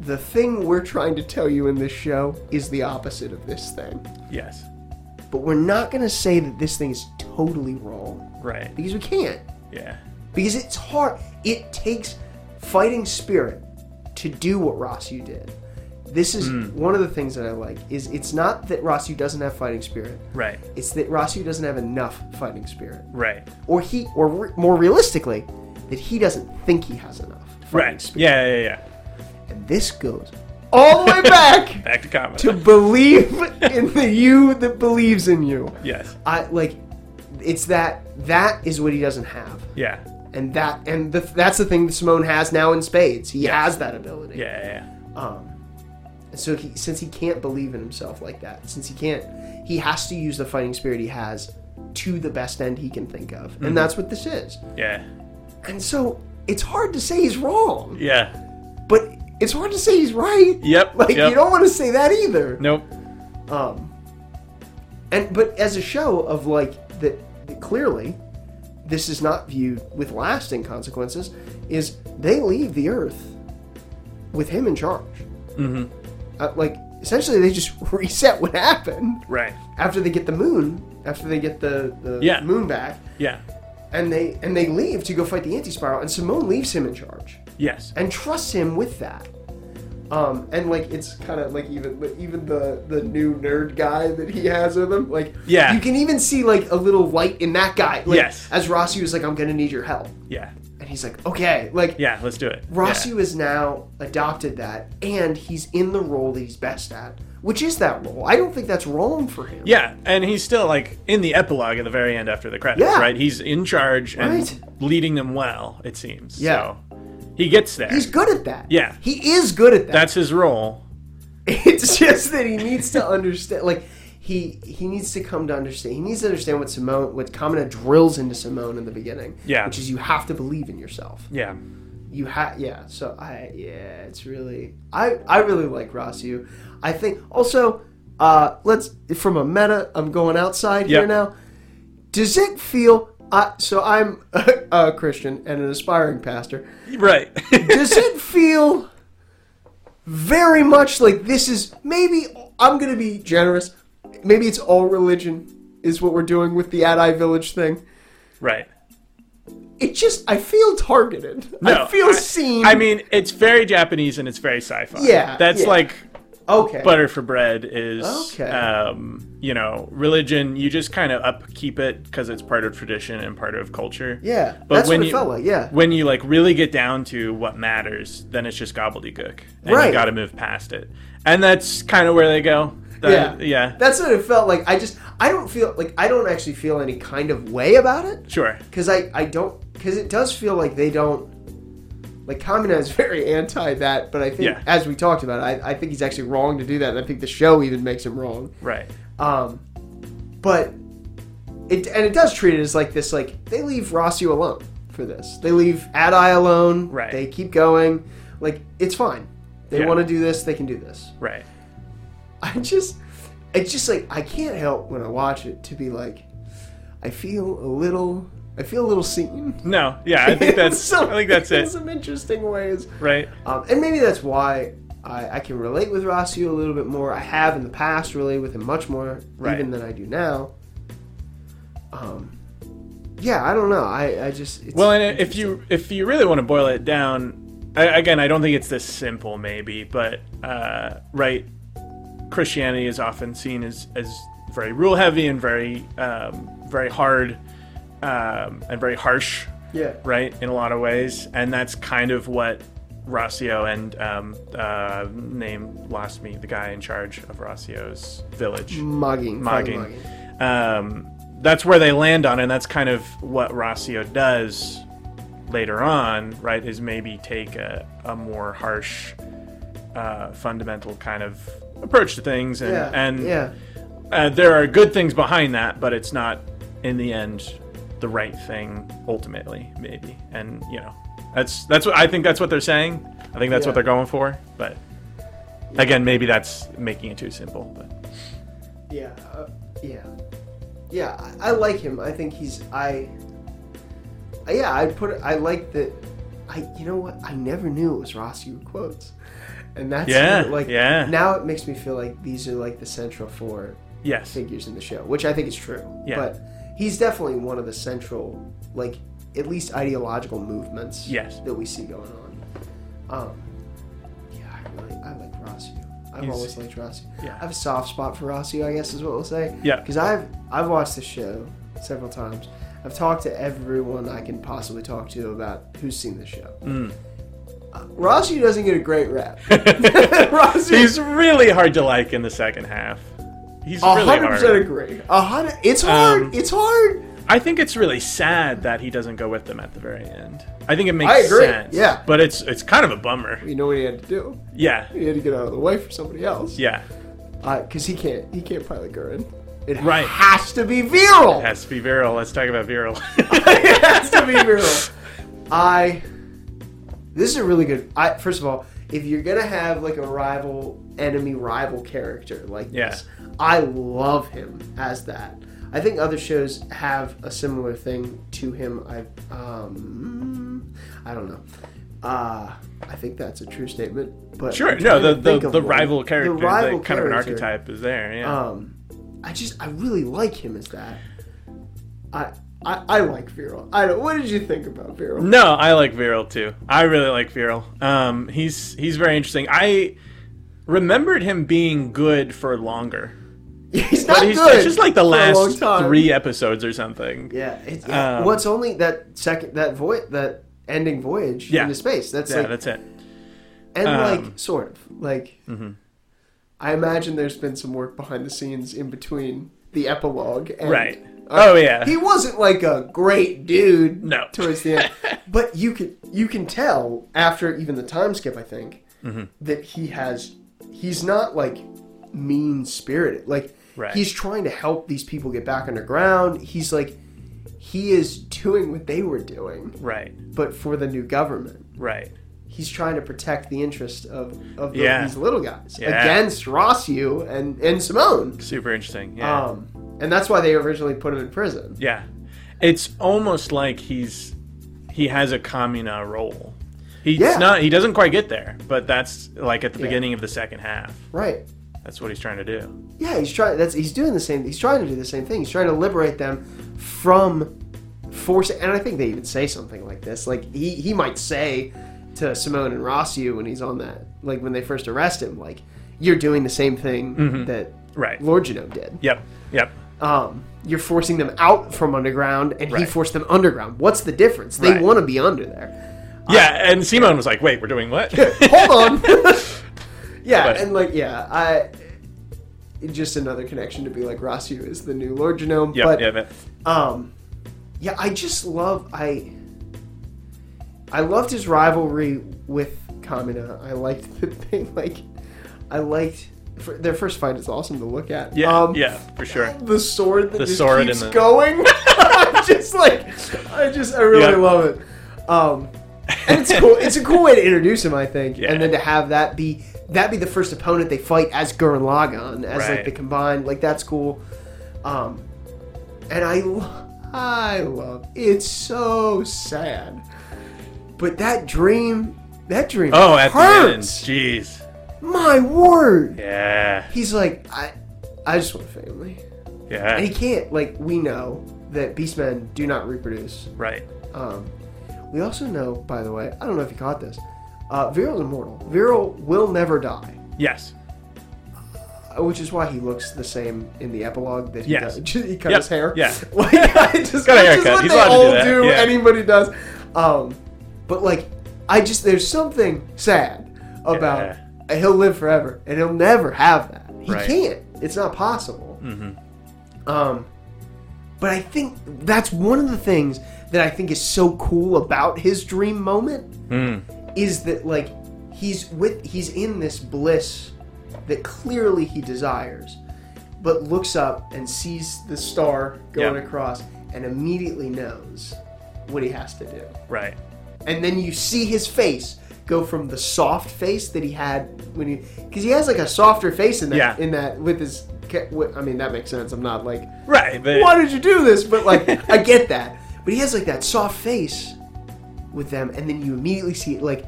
S1: the thing we're trying to tell you in this show is the opposite of this thing.
S2: Yes.
S1: But we're not going to say that this thing is totally wrong
S2: Right.
S1: because we can't
S2: Yeah.
S1: because it's hard. It takes fighting spirit to do what Rasu did. This is one of the things that I like is it's not that Rasu doesn't have fighting spirit.
S2: Right.
S1: It's that Rasu doesn't have enough fighting spirit,
S2: Right.
S1: or he, or re- more realistically, that he doesn't think he has enough fighting
S2: Right.
S1: spirit.
S2: Yeah. Yeah. Yeah.
S1: And this goes all the way back
S2: Back to comedy.
S1: to believe in the you that believes in you.
S2: yes.
S1: I like, it's that that is what he doesn't have
S2: Yeah.
S1: and that and the, that's the thing that Simone has now in spades. He has that ability.
S2: Yeah. Yeah.
S1: Um, and so he, since he can't believe in himself like that, since he can't, he has to use the fighting spirit he has to the best end he can think of,
S2: Mm-hmm.
S1: and that's what this is.
S2: Yeah.
S1: And so it's hard to say he's wrong,
S2: Yeah.
S1: but it's hard to say he's right.
S2: Yep,
S1: Like
S2: yep.
S1: you don't want to say that either.
S2: Nope.
S1: Um, and but as a show of like that, that clearly, this is not viewed with lasting consequences. Is they leave the Earth with him in charge. Mm-hmm. Uh, like essentially, they just reset what happened
S2: Right.
S1: after they get the moon, after they get the, the
S2: Yeah.
S1: moon back,
S2: Yeah.
S1: and they and they leave to go fight the anti spiral. And Simone leaves him in charge
S2: Yes.
S1: and trusts him with that. Um, and like it's kind of like even even the the new nerd guy that he has with him, like
S2: Yeah.
S1: you can even see like a little light in that guy. Like,
S2: Yes.
S1: as Rossi was like, "I'm gonna need your help,"
S2: Yeah.
S1: and he's like, "Okay." Like
S2: Yeah. Let's do it.
S1: Rossi has now adopted that, and he's in the role that he's best at, which is that role. I don't think that's wrong for him.
S2: Yeah. yeah. And he's still like in the epilogue at the very end after the credits,
S1: Yeah.
S2: right? He's in charge and
S1: Right.
S2: leading them well, it seems.
S1: Yeah.
S2: So he gets there.
S1: he's good at that.
S2: Yeah.
S1: he is good at that.
S2: That's his role.
S1: It's just that he needs to understand, like he he needs to come to understand. He needs to understand what Simone, what Kamina drills into Simone in the beginning.
S2: Yeah.
S1: which is you have to believe in yourself.
S2: Yeah.
S1: You have, yeah. So I, yeah, it's really, I, I really like Rasu. I think also, uh, let's from a meta. I'm going outside here
S2: Yep.
S1: now. Does it feel? Uh, so I'm a, a Christian and an aspiring pastor
S2: Right.
S1: does it feel very much like this is maybe I'm gonna be generous. Maybe it's all religion is what we're doing with the Adai Village thing.
S2: right.
S1: It just I feel targeted. I feel seen.
S2: I mean, it's very Japanese and it's very sci-fi.
S1: Yeah,
S2: that's
S1: yeah.
S2: like
S1: okay,
S2: butter for bread is,
S1: Okay.
S2: um, you know, religion. You just kind of upkeep it because it's part of tradition and part of culture.
S1: yeah,
S2: but
S1: that's
S2: when
S1: what it
S2: you-
S1: felt like. Yeah,
S2: When you like really get down to what matters, then it's just gobbledygook, and
S1: Right.
S2: you got to move past it. And that's kind of where they go. The-
S1: yeah,
S2: yeah,
S1: That's what it felt like. I just I don't feel like I don't actually feel any kind of way about it.
S2: sure.
S1: because I, I don't because it does feel like they don't like Kamina is very anti that, but I think
S2: Yeah.
S1: as we talked about, I, I think he's actually wrong to do that, and I think the show even makes him wrong.
S2: Right.
S1: Um, but it and it does treat it as like this like they leave Rossu alone for this, they leave Adai alone,
S2: Right.
S1: They keep going, like it's fine. They
S2: Yeah.
S1: want to do this, they can do this.
S2: Right.
S1: I just, it's just like I can't help when I watch it to be like, I feel a little, I feel a little seen.
S2: No. Yeah. I think
S1: In
S2: that's.
S1: some-
S2: I think that's
S1: In
S2: it.
S1: some interesting ways,
S2: Right.
S1: um, and maybe that's why I, I can relate with Rossio a little bit more. I have in the past related with him much more
S2: Right.
S1: even than I do now. Um, yeah, I don't know. I, I just it's
S2: Well, and if you if you really want to boil it down, I, again, I don't think it's this simple, maybe, but uh, right, Christianity is often seen as as very rule heavy and very um, very hard um, and very harsh,
S1: yeah
S2: right, in a lot of ways, and that's kind of what Rossio and um, uh, name lost me, the guy in charge of Rossio's village
S1: mugging Father
S2: mugging. Um, that's where they land on, and that's kind of what Rossio does later on, right? Is maybe take a, a more harsh, uh, fundamental kind of approach to things, and
S1: Yeah,
S2: and
S1: yeah,
S2: uh, there are good things behind that, but it's not in the end the right thing ultimately, maybe. And you know, that's that's what I think. That's what they're saying. I think that's
S1: Yeah.
S2: what they're going for, but. Again, maybe that's making it too simple, but
S1: yeah, uh, yeah, yeah. I, I like him. I think he's I. I- Yeah, I put it. I like that. I you know what? I never knew it was Ross who quotes, and that's
S2: Yeah,
S1: what, like
S2: yeah.
S1: Now it makes me feel like these are like the central four
S2: yes,
S1: figures in the show, which I think is true.
S2: Yeah.
S1: But he's definitely one of the central, like at least ideological movements.
S2: Yes.
S1: That we see going on. Um, yeah, I really I like Rossio. I've
S2: He's-
S1: always liked Rossio.
S2: yeah.
S1: I have a soft spot for Rossio, I guess is what we'll say.
S2: Yeah.
S1: Because I've I've watched the show several times. I've talked to everyone I can possibly talk to about who's seen the show.
S2: Mm.
S1: Uh, Rossio doesn't get a great rap. Rossio
S2: He's really hard to like in the second half. He's
S1: A
S2: really
S1: hundred percent
S2: hard.
S1: agree. A hundred. It's hard.
S2: Um,
S1: it's hard.
S2: I think it's really sad that he doesn't go with them at the very end. I think it makes
S1: I agree,
S2: sense.
S1: yeah.
S2: But it's it's kind of a bummer.
S1: You know what he had to do?
S2: Yeah.
S1: He had to get out of the way for somebody else.
S2: Yeah.
S1: Because he can't. He can't pilot Gurren. It
S2: Right.
S1: has to be viral.
S2: Has to be virile. Let's talk about virile.
S1: it has to be viral. I. This is a really good. I first of all, if you're gonna have like a rival enemy rival character like
S2: Yeah.
S1: this, I love him as that. I think other shows have a similar thing to him. I um, I don't know. Uh, I think that's a true statement. But
S2: sure.
S1: I'm
S2: No,
S1: trying to
S2: the the,
S1: think of
S2: the
S1: one.
S2: rival character, the
S1: rival
S2: kind of an
S1: character.
S2: archetype is there, yeah.
S1: Um, I just I really like him as that. I I, I like Viral. I don't. What did you think about Viral?
S2: No, I like Viral too. I really like Viral. Um, he's he's very interesting. I remembered him being good for longer.
S1: He's
S2: But
S1: not
S2: he's
S1: good.
S2: it's just like the
S1: for a long
S2: last
S1: time.
S2: three episodes or something.
S1: Yeah. It's, yeah.
S2: Um,
S1: Well, it's only that second that void that ending voyage
S2: Yeah.
S1: into space. That's
S2: Yeah,
S1: like
S2: that's it.
S1: and
S2: um, mm-hmm.
S1: like sort of like. I imagine there's been some work behind the scenes in between the epilogue and
S2: Right.
S1: Uh,
S2: oh yeah.
S1: he wasn't like a great dude
S2: No.
S1: towards the end but you can you can tell after even the time skip i think
S2: Mm-hmm.
S1: that he has he's not like mean spirited like
S2: Right.
S1: he's trying to help these people get back underground he's like he is doing what they were doing
S2: right.
S1: but for the new government
S2: Right.
S1: he's trying to protect the interest of, of the,
S2: Yeah.
S1: these little guys
S2: Yeah.
S1: against rossio and, and simone
S2: Super interesting. Yeah.
S1: um, and that's why they originally put him in prison
S2: yeah. It's almost like he's he has a Kamina role. He's
S1: Yeah.
S2: not he doesn't quite get there, but that's like at the
S1: Yeah.
S2: beginning of the second half.
S1: right
S2: That's what he's trying to do.
S1: Yeah, he's trying. That's he's doing the same. He's trying to do the same thing. He's trying to liberate them from force. And I think they even say something like this. Like he he might say to Simone and Rossio when he's on that, like when they first arrest him, like you're doing the same thing
S2: Mm-hmm.
S1: that
S2: Right.
S1: Lord Genome did.
S2: Yep. Yep.
S1: Um, you're forcing them out from underground, and he
S2: Right.
S1: forced them underground. What's the difference? They
S2: Right.
S1: want to be under there.
S2: yeah, and Simon was like, "Wait, we're doing what?"
S1: Hold on. yeah,
S2: But-
S1: and like yeah, I. Just another connection to be like Rossio is the new Lord Genome,
S2: yep,
S1: but
S2: yeah, that-
S1: um yeah i just love i i loved his rivalry with kamina i liked that they like i liked fir- their first fight is awesome to look at
S2: yeah,
S1: um
S2: yeah, for sure.
S1: the sword that
S2: The
S1: just
S2: sword
S1: keeps
S2: and the-
S1: going I'm just like i just i really
S2: Yeah.
S1: love it um and it's cool it's a cool way to introduce him i think
S2: Yeah.
S1: and then to have that be that be the first opponent they fight as gurren lagann as like
S2: Right.
S1: the combined like that's cool um and i lo- i love it's so sad but that dream that dream
S2: Oh, at
S1: hurts.
S2: the end, jeez.
S1: My word!
S2: Yeah.
S1: He's like, I, I just want a family. And
S2: Yeah.
S1: he can't. Like, we know that beastmen do not reproduce.
S2: Right.
S1: Um, we also know, by the way, I don't know if you caught this, uh, Viril's immortal. Viril will never die,
S2: Yes.
S1: uh, which is why he looks the same in the epilogue that he
S2: Yes.
S1: does. He cut
S2: Yep,
S1: his hair.
S2: yeah.
S1: like, I just,
S2: Got a
S1: which is
S2: haircut.
S1: what
S2: He's
S1: they
S2: allowed to do
S1: all
S2: that,
S1: do.
S2: yeah.
S1: Anybody does. Um, but like, I just there's something sad about he'll live forever and he'll never have that. He
S2: Right. Mm-hmm.
S1: can't. It's not possible. Um, but I think that's one of the things that I think is so cool about his dream moment
S2: Mm.
S1: is that like he's with he's in this bliss that clearly he desires, but looks up and sees the star going
S2: Yeah.
S1: across and immediately knows what he has to do.
S2: Right.
S1: And then you see his face go from the soft face that he had when he because he has like a softer face in that
S2: Yeah.
S1: in that with his ca- wi- I mean that makes sense. I'm not like
S2: Right. But
S1: why did you do this? But like, I get that. But he has like that soft face with them, and then you immediately see it like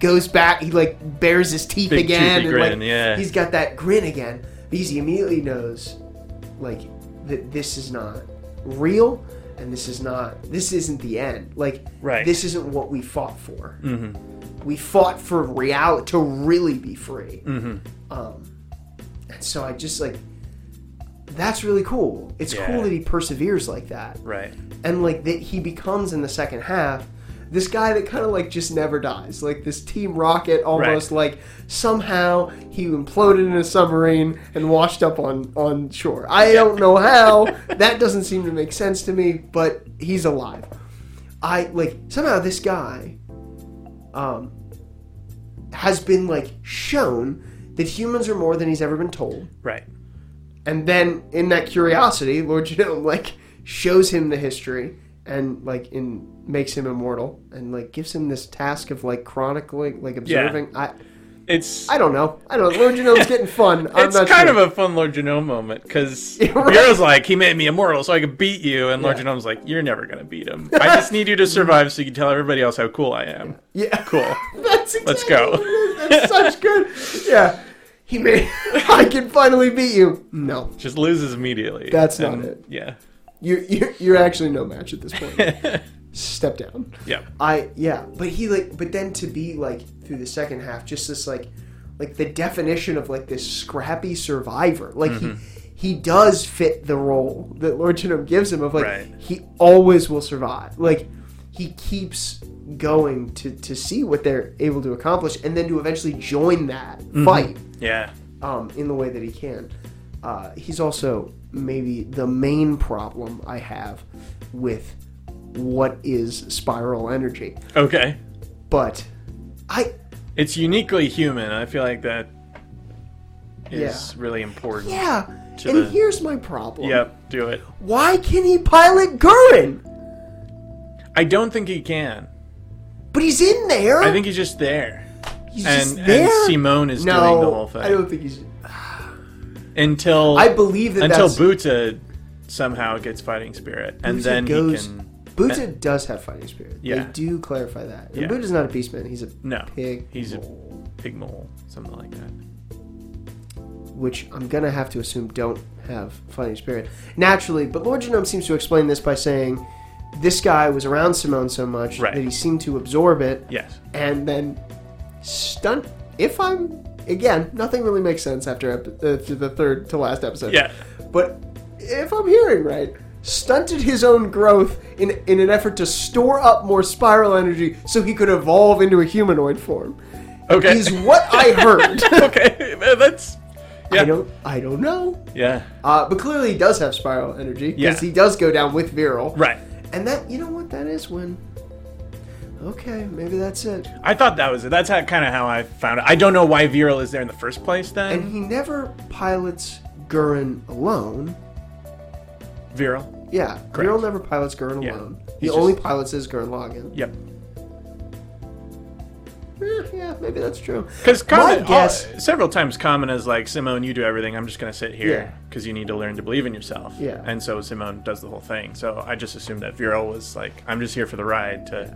S1: goes back. He like bares his teeth
S2: Big
S1: again,
S2: toothy
S1: and
S2: grin,
S1: like
S2: yeah.
S1: he's got that grin again. Because he immediately knows, like, that this is not real, and this is not this isn't the end. Like,
S2: Right. Mm-hmm.
S1: this isn't what we fought for. We fought for reality to really be free. Um, and so I just like that's really cool. It's
S2: Yeah.
S1: cool that he perseveres like that.
S2: Right.
S1: And like that he becomes in the second half this guy that kind of like just never dies. Like this Team Rocket almost like somehow he imploded in a submarine and washed up on on shore. I don't know how. that doesn't seem to make sense to me, but he's alive. I like somehow this guy um has been like shown that humans are more than he's ever been told.
S2: Right.
S1: And then in that curiosity, Lord Genome like shows him the history and like in makes him immortal and like gives him this task of like chronicling, like observing.
S2: It's
S1: I I don't know. I don't know. Lord Genome's getting fun. I'm
S2: it's
S1: not
S2: kind
S1: sure.
S2: of a fun Lord Genome moment because
S1: You're right.
S2: Bureau's like, he made me immortal so I could beat you, and Lord
S1: Yeah.
S2: Genome's like, you're never gonna beat him. I just need you to survive so you can tell everybody else how cool I am.
S1: yeah.
S2: Cool.
S1: That's exactly
S2: Let's go.
S1: what it is. That's such good. Yeah. He made. I can finally beat you. No,
S2: Just loses immediately.
S1: That's not it.
S2: Yeah.
S1: you you you're actually no match at this point. Step down.
S2: Yeah.
S1: I yeah, but he like but then to be like through the second half just this like like the definition of like this scrappy survivor. Like he he does fit the role that Lord Chinum gives him of like
S2: Right.
S1: he always will survive. Like he keeps going to to see what they're able to accomplish and then to eventually join that fight
S2: Yeah.
S1: um, in the way that he can. Uh, he's also maybe the main problem I have with what is spiral energy.
S2: Okay.
S1: But I,
S2: It's uniquely human. I feel like that is really important.
S1: yeah.
S2: To
S1: and
S2: the-
S1: here's my problem.
S2: Yep. Do it.
S1: Why can he pilot Gurren?
S2: I don't think he can.
S1: But he's in there.
S2: I think he's just there.
S1: he's
S2: and,
S1: just there.
S2: and Simone is
S1: no,
S2: doing the whole
S1: I
S2: thing
S1: don't think he's.
S2: until
S1: I believe that
S2: until
S1: that's,
S2: Buta somehow gets fighting spirit, and
S1: Buta
S2: then
S1: goes-
S2: he can
S1: Buddha does have fighting spirit.
S2: Yeah.
S1: They do clarify that. And
S2: Yeah.
S1: Buddha's not a beastman. He's a
S2: no,
S1: pig.
S2: he's a
S1: mole.
S2: pig mole, something like that.
S1: which I'm gonna have to assume don't have fighting spirit naturally. But Lord Genome seems to explain this by saying this guy was around Simone so much
S2: Right.
S1: that he seemed to absorb it,
S2: Yes,
S1: and then stunt. If I'm again, nothing really makes sense after ep- uh, to the third to last episode.
S2: yeah,
S1: but if I'm hearing right. Stunted his own growth in, in an effort to store up more spiral energy so he could evolve into a humanoid form.
S2: okay,
S1: Is what I heard.
S2: okay. That's
S1: I
S2: Yeah.
S1: don't I don't know.
S2: yeah,
S1: Uh, but clearly, he does have spiral energy
S2: Yeah.
S1: because he does go down with Viral.
S2: right.
S1: And that, you know what, that is when. Okay, maybe that's it.
S2: I thought that was it. That's how kind of how I found it. I don't know why Viral is there in the first place.
S1: And
S2: Then
S1: he never pilots Gurren alone.
S2: Viral,
S1: Yeah,
S2: Correct.
S1: Viral never pilots Gurren
S2: Yeah.
S1: alone. He
S2: He's
S1: only
S2: just-
S1: pilots his Gurren Logan.
S2: yep.
S1: Eh, yeah, maybe that's true.
S2: Because
S1: my
S2: Common,
S1: guess,
S2: all- several times Common is like, Simone, you do everything. I'm just going to sit
S1: Yeah.
S2: here because you need to learn to believe in yourself.
S1: Yeah.
S2: And so Simone does the whole thing. So I just assumed that Vero was like, I'm just here for the ride to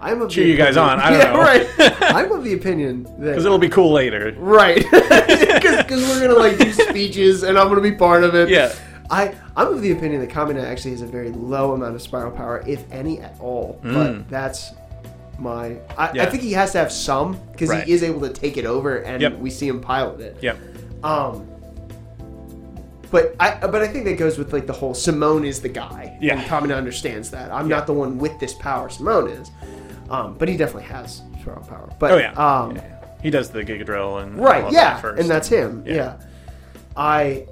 S1: I'm of
S2: Cheer
S1: the
S2: you guys
S1: opinion-
S2: on, I don't
S1: yeah,
S2: know.
S1: right. I'm of the opinion that
S2: because it'll be cool later.
S1: Right. Because we're going to like do speeches and I'm going to be part of it.
S2: Yeah.
S1: I, I'm of the opinion that Kamina actually has a very low amount of spiral power, if any at all. But that's my. I, I
S2: Mm. Yeah.
S1: think he has to have some because
S2: Right.
S1: he is able to take it over and
S2: Yep.
S1: we see him pilot it.
S2: Yep.
S1: Um, but I but I think that goes with like the whole Simone is the guy.
S2: Yeah.
S1: And Kamina understands that. I'm
S2: Yeah.
S1: not the one with this power. Simone is. Um, but he definitely has spiral power. But
S2: Oh yeah.
S1: Um,
S2: Yeah, yeah. He does the Gigadrill and all
S1: right
S2: of
S1: yeah
S2: that first.
S1: and that's him
S2: Yeah.
S1: yeah. i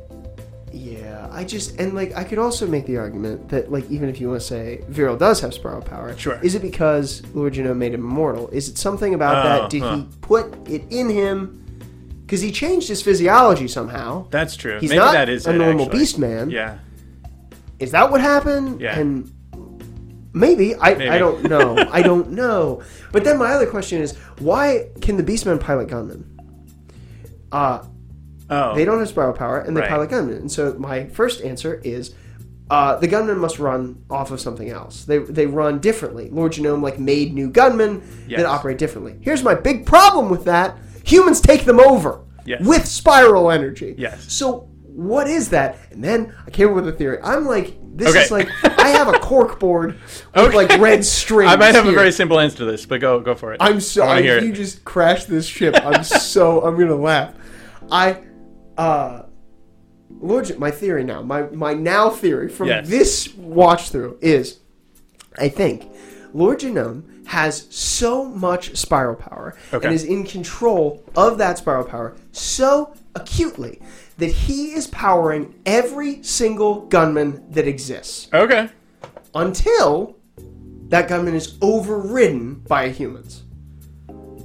S1: yeah i just and like i could also make the argument that like even if you want to say viral does have spiral power
S2: Sure.
S1: is it because lord Juno made him immortal is it something about
S2: Oh,
S1: that did
S2: huh.
S1: he put it in him because he changed his physiology somehow
S2: That's true.
S1: he's
S2: Maybe
S1: not
S2: that is
S1: a
S2: it,
S1: normal
S2: actually.
S1: beast man
S2: Yeah.
S1: is that what happened
S2: Yeah.
S1: and maybe I,
S2: Maybe.
S1: I don't know i don't know but then my other question is why can the beastman pilot gunmen uh,
S2: Oh.
S1: they don't have spiral power, and they
S2: Right.
S1: pilot gunmen. And so my first answer is, uh, the gunmen must run off of something else. They they run differently. Lord Genome like made new gunmen
S2: Yes.
S1: that operate differently. Here's my big problem with that: humans take them over
S2: Yes.
S1: with spiral energy.
S2: Yes.
S1: So what is that? And then I came up with a theory. I'm like, this
S2: Okay.
S1: is like I have a cork board with
S2: Okay.
S1: like red strings.
S2: I might have a
S1: here.
S2: very simple answer to this, but go go for it.
S1: I'm so
S2: I wanna
S1: I
S2: hear
S1: you
S2: it.
S1: just crashed this ship. I'm so I'm gonna laugh. I uh Lord Ju- my theory now, my my now theory from
S2: Yes.
S1: this watch through is I think Lord Genome has so much spiral power
S2: Okay.
S1: and is in control of that spiral power so acutely that he is powering every single gunman that exists
S2: Okay.
S1: until that gunman is overridden by humans,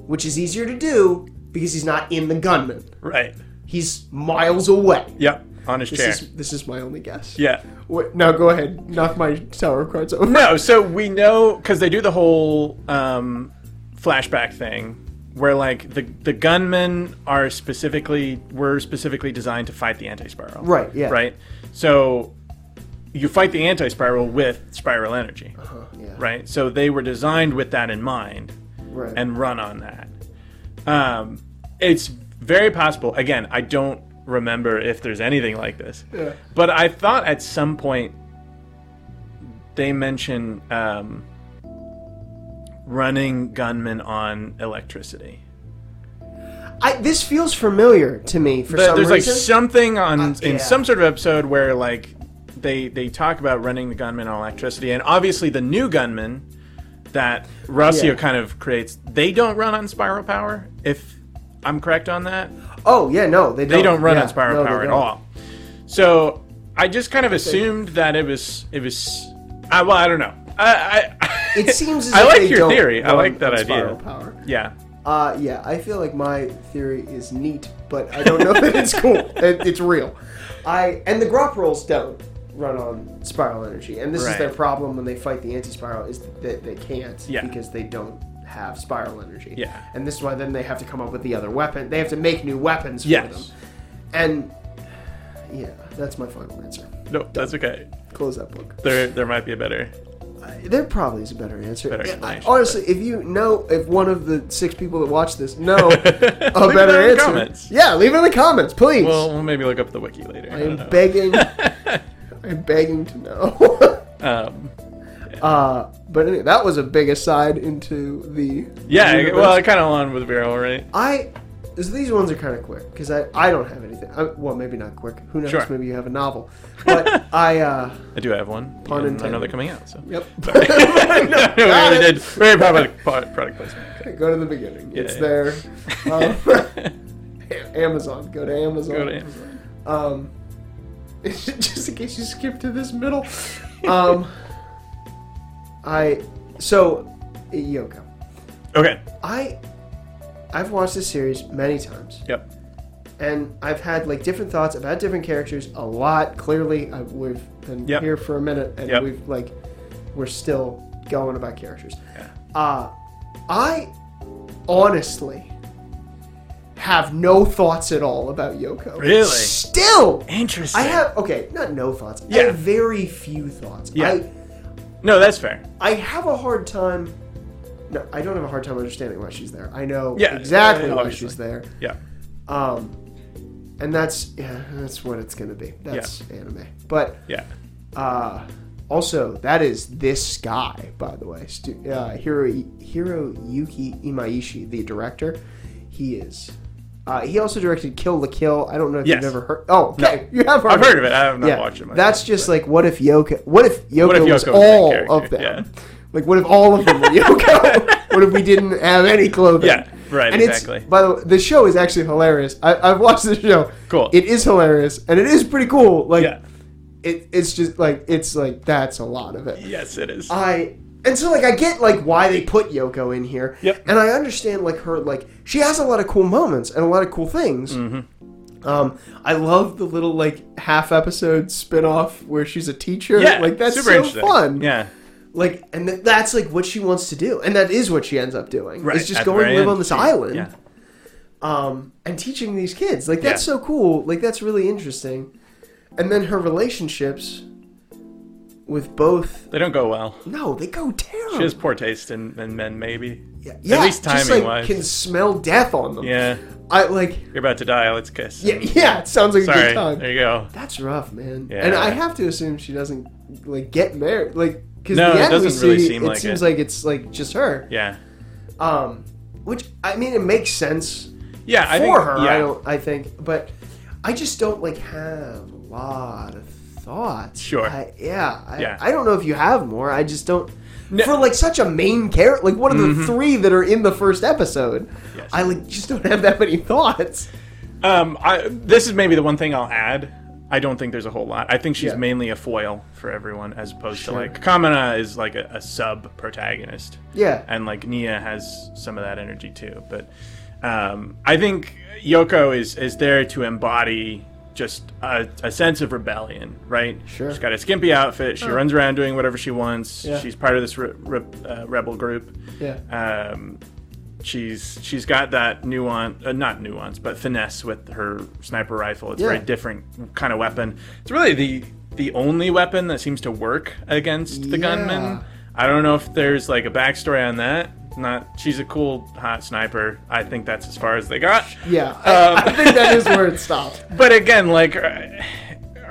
S1: which is easier to do because he's not in the gunman.
S2: Right.
S1: He's miles away.
S2: Yep. On his chair.
S1: This is this is my only guess.
S2: Yeah.
S1: Wait, now go ahead, knock my tower of cards over.
S2: No, so we know because they do the whole um, flashback thing where like the the gunmen are specifically were specifically designed to fight the anti-spiral.
S1: Right, yeah.
S2: Right. So you fight the anti-spiral with spiral energy,
S1: Yeah.
S2: right? So they were designed with that in mind
S1: Right.
S2: and run on that. Um, it's very possible. Again, I don't remember if there's anything like this,
S1: Yeah.
S2: but I thought at some point they mention um, running gunmen on electricity.
S1: I, this feels familiar to me for
S2: But
S1: some
S2: there's like
S1: reason. Uh,
S2: something on in
S1: yeah.
S2: some sort of episode where like they they talk about running the gunmen on electricity, and obviously the new gunmen that Rossio
S1: Yeah.
S2: kind of creates, they don't run on spiral power. If I'm correct on that,
S1: oh yeah, no, they don't.
S2: they don't run
S1: yeah,
S2: on spiral
S1: no, they
S2: power at
S1: don't.
S2: all. So I just kind of assumed that it was it was. I, well, I don't know. I, I
S1: It seems as
S2: I
S1: if
S2: like
S1: they
S2: your
S1: don't
S2: theory. I
S1: run
S2: like that
S1: on
S2: idea.
S1: Spiral power.
S2: yeah.
S1: Uh, yeah, I feel like my theory is neat, but I don't know that it's cool. It, it's real. I and the grop rolls don't run on spiral energy, and this
S2: Right.
S1: is their problem when they fight the anti-spiral is that they can't
S2: Yeah.
S1: because they don't have spiral energy.
S2: Yeah.
S1: and this is why then they have to come up with the other weapon. They have to make new weapons for
S2: Yes.
S1: them, and yeah, that's my final answer.
S2: No, that's okay.
S1: Close that book.
S2: There there might be a better.
S1: There probably is a better answer.
S2: Better
S1: I-
S2: explanation,
S1: honestly, if you know, if one of the six people that watch this know a
S2: it
S1: better
S2: in the
S1: answer,
S2: comments.
S1: yeah, leave it in the comments, please.
S2: Well, we'll maybe look up the wiki later. I don't
S1: I'm
S2: know.
S1: begging. I'm begging to know.
S2: Um,
S1: uh, but anyway, that was a big aside into the
S2: yeah,
S1: universe.
S2: well, I kind of on with Viral, right?
S1: I. So these ones are kind of quick because I, I don't have anything. I, well, maybe not quick. Who knows?
S2: Sure.
S1: Maybe you have a novel. But I. Uh,
S2: I do have one.
S1: Pun
S2: and
S1: intended.
S2: another coming out. So.
S1: yep.
S2: Sorry. no, we
S1: got
S2: already
S1: it.
S2: did. Very product, product placement.
S1: Go to the beginning.
S2: Yeah,
S1: it's
S2: yeah.
S1: there. Um, Amazon. Go to Amazon.
S2: Go to Amazon.
S1: Um, just in case you skip to this middle. Um, I so Yoko.
S2: Okay.
S1: I I've watched this series many times,
S2: Yep.
S1: and I've had like different thoughts about different characters a lot. Clearly, I, we've been
S2: Yep.
S1: here for a minute, and
S2: Yep.
S1: we've like we're still going about characters.
S2: Yeah.
S1: Uh, I honestly have no thoughts at all about Yoko.
S2: Really?
S1: Still.
S2: Interesting.
S1: I have okay, not no thoughts. I
S2: Yeah.
S1: have very few thoughts.
S2: Yeah.
S1: I
S2: No, that's fair.
S1: I have a hard time no, I don't have a hard time understanding why she's there. I know
S2: Yeah,
S1: exactly
S2: yeah,
S1: why
S2: obviously.
S1: she's there.
S2: Yeah.
S1: Um, and that's yeah, that's what it's gonna be. That's anime. But
S2: Yeah.
S1: uh, also, that is this guy, by the way, Stu- uh, Hiro Hiro Yuki Imaishi, the director. He is. Uh, he also directed Kill the Kill. I don't know if
S2: Yes.
S1: you've ever heard. Oh, okay, you have heard.
S2: I've heard of it. I have not watched it. myself,
S1: That's just like what if Yoko? What if Yoko,
S2: What if
S1: was
S2: Yoko was that
S1: all
S2: character?
S1: of them?
S2: Yeah.
S1: Like what if all of them were Yoko? what if we didn't have any clothing?
S2: Yeah, right,
S1: And it's-
S2: exactly.
S1: by the way, the show is actually hilarious. I, I've watched the show.
S2: Cool.
S1: It is hilarious, and it is pretty cool. Like,
S2: Yeah.
S1: it, it's just like it's like that's a lot of it.
S2: yes, it is.
S1: I and so like I get like why they put Yoko in here.
S2: Yep.
S1: And I understand like her like she has a lot of cool moments and a lot of cool things.
S2: Mm-hmm.
S1: Um, I love the little like half episode spin off where she's a teacher.
S2: yeah,
S1: like that's
S2: super
S1: so
S2: interesting.
S1: fun.
S2: Yeah,
S1: Like and th- that's like what she wants to do, and that is what she ends up doing.
S2: right.
S1: It's just
S2: at the
S1: going
S2: very
S1: live
S2: end.
S1: on this
S2: Yeah.
S1: island
S2: Yeah,
S1: um, and teaching these kids. Like that's
S2: Yeah.
S1: so cool. Like that's really interesting. And then her relationships with both
S2: they don't go well.
S1: no, they go terrible.
S2: She has poor taste in, in men, maybe.
S1: yeah, yeah,
S2: least
S1: just,
S2: timing
S1: like,
S2: wise.
S1: can smell death on them.
S2: Yeah,
S1: I like
S2: you're about to die. Let's kiss.
S1: yeah, yeah. It sounds like a
S2: Sorry.
S1: good time.
S2: There you go.
S1: That's rough, man.
S2: Yeah.
S1: And I have to assume she doesn't like get married, like because
S2: No,
S1: the
S2: it
S1: end we
S2: doesn't really
S1: see,
S2: seem
S1: it
S2: like
S1: seems
S2: it.
S1: like it's like just her.
S2: Yeah.
S1: Um, which I mean, it makes sense
S2: Yeah, I
S1: for
S2: think,
S1: her.
S2: Yeah.
S1: I don't. I think, but I just don't like have a lot of thoughts.
S2: Sure.
S1: I, yeah. I,
S2: Yeah.
S1: I don't know if you have more. I just don't.
S2: No. Mm-hmm.
S1: For like such a main character, like one of the three that are in the first episode,
S2: Yes.
S1: I like just don't have that many thoughts.
S2: Um, I, this is maybe the one thing I'll add. I don't think there's a whole lot. I think she's
S1: Yeah.
S2: mainly a foil for everyone, as opposed
S1: Sure.
S2: to like Kamina is like a, a sub protagonist,
S1: Yeah.
S2: and like Nia has some of that energy too. But um, I think Yoko is is there to embody just a, a sense of rebellion, right?
S1: Sure.
S2: She's got a skimpy outfit. She runs around doing whatever she wants.
S1: Yeah.
S2: She's part of this re- re- uh, rebel group
S1: yeah.
S2: um, she's she's got that nuance, uh, not nuance, but finesse with her sniper rifle. It's a very
S1: Yeah.
S2: different kind of weapon. It's really the the only weapon that seems to work against the
S1: Yeah.
S2: gunman. I don't know if there's like a backstory on that. Not she's a cool hot sniper. I think that's as far as they got.
S1: Yeah. I,
S2: Um,
S1: I think that is where it stopped.
S2: But again, like uh,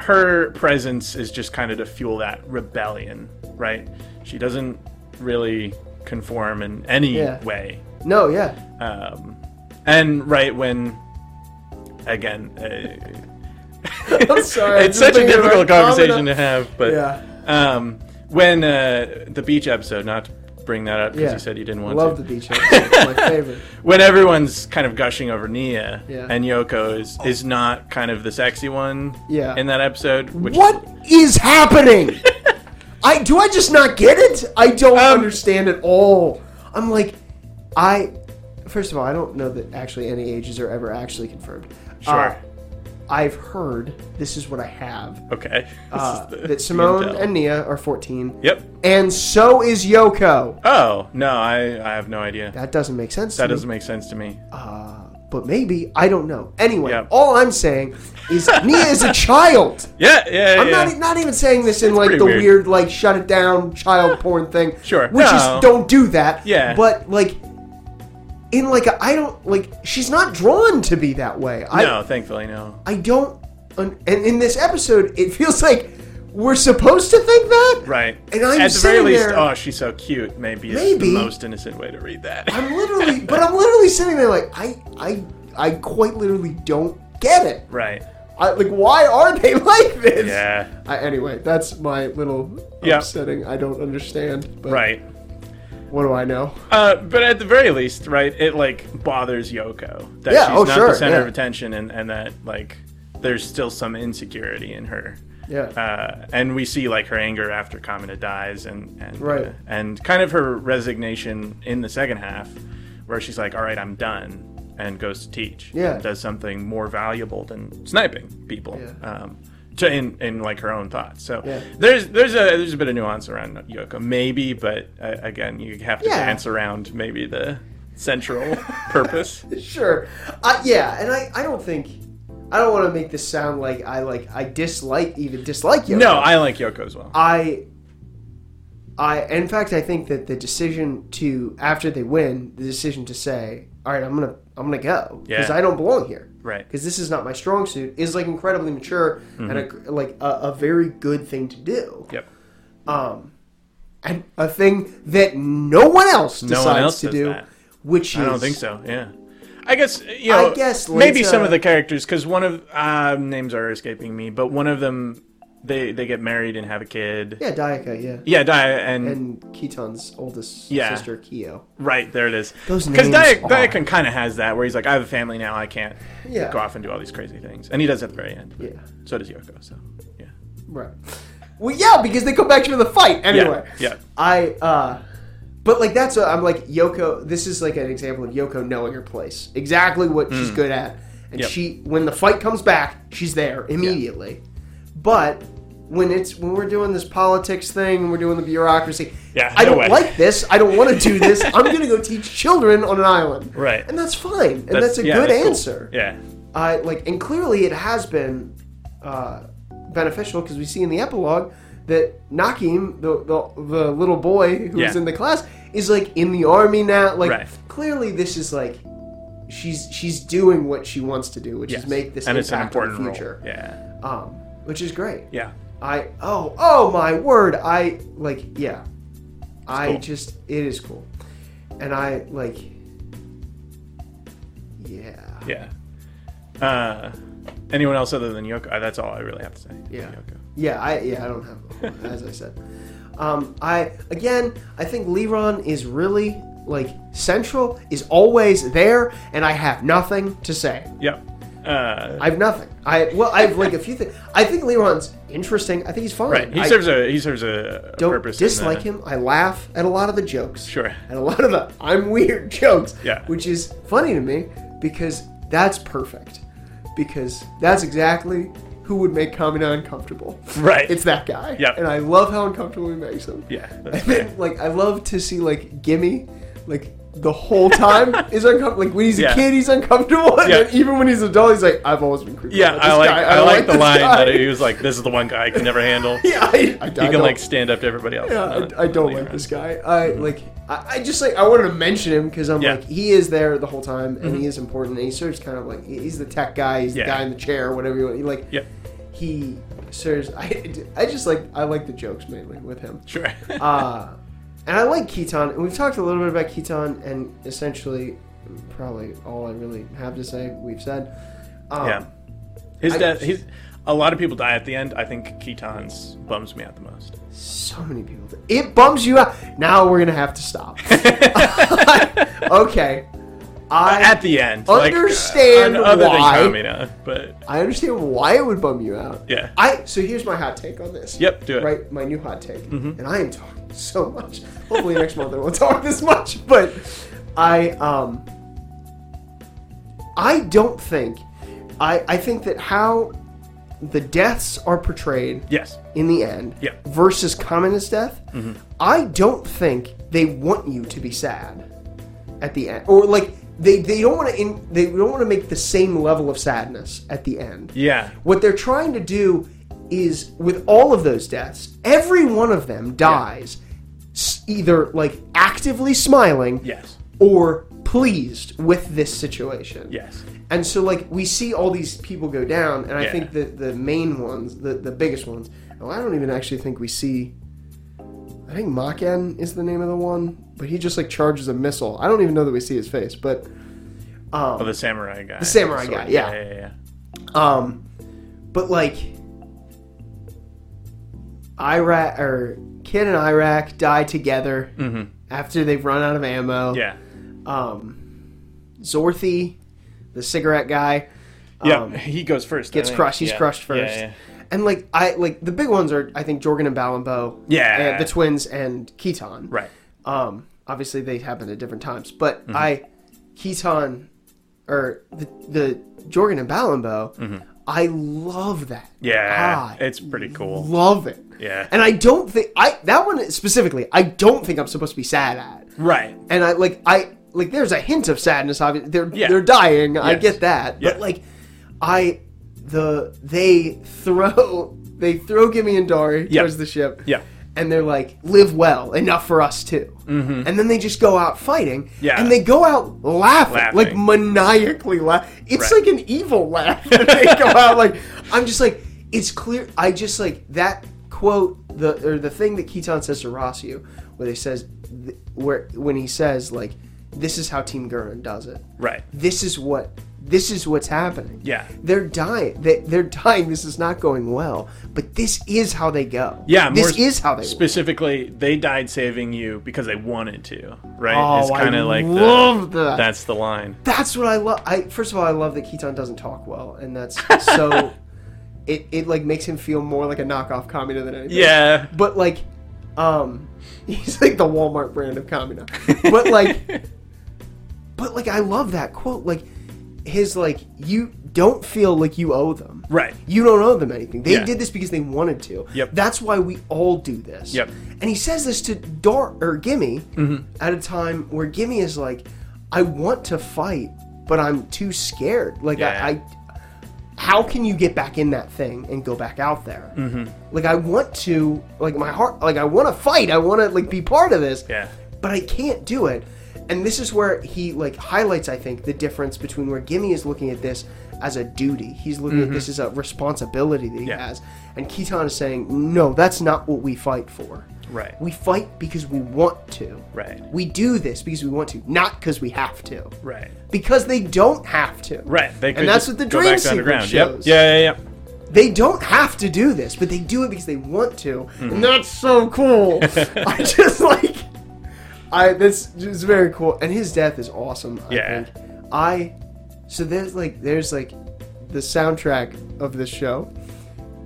S2: her presence is just kind of to fuel that rebellion, right? She doesn't really conform in any
S1: Yeah.
S2: way
S1: No. Yeah.
S2: um, and right when again uh,
S1: I'm sorry.
S2: it's
S1: I'm
S2: such a
S1: thinking
S2: difficult
S1: about
S2: conversation
S1: Kamina.
S2: to have but
S1: Yeah.
S2: um, when uh, the beach episode not to bring that up because
S1: Yeah.
S2: you said you didn't
S1: I
S2: want
S1: love
S2: to
S1: the beach. episode. It's my favorite.
S2: when everyone's kind of gushing over Nia
S1: Yeah.
S2: and Yoko is, is not kind of the sexy one
S1: Yeah.
S2: in that episode which
S1: What is happening? I do I just not get it? I don't
S2: Um,
S1: understand at all. I'm like, I first of all, I don't know that actually any ages are ever actually confirmed.
S2: Sure.
S1: Uh, I've heard this is what I have
S2: okay Oh, This
S1: uh,
S2: is the- the
S1: that Simone
S2: intel.
S1: and Nia are 14.
S2: yep
S1: And so is Yoko.
S2: oh no I, I have no idea
S1: That doesn't make sense. to
S2: that
S1: me.
S2: doesn't make sense to me
S1: Uh, but maybe I don't know. Anyway,
S2: Yep.
S1: all I'm saying is Nia is a child.
S2: yeah yeah
S1: I'm
S2: yeah.
S1: not e, not even saying this in like
S2: pretty
S1: the weird.
S2: weird.
S1: like shut it down child porn thing.
S2: Sure.
S1: which
S2: No.
S1: is don't do that.
S2: Yeah.
S1: but like in like a, I don't like she's not drawn to be that way. I
S2: no thankfully no
S1: I don't. un- And in this episode, it feels like we're supposed to think that.
S2: Right.
S1: And I'm
S2: at the very
S1: sitting
S2: least,
S1: there-
S2: oh, she's so cute. Maybe, is
S1: Maybe.
S2: the most innocent way to read that.
S1: I'm literally, but I'm literally sitting there like I I I quite literally don't get it.
S2: right.
S1: I, like why are they like this?
S2: Yeah.
S1: I, anyway, that's my little
S2: Yeah.
S1: upsetting. I don't understand. But
S2: Right.
S1: What do I know?
S2: Uh, but at the very least, right, it like bothers Yoko that
S1: Yeah,
S2: she's
S1: oh,
S2: not
S1: sure,
S2: the center
S1: yeah.
S2: of attention, and and that like there's still some insecurity in her.
S1: Yeah.
S2: Uh, and we see like her anger after Kamina dies, and and
S1: Right.
S2: uh, and kind of her resignation in the second half, where she's like, "All right, I'm done," and goes to teach.
S1: Yeah.
S2: does something more valuable than sniping people.
S1: Yeah.
S2: Um, to in, in like her own thoughts. So
S1: Yeah.
S2: there's there's a there's a bit of nuance around Yoko, maybe, but uh, again, you have to
S1: Yeah.
S2: dance around maybe the central purpose.
S1: sure. Uh, yeah, and I, I don't think I don't want to make this sound like I like I dislike even dislike you.
S2: No, I like Yoko as well.
S1: I I, in fact, I think that the decision to after they win, the decision to say, "All right, I'm gonna, I'm gonna go because
S2: Yeah.
S1: I don't belong here,"
S2: Right.
S1: Because this is not my strong suit is like incredibly mature and a, like a, a very good thing to do,
S2: Mm-hmm.
S1: Um,
S2: Yep.
S1: and a thing that no one else
S2: one
S1: decides
S2: else
S1: to
S2: does
S1: do.
S2: that.
S1: Which is,
S2: I don't think so. Yeah. I guess uh, you know.
S1: I guess
S2: maybe
S1: Lita-
S2: some of the characters, because one of uh, names are escaping me, but one of them, they they get married and have a kid.
S1: Yeah, Dayaka. Yeah,
S2: Yeah, Dia and,
S1: and Keaton's oldest
S2: Yeah.
S1: sister, Keo.
S2: right there it is.
S1: Those
S2: Because
S1: names
S2: Dia-
S1: are-
S2: Diacon kind of has that where he's like, I have a family now, I can't
S1: Yeah.
S2: go off and do all these crazy things, and he does at the very end. but
S1: Yeah.
S2: So does Yoko. So yeah.
S1: Right. Well, yeah, because they come back to the fight anyway.
S2: yeah.
S1: I, uh, but like that's what I'm like Yoko. This is like an example of Yoko knowing her place, exactly what she's good at, and
S2: Mm. Yep.
S1: she when the fight comes back, she's there immediately. But when it's when we're doing this politics thing and we're doing the bureaucracy,
S2: Yeah,
S1: I
S2: no
S1: don't
S2: way.
S1: like this. I don't want to do this. I'm gonna go teach children on an island,
S2: Right.
S1: And that's fine, and that's, a
S2: yeah,
S1: good
S2: that's cool.
S1: answer.
S2: Yeah.
S1: I like, and clearly it has been uh, beneficial because we see in the epilogue that Nakim, the the, the little boy who was
S2: Yeah.
S1: in the class, is like in the army now. Like,
S2: Right.
S1: clearly this is like she's she's doing what she wants to do, which
S2: Yes.
S1: is make this
S2: and it's an
S1: impact
S2: important
S1: on the
S2: role.
S1: future,
S2: Yeah.
S1: um, which is great.
S2: Yeah.
S1: I oh oh my word! I like yeah, I
S2: cool.
S1: just it is cool, and I like yeah.
S2: Yeah. Uh, anyone else other than Yoko? Uh, That's all I really have to say.
S1: Yeah.
S2: Yoko.
S1: Yeah, I yeah, I don't have a whole lot, as I said. Um, I again, I think Leron is really like central is always there, and I have nothing to say.
S2: Yep. Uh,
S1: I have nothing. I well, I've like a few things. I think Leron's interesting. I think he's fun.
S2: right. He
S1: I
S2: serves a he serves a, a
S1: don't
S2: purpose. in the-
S1: dislike him. I laugh at a lot of the jokes.
S2: Sure.
S1: And a lot of the I'm weird jokes.
S2: Yeah.
S1: Which is funny to me because that's perfect. Because that's exactly who would make Kamina uncomfortable.
S2: Right.
S1: It's that guy.
S2: Yep.
S1: And I love how uncomfortable he makes him.
S2: Yeah, that's
S1: And then, like, I love to see, like, Gimme, like, the whole time is uncomfortable. Like, when he's
S2: Yeah.
S1: a kid, he's uncomfortable. And
S2: Yeah.
S1: then even when he's an adult, he's like, I've always been creepy.
S2: Yeah,
S1: about this
S2: I like
S1: guy.
S2: I, like, the
S1: this
S2: line
S1: guy."
S2: that he was like, "This is the one guy I can never handle."
S1: Yeah, I, I,
S2: He can like stand up to everybody else.
S1: yeah,
S2: Not
S1: I, I don't like
S2: really around.
S1: this guy. I like. I, I just like. I wanted to mention him because I'm
S2: Mm-hmm. Yeah. Mm-hmm.
S1: like he is there the whole time and he is important and he serves kind of like he- he's the tech guy. He's
S2: Yeah.
S1: the guy in the chair, whatever you want. He, like
S2: Yep.
S1: he serves. I, I just like. I like the jokes mainly with him.
S2: Sure.
S1: Uh, and I like Keaton. And we've talked a little bit about Keaton and essentially probably all I really have to say we've said. Um,
S2: yeah. His
S1: I-
S2: death. He's a lot of people die at the end. I think Keaton's bums me out the most.
S1: So many people. It bums you out. Now we're gonna have to stop. okay. I
S2: at the end, like, uh,
S1: understand
S2: on- other
S1: why.
S2: than Kamina, but
S1: I understand why it would bum you out.
S2: Yeah.
S1: I so here's my hot take on this.
S2: Yep, do it. Mm-hmm.
S1: Right, my new hot take. And I am talking so much. Hopefully next month I won't talk this much, but I um I don't think I I think that how the deaths are portrayed
S2: yes,
S1: in the end
S2: Yeah.
S1: versus communist death, I don't think they want you to be sad at the end, or like they, they don't want to they don't want to make the same level of sadness at the end.
S2: yeah,
S1: What they're trying to do is with all of those deaths, every one of them dies s either like actively smiling
S2: yes,
S1: or pleased with this situation.
S2: yes,
S1: And so, like, we see all these people go down, and I
S2: Yeah.
S1: think the, the main ones, the, the biggest ones, well, I don't even actually think we see. I think Maken is the name of the one, but he just, like, charges a missile. I don't even know that we see his face, but.
S2: oh, the samurai guy, the
S1: Um, samurai guy, yeah.
S2: yeah, yeah, yeah.
S1: Um, but like, Iraq or Kid and Iraq die together after they've run out of ammo.
S2: Mm-hmm. yeah.
S1: Um, Zorthy, the cigarette guy,
S2: Yeah,
S1: um,
S2: he goes first. I
S1: gets
S2: think.
S1: crushed. He's
S2: Yeah.
S1: crushed
S2: Yeah,
S1: first.
S2: yeah.
S1: And like I like the big ones are I think Jorgen and Ballenbo.
S2: Yeah.
S1: and the twins and Keaton.
S2: Right. Mm-hmm.
S1: Um, obviously they happen at different times, but I, Keaton, or the the Jorgen and Ballenbo, I love that.
S2: Mm-hmm. Yeah,
S1: I
S2: it's pretty cool.
S1: love it.
S2: Yeah.
S1: and I don't think I that one specifically. I don't think I'm supposed to be sad at.
S2: Right.
S1: And I like I like there's a hint of sadness. Obviously, they're
S2: Yeah.
S1: they're dying. I
S2: Yes.
S1: get that,
S2: Yeah.
S1: but like I the they throw they throw Gimme and Dari
S2: Yeah.
S1: towards the ship.
S2: Yeah.
S1: and they're like, live well, enough for us too. Mm-hmm. And then they just go out fighting.
S2: Yeah.
S1: And they go out laughing,
S2: Laughing.
S1: like maniacally laughing. It's
S2: Right.
S1: like an evil laugh. that they go out like, I'm just like, it's clear. I just like that quote, the or the thing that Keaton says to Rossio, where they says, th- where when he says like, this is how Team Gurren does it
S2: Right.
S1: this is what this is what's happening.
S2: Yeah.
S1: They're dying. They, they're dying. This is not going well. But this is how they go.
S2: Yeah,
S1: This
S2: more
S1: is how they win.
S2: Specifically, they died saving you because they wanted to, right?
S1: Oh,
S2: it's kind
S1: I
S2: of like the-
S1: love that.
S2: That's the line.
S1: That's what I love. I first of all, I love that Keaton doesn't talk well, and that's so. it it like makes him feel more like a knockoff Kamina than anything.
S2: Yeah.
S1: But like, um, he's like the Walmart brand of Kamina. But like, but like, I love that quote. Like, his like, you don't feel like you owe them.
S2: Right.
S1: You don't owe them anything. They
S2: Yeah.
S1: did this because they wanted to.
S2: Yep.
S1: That's why we all do this.
S2: Yep. Mm-hmm.
S1: And he says this to Dar or Gimme at a time where Gimme is like, I want to fight, but I'm too scared. Like
S2: Yeah.
S1: I, I how can you get back in that thing and go back out there? Mm-hmm. Like I want to, like my heart, like I want to fight. I want to like be part of this
S2: Yeah.
S1: but I can't do it. And this is where he like highlights, I think, the difference between where Gimme is looking at this as a duty. He's looking at this as a responsibility that he
S2: Mm-hmm. Yeah.
S1: has. And Keaton is saying, No, that's not what we fight for.
S2: Right.
S1: We fight because we want to.
S2: Right.
S1: We do this because we want to, not because we have to.
S2: Right.
S1: Because they don't have to.
S2: Right. They could
S1: and that's
S2: just
S1: what the
S2: go
S1: dream
S2: back to
S1: sequence
S2: underground.
S1: shows.
S2: Yep. Yeah. Yeah. Yeah.
S1: They don't have to do this, but they do it because they want to.
S2: Hmm.
S1: And that's so cool. I just like I that's just very cool. And his death is awesome, I
S2: Yeah.
S1: think. I so there's like there's like the soundtrack of this show.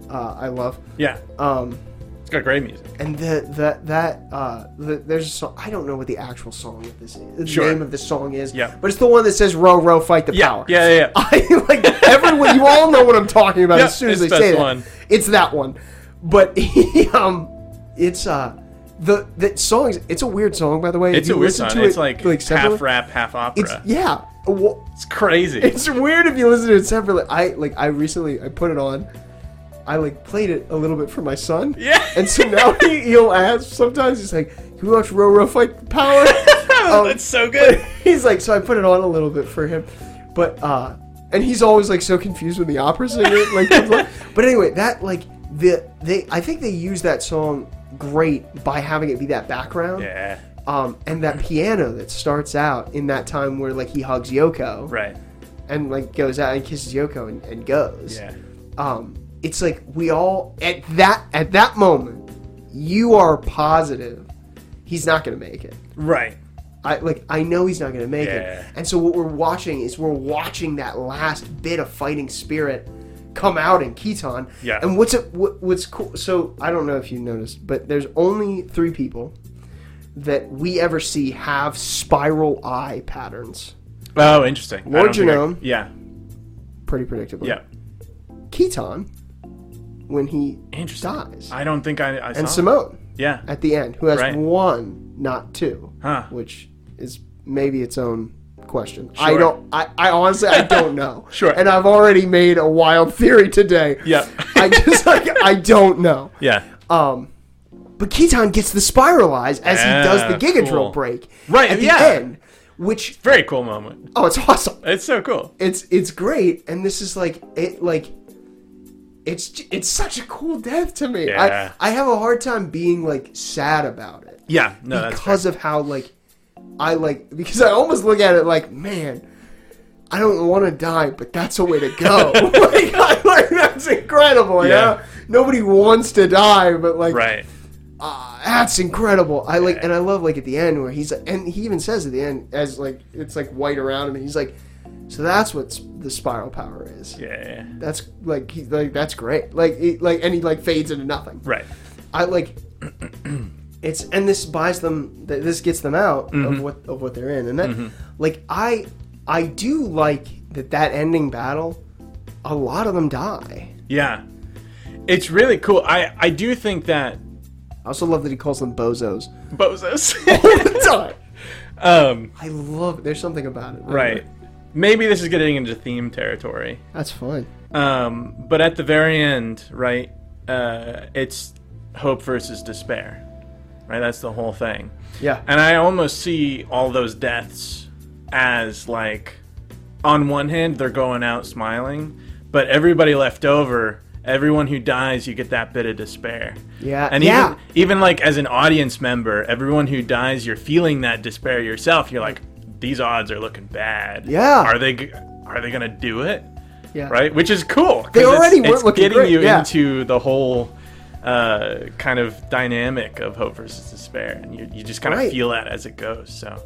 S1: Uh, I love.
S2: Yeah.
S1: Um
S2: It's got great music.
S1: and the that that uh the, there's a song I don't know what the actual song of this is the
S2: Sure.
S1: name of the song is.
S2: Yeah.
S1: But it's the one that says row row fight the
S2: Yeah.
S1: power.
S2: Yeah. Yeah. yeah.
S1: I like everyone. You all know what I'm talking about.
S2: Yep,
S1: as soon as
S2: it's
S1: I say
S2: this
S1: that,
S2: one.
S1: it's that one. But um, it's uh, the the song. is- It's a weird song, by the way. If
S2: It's
S1: you
S2: a weird
S1: listen
S2: song.
S1: to
S2: It's
S1: it,
S2: like,
S1: separately,
S2: half rap, half opera.
S1: It's
S2: It's,
S1: yeah. Well,
S2: crazy.
S1: it's weird if you listen to it separately. I like. I recently I put it on. I like played it a little bit for my son.
S2: Yeah.
S1: And so now he, he'll ask sometimes. He's like, "Can we watch Row Row Fight the Power?" Um,
S2: it's so good.
S1: he's like, so I put it on a little bit for him, but uh, and he's always like so confused when the opera singer like, comes on. but anyway, that like the they I think they use that song great by having it be that background,
S2: Yeah.
S1: um, and that piano that starts out in that time where like he hugs Yoko,
S2: Right.
S1: and like goes out and kisses Yoko and, and goes,
S2: Yeah.
S1: um, it's like we all at that at that moment, you are positive he's not gonna make it.
S2: Right.
S1: I like I know he's not going to make
S2: Yeah.
S1: it. And so what we're watching is we're watching that last bit of fighting spirit come out in Keaton.
S2: Yeah.
S1: And what's it, what, what's cool? So I don't know if you noticed, but there's only three people that we ever see have spiral eye patterns.
S2: Oh, interesting. I
S1: Lord
S2: don't think I-
S1: Genome.
S2: Yeah.
S1: Pretty predictable.
S2: Yeah.
S1: Keaton when he
S2: Interesting.
S1: dies,
S2: I don't think I, I saw.
S1: and Simone
S2: yeah.
S1: at the end who has
S2: Right.
S1: one, not two,
S2: Huh.
S1: which is maybe its own question. I
S2: Sure.
S1: don't. I, I honestly I don't know.
S2: Sure.
S1: And I've already made a wild theory today.
S2: Yeah.
S1: I just like I don't know.
S2: Yeah.
S1: Um, but Keaton gets the spiral eyes as
S2: Yeah,
S1: he does the Giga Drill
S2: cool.
S1: break
S2: Right,
S1: at the
S2: yeah.
S1: end, which
S2: Very cool moment.
S1: oh, it's awesome
S2: It's so cool.
S1: it's it's great and this is like it like it's j- it's such a cool death to me
S2: Yeah.
S1: i i have a hard time being like sad about it
S2: Yeah. No, that's fair.
S1: because of how like i like because i almost look at it like man i don't want to die but that's a way to go like, I, like that's incredible yeah
S2: Yeah.
S1: nobody wants to die but like
S2: right.
S1: ah, that's incredible. I like, and I love like at the end where he's, and he even says at the end as like it's like white around him, and he's like, so that's what s- the spiral power is.
S2: Yeah.
S1: That's like he like that's great. Like it, like and he like fades into nothing.
S2: Right.
S1: I like. It's and this buys them. th- This gets them out
S2: Mm-hmm.
S1: of what of what they're in, and that like I I do like that that ending battle. A lot of them die.
S2: Yeah. It's really cool. I, I do think that
S1: I also love that he calls them bozos.
S2: Bozos.
S1: Die.
S2: um,
S1: I love. There's something about it.
S2: right. Maybe this is getting into theme territory.
S1: That's fun.
S2: Um, but at the very end, right, uh, it's hope versus despair. Right? That's the whole thing.
S1: Yeah.
S2: And I almost see all those deaths as like on one hand they're going out smiling, but everybody left over, everyone who dies, you get that bit of despair.
S1: Yeah,
S2: And
S1: yeah.
S2: even even like as an audience member, everyone who dies, you're feeling that despair yourself. You're like these odds are looking bad.
S1: Yeah.
S2: Are they g- are they going to do it?
S1: Yeah.
S2: right? Which is cool. 'cause
S1: They
S2: it's-
S1: already
S2: it's,
S1: weren't looking
S2: getting
S1: great,
S2: you
S1: yeah.
S2: into the whole uh, kind of dynamic of hope versus despair, and you, you just kind
S1: Right. Oh,
S2: of feel that as it goes. So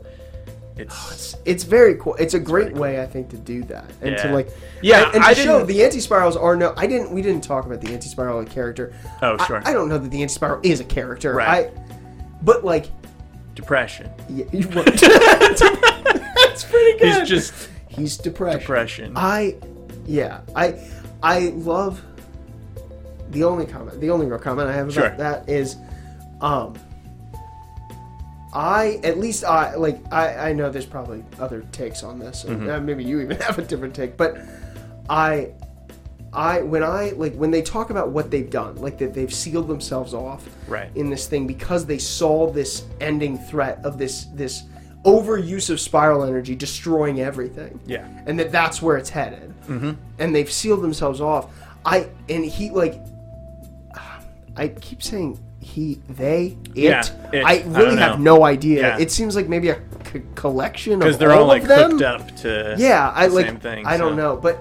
S2: it's
S1: It's, it's very cool. It's a great way, I think, to do that and to
S2: Yeah.
S1: like,
S2: Yeah,
S1: And, and to
S2: I
S1: show
S2: didn't-
S1: the anti spirals are no. I didn't. We didn't talk about the anti spiral character.
S2: Oh,
S1: I-
S2: sure.
S1: I, don't know that the anti spiral is a character. I,
S2: Right.
S1: but like,
S2: depression.
S1: yeah, you- that's pretty good.
S2: It's just
S1: He's depressed.
S2: depression.
S1: I, yeah, I, I love. The only comment, the only real comment I have about
S2: Sure.
S1: that is, um, I at least I like I I know there's probably other takes on this, and
S2: Mm-hmm.
S1: uh, maybe you even have a different take, but I. I when I like when they talk about what they've done, like that they've sealed themselves off
S2: Right.
S1: in this thing because they saw this ending threat of this this overuse of spiral energy destroying everything
S2: Yeah.
S1: and that that's where it's headed. Mm-hmm. And they've sealed themselves off. I and he like, I keep saying he, they, it.
S2: Yeah, it. I
S1: I
S2: don't
S1: really have
S2: know.
S1: no idea.
S2: Yeah.
S1: It seems like maybe a c- collection
S2: Because
S1: of
S2: they're all,
S1: all,
S2: like
S1: of them.
S2: hooked up to
S1: Yeah, I
S2: the
S1: like.
S2: same thing.
S1: I don't
S2: so-
S1: know, but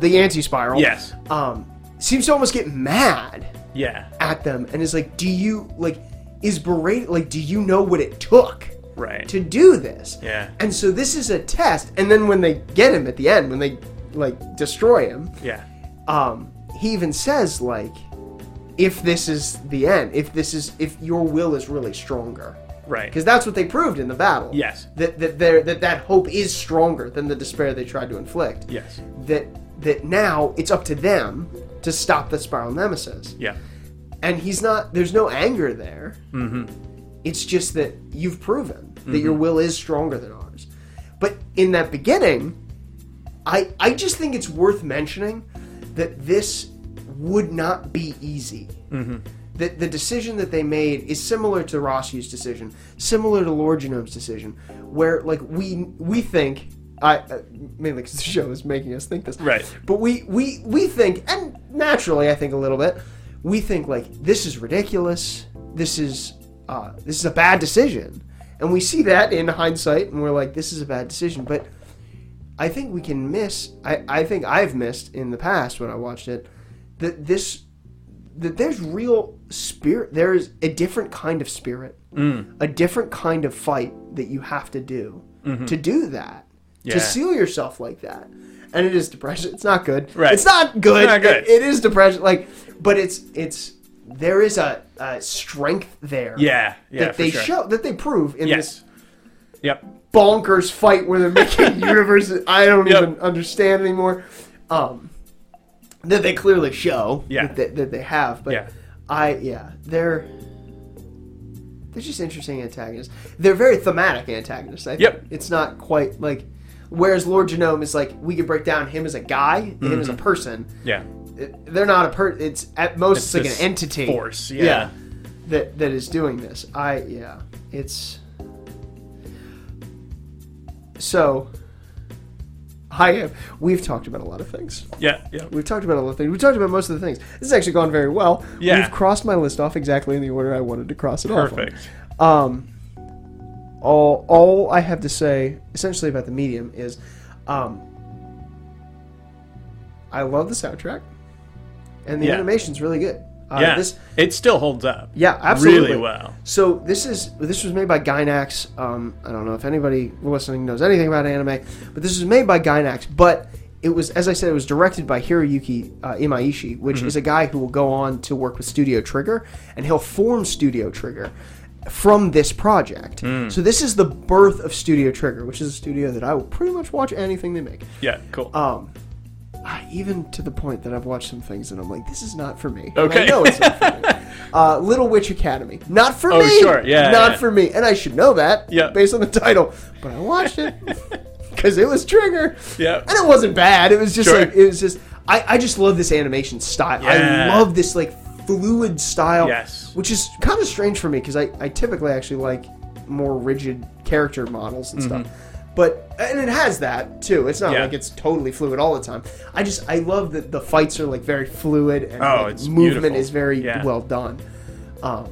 S1: the anti spiral.
S2: Yes.
S1: Um, seems to almost get mad
S2: Yeah.
S1: at them and is like, do you like, is berate like, do you know what it took?
S2: Right.
S1: to do this.
S2: Yeah.
S1: And so this is a test. And then when they get him at the end, when they like destroy him,
S2: yeah.
S1: um, he even says like, if this is the end, if this is if your will is really stronger,
S2: Right.
S1: because that's what they proved in the battle.
S2: Yes.
S1: That that their- that that hope is stronger than the despair they tried to inflict.
S2: Yes.
S1: That that now it's up to them to stop the spiral nemesis
S2: Yeah.
S1: and he's not there's no anger there mm-hmm. it's just that you've proven that your will is stronger than ours but in that beginning i i just think it's worth mentioning that this would not be easy that the decision that they made is similar to Ross's decision, similar to Lord Genome's decision, where like we we think I uh, mainly because the show is making us think this,
S2: Right.
S1: But we we we think, and naturally, I think a little bit, we think like this is ridiculous. This is uh, this is a bad decision, and we see that in hindsight, and we're like, this is a bad decision, but. I think we can miss. I, I think I've missed in the past when I watched it that this that there's real spirit. There is a different kind of spirit,
S2: Mm.
S1: a different kind of fight that you have to do to do that
S2: Mm-hmm. Yeah.
S1: to seal yourself like that. And it is depression. It's not good.
S2: Right.
S1: It's not good.
S2: It's not good.
S1: It- it is depression. Like, but it's it's there is a, a strength there.
S2: Yeah. Yeah.
S1: That
S2: for
S1: they
S2: sure.
S1: show that they prove in this
S2: Yes. Yep.
S1: bonkers fight where they're making universes I don't
S2: Yep.
S1: even understand anymore. Um, that they clearly show
S2: Yeah.
S1: that, they, that they have, but
S2: Yeah.
S1: I yeah they're they're just interesting antagonists. They're very thematic antagonists. I think.
S2: Yep.
S1: it's not quite like whereas Lord Genome is like we could break down him as a guy, and him
S2: Mm-hmm.
S1: as a person.
S2: Yeah.
S1: It- They're not a per. It's at most
S2: It's
S1: like
S2: this
S1: an entity
S2: force, yeah.
S1: that that is doing this. I yeah. It's so. I have. We've talked about a lot of things.
S2: Yeah. Yeah.
S1: We've talked about a lot of things. We've talked about most of the things. This has actually gone very well.
S2: Yeah.
S1: We've crossed my list off exactly in the order I wanted to cross it off. on.
S2: Perfect.
S1: Um, all all I have to say essentially about the medium is, um, I love the soundtrack, and the
S2: Yeah.
S1: animation's really good. Uh,
S2: yeah.
S1: This
S2: it still holds up.
S1: yeah, absolutely.
S2: Really well.
S1: So this is this was made by Gynax. Um, I don't know if anybody listening knows anything about anime, but this was made by Gynax. But it was, as I said, it was directed by Hiroyuki uh, Imaishi, which is a guy who will go on to work with Studio Trigger, and he'll form Studio Trigger from this project. So this is the birth of Studio Trigger, which is a studio that I will pretty much watch anything they make.
S2: Yeah. Cool.
S1: Um, I, even to the point that I've watched some things and I'm like, this is not for me. And I
S2: Okay.
S1: know it's not for me. Uh, Little Witch Academy, not for
S2: Oh,
S1: me.
S2: sure. Yeah,
S1: not
S2: yeah.
S1: for me. And I should know that.
S2: Yeah.
S1: based on the title. But I watched it because it was Trigger.
S2: Yeah.
S1: and it wasn't bad. It was just
S2: Sure.
S1: like it was just. I, I just love this animation style.
S2: Yeah.
S1: I love this like fluid style.
S2: Yes.
S1: Which is kind of strange for me because I, I typically actually like more rigid character models and stuff. But and it has that too. It's not
S2: Mm-hmm. Yeah.
S1: like it's totally fluid all the time. I just I love that the fights are like very fluid and
S2: Oh,
S1: like,
S2: it's
S1: movement
S2: beautiful.
S1: is very
S2: Yeah.
S1: well done. Um,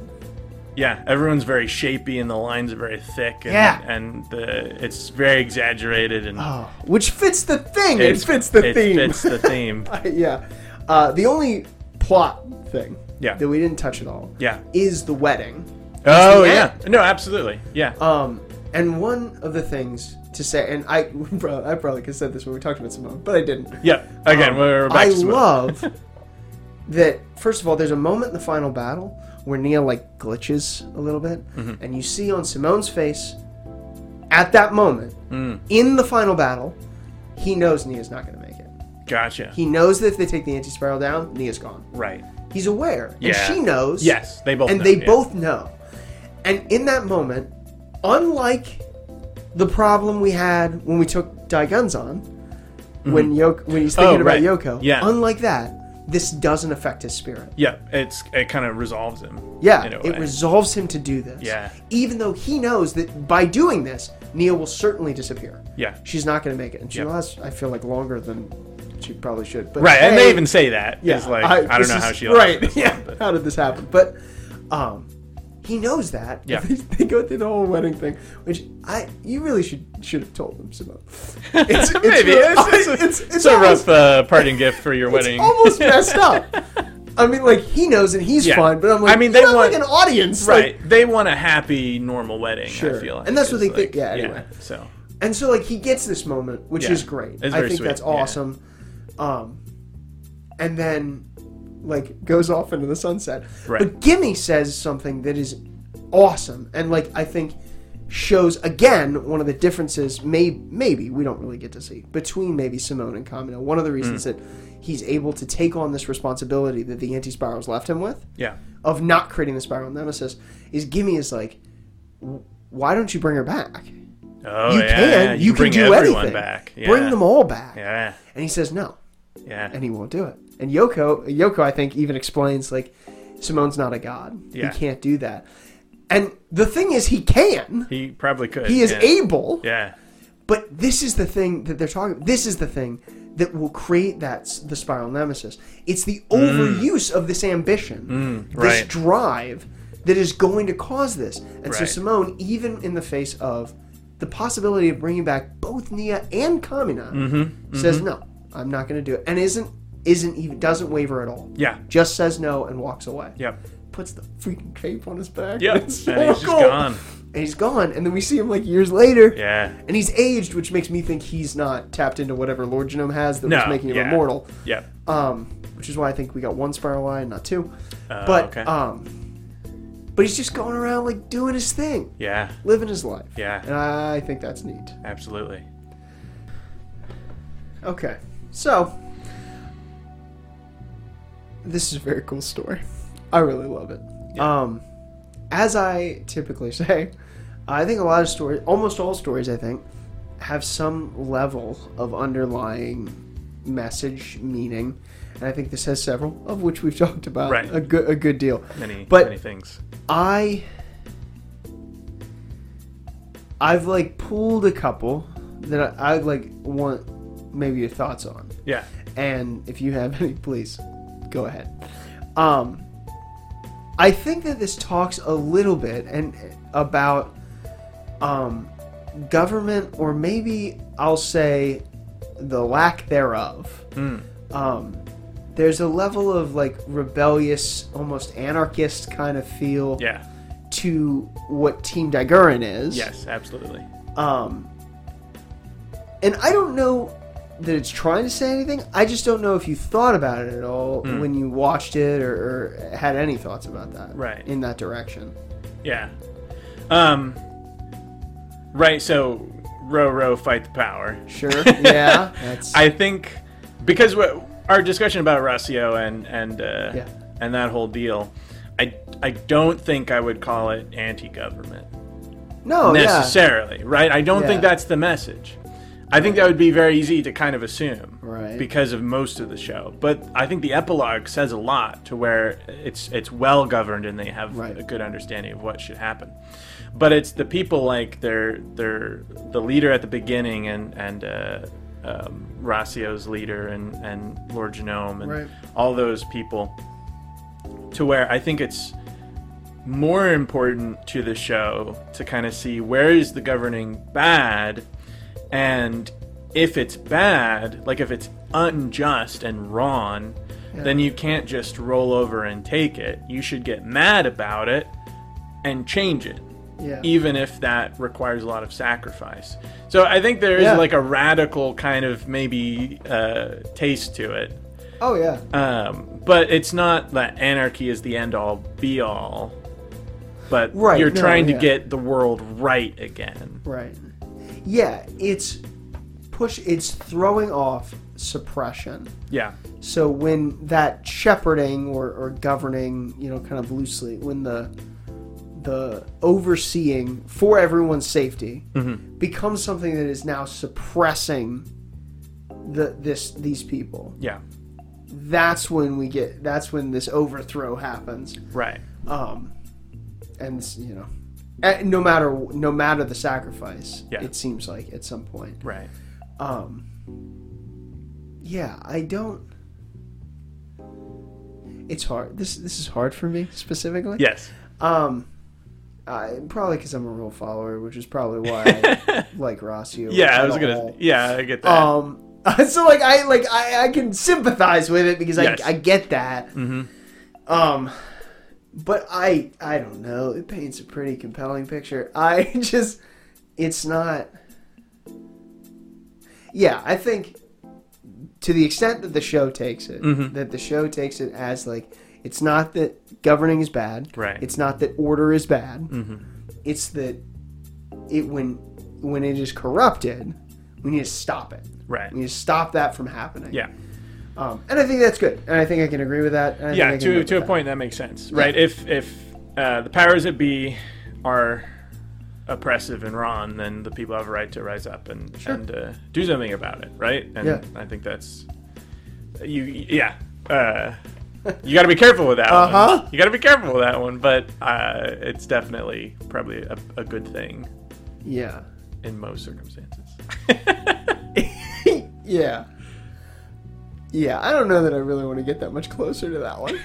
S2: Yeah, everyone's very shapy and the lines are very thick. And,
S1: Yeah.
S2: and the it's very exaggerated and
S1: oh, which fits the thing.
S2: it's-
S1: it fits the
S2: it
S1: theme.
S2: fits the theme.
S1: yeah. Uh, the only plot thing
S2: Yeah.
S1: that we didn't touch at all
S2: Yeah.
S1: is the wedding.
S2: oh
S1: the
S2: yeah, no, absolutely, yeah.
S1: Um, and one of the things to say, and I, bro, I probably could have said this when we talked about Simone, but I didn't.
S2: Yeah. Again,
S1: Um,
S2: we're back
S1: I
S2: to Smooth.
S1: love that. First of all, there's a moment in the final battle where Nia like glitches a little bit,
S2: Mm-hmm.
S1: and you see on Simone's face at that moment
S2: Mm.
S1: in the final battle, he knows Nia's not going to make it.
S2: Gotcha.
S1: He knows that if they take the anti spiral down, Nia's gone.
S2: right.
S1: He's aware, and
S2: Yeah.
S1: she knows.
S2: Yes, they both.
S1: and
S2: know,
S1: they
S2: yeah.
S1: both know. And in that moment, unlike the problem we had when we took Dai Guns on, when Yoko, when he's thinking
S2: Mm-hmm. Oh,
S1: about Yoko,
S2: right. Yeah.
S1: unlike that, this doesn't affect his spirit.
S2: Yeah, it's it kind of resolves them.
S1: Yeah,
S2: in a
S1: it
S2: way.
S1: resolves him to do this.
S2: Yeah.
S1: Even though he knows that by doing this, Nia will certainly disappear.
S2: Yeah.
S1: She's not going to make it. And she
S2: Yeah.
S1: lasts, I feel like, longer than she probably should. But
S2: Right, and
S1: hey,
S2: they even say that. Yeah, like I, don't
S1: this
S2: know
S1: is-
S2: how she.
S1: Right.
S2: This
S1: yeah.
S2: One, but-
S1: how did this happen? But um, he knows that.
S2: Yeah.
S1: They, they go through the whole wedding thing, which I you really should should have told them, Simone. It's, it's
S2: Maybe
S1: real-
S2: it's, it's,
S1: it's-
S2: it's
S1: it's
S2: a
S1: almost-
S2: rough uh, parting gift for your
S1: it's
S2: wedding.
S1: almost messed up. I mean, like he knows and he's
S2: Yeah.
S1: fine, but I'm like,
S2: I mean,
S1: you
S2: they
S1: have,
S2: want-
S1: like an audience, like-
S2: right. they want a happy, normal wedding.
S1: Sure.
S2: I feel like,
S1: And that's what
S2: is
S1: they think- yeah,
S2: yeah.
S1: anyway.
S2: So
S1: and so like he gets this moment, which
S2: Yeah.
S1: is great.
S2: It's
S1: I
S2: very
S1: think
S2: sweet,
S1: that's
S2: yeah.
S1: awesome. Um, and then like goes off into the sunset.
S2: Right.
S1: But Gimme says something that is awesome, and like I think shows again one of the differences. May maybe we don't really get to see between maybe Simone and Kamino. One of the reasons
S2: Hmm.
S1: that he's able to take on this responsibility that the anti spirals left him with
S2: yeah,
S1: of not creating the spiral nemesis is Gimme is like, "W- why don't you bring her back?
S2: oh
S1: you
S2: yeah,
S1: can.
S2: yeah,
S1: You, can
S2: bring
S1: do
S2: everyone
S1: anything.
S2: back. Yeah.
S1: Bring them all back.
S2: Yeah,
S1: And he says no,
S2: yeah,
S1: and he won't do it. And Yoko, Yoko, I think even explains like, Simone's not a god.
S2: Yeah.
S1: He can't do that. And the thing is, he can.
S2: he probably could.
S1: He is
S2: yeah.
S1: able.
S2: Yeah,
S1: But this is the thing that they're talking. This is the thing that will create that s- the spiral nemesis. It's the overuse of this ambition, this
S2: Mm. right.
S1: drive that is going to cause this. And so
S2: Right.
S1: Simone, even in the face of the possibility of bringing back both Nia and Kamina,
S2: Mm-hmm,
S1: says no. I'm not going to do it, and isn't isn't even doesn't waver at all.
S2: yeah,
S1: Just says no and walks away.
S2: yep,
S1: Puts the freaking cape on his back.
S2: yep.
S1: and
S2: and
S1: it's
S2: he's
S1: so
S2: just
S1: cool.
S2: gone.
S1: And he's gone. And then we see him like years later.
S2: Yeah,
S1: And he's aged, which makes me think he's not tapped into whatever Lord Genome has that was
S2: No,
S1: making him
S2: yeah.
S1: immortal.
S2: yep.
S1: Um, which is why I think we got one spiral line, not two.
S2: Uh,
S1: but
S2: okay.
S1: um, but he's just going around like doing his thing,
S2: yeah,
S1: living his life.
S2: Yeah.
S1: and I think that's neat.
S2: absolutely.
S1: Okay, so this is a very cool story. I really love it. Um, as I typically say, I think a lot of stories, almost all stories, I think, have some level of underlying message, meaning, and I think this has several of which we've talked about
S2: Right.
S1: a good a good deal.
S2: Many,
S1: But-
S2: many things.
S1: I I've like pulled a couple that I, I'd like want maybe your thoughts on.
S2: Yeah,
S1: And if you have any, please go ahead. Um I think that this talks a little bit and about um government or maybe I'll say the lack thereof.
S2: Mm,
S1: Um there's a level of like rebellious, almost anarchist kind of feel
S2: yeah,
S1: to what Team Digurin is.
S2: yes, absolutely.
S1: Um, and I don't know that it's trying to say anything. I just don't know if you thought about it at all
S2: Hmm.
S1: when you watched it or, or had any thoughts about that.
S2: Right.
S1: In that direction.
S2: Yeah. Um. Right. So, row, row, fight the power.
S1: Sure. yeah. That's.
S2: I think because we- our discussion about Rossio and and uh,
S1: Yeah.
S2: and that whole deal, I I don't think I would call it anti-government
S1: no. Oh, Yeah.
S2: necessarily. Right. I don't think
S1: Yeah.
S2: that's the message. I think that would be very easy to kind of assume,
S1: Right.
S2: Because of most of the show, but I think the epilogue says a lot to where it's it's well governed and they have
S1: Right.
S2: a good understanding of what should happen. But it's the people like they're they're the leader at the beginning and and uh, um, Racio's leader and and Lord Genome and
S1: Right.
S2: all those people to where I think it's more important to the show to kind of see where is the governing bad and if it's bad like if it's unjust and wrong then you can't just roll over and take it you should get mad about it and change it
S1: Yeah.
S2: even if that requires a lot of sacrifice so i think there is
S1: Yeah.
S2: like a radical kind of maybe uh, taste to it
S1: oh yeah.
S2: um, but it's not that anarchy is the end all be all. But
S1: Right,
S2: you're
S1: no,
S2: trying
S1: yeah.
S2: to get the world right again.
S1: Right. Yeah, it's push it's throwing off suppression.
S2: Yeah.
S1: So when that shepherding or, or governing, you know, kind of loosely, when the the overseeing for everyone's safety becomes something that is now suppressing the this these people.
S2: Yeah.
S1: That's when we get that's when this overthrow happens.
S2: Right.
S1: Um and you know, eh, no matter no matter the sacrifice,
S2: Yeah.
S1: it seems like at some point.
S2: Right.
S1: Um. Yeah, I don't. It's hard. This this is hard for me specifically.
S2: Yes.
S1: Um. I, probably because I'm a rule follower, which is probably why I like Rossio.
S2: Yeah, I
S1: at
S2: was
S1: all.
S2: gonna. Yeah, I get that.
S1: Um. So like I like I, I can sympathize with it because
S2: Yes. Mm-hmm.
S1: I I get that. Um. But I I don't know. It paints a pretty compelling picture. I just it's not. Yeah, I think to the extent that the show takes it,
S2: Mm-hmm.
S1: that the show takes it as like it's not that governing is bad.
S2: Right. Mm-hmm.
S1: It's not that order is bad. It's that it when when it is corrupted, we need to stop it.
S2: right.
S1: We need to stop that from happening.
S2: Yeah.
S1: Um, and I think that's good. And I think I can agree with that. and I
S2: Yeah.
S1: think I can
S2: To
S1: live
S2: to a
S1: with that.
S2: point that makes sense. Right. If if uh, the powers that be are oppressive and wrong, then the people have a right to rise up and and uh, do something about it. Right. And
S1: Yeah.
S2: I think that's you. Yeah. Uh, you got to be careful with that
S1: Uh-huh.
S2: one. You got to be careful with that one, but uh, it's definitely probably a, a good thing
S1: Yeah.
S2: in most circumstances.
S1: yeah. Yeah, I don't know that I really want to get that much closer to that one.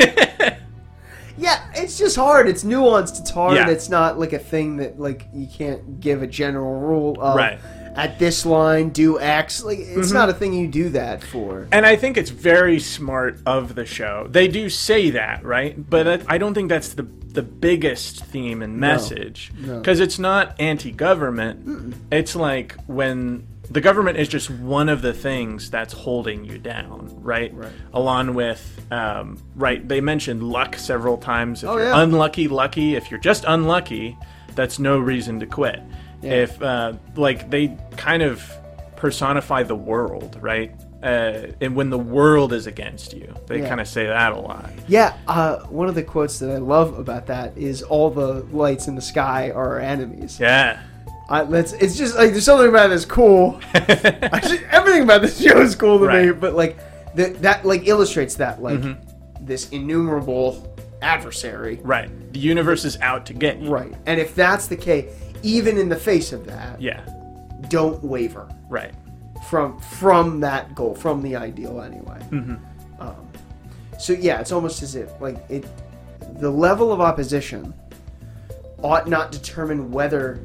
S1: yeah, it's just hard. It's nuanced. It's hard.
S2: Yeah.
S1: It's not like a thing that like you can't give a general rule of
S2: Right. Mm-hmm.
S1: at this line do X. Like it's not a thing you do that for.
S2: and I think it's very smart of the show. They do say that, right? But I- I don't think that's the the biggest theme and message
S1: No.
S2: because it's not anti-government. It's like when the government is just one of the things that's holding you down, right?
S1: Right.
S2: Along with, um, right? They mentioned luck several times. If
S1: Oh,
S2: you're
S1: yeah.
S2: unlucky, lucky. If you're just unlucky, that's no reason to quit. If uh, like they kind of personify the world, right? Uh, and when the world is against you, they
S1: Yeah.
S2: kind of say that a lot.
S1: Yeah, uh, one of the quotes that I love about that is all the lights in the sky are our enemies.
S2: Yeah,
S1: I, that's it's just like there's something about this cool. I just, everything about this show is cool to me,
S2: Right.
S1: but like th- that like illustrates that like
S2: Mm-hmm.
S1: this innumerable adversary,
S2: right. The universe is out to get you.
S1: right? And if that's the case, even in the face of that,
S2: Yeah,
S1: don't waver
S2: right.
S1: from from that goal, from the ideal anyway.
S2: Mm-hmm.
S1: Um, so yeah, it's almost as if like it, the level of opposition ought not determine whether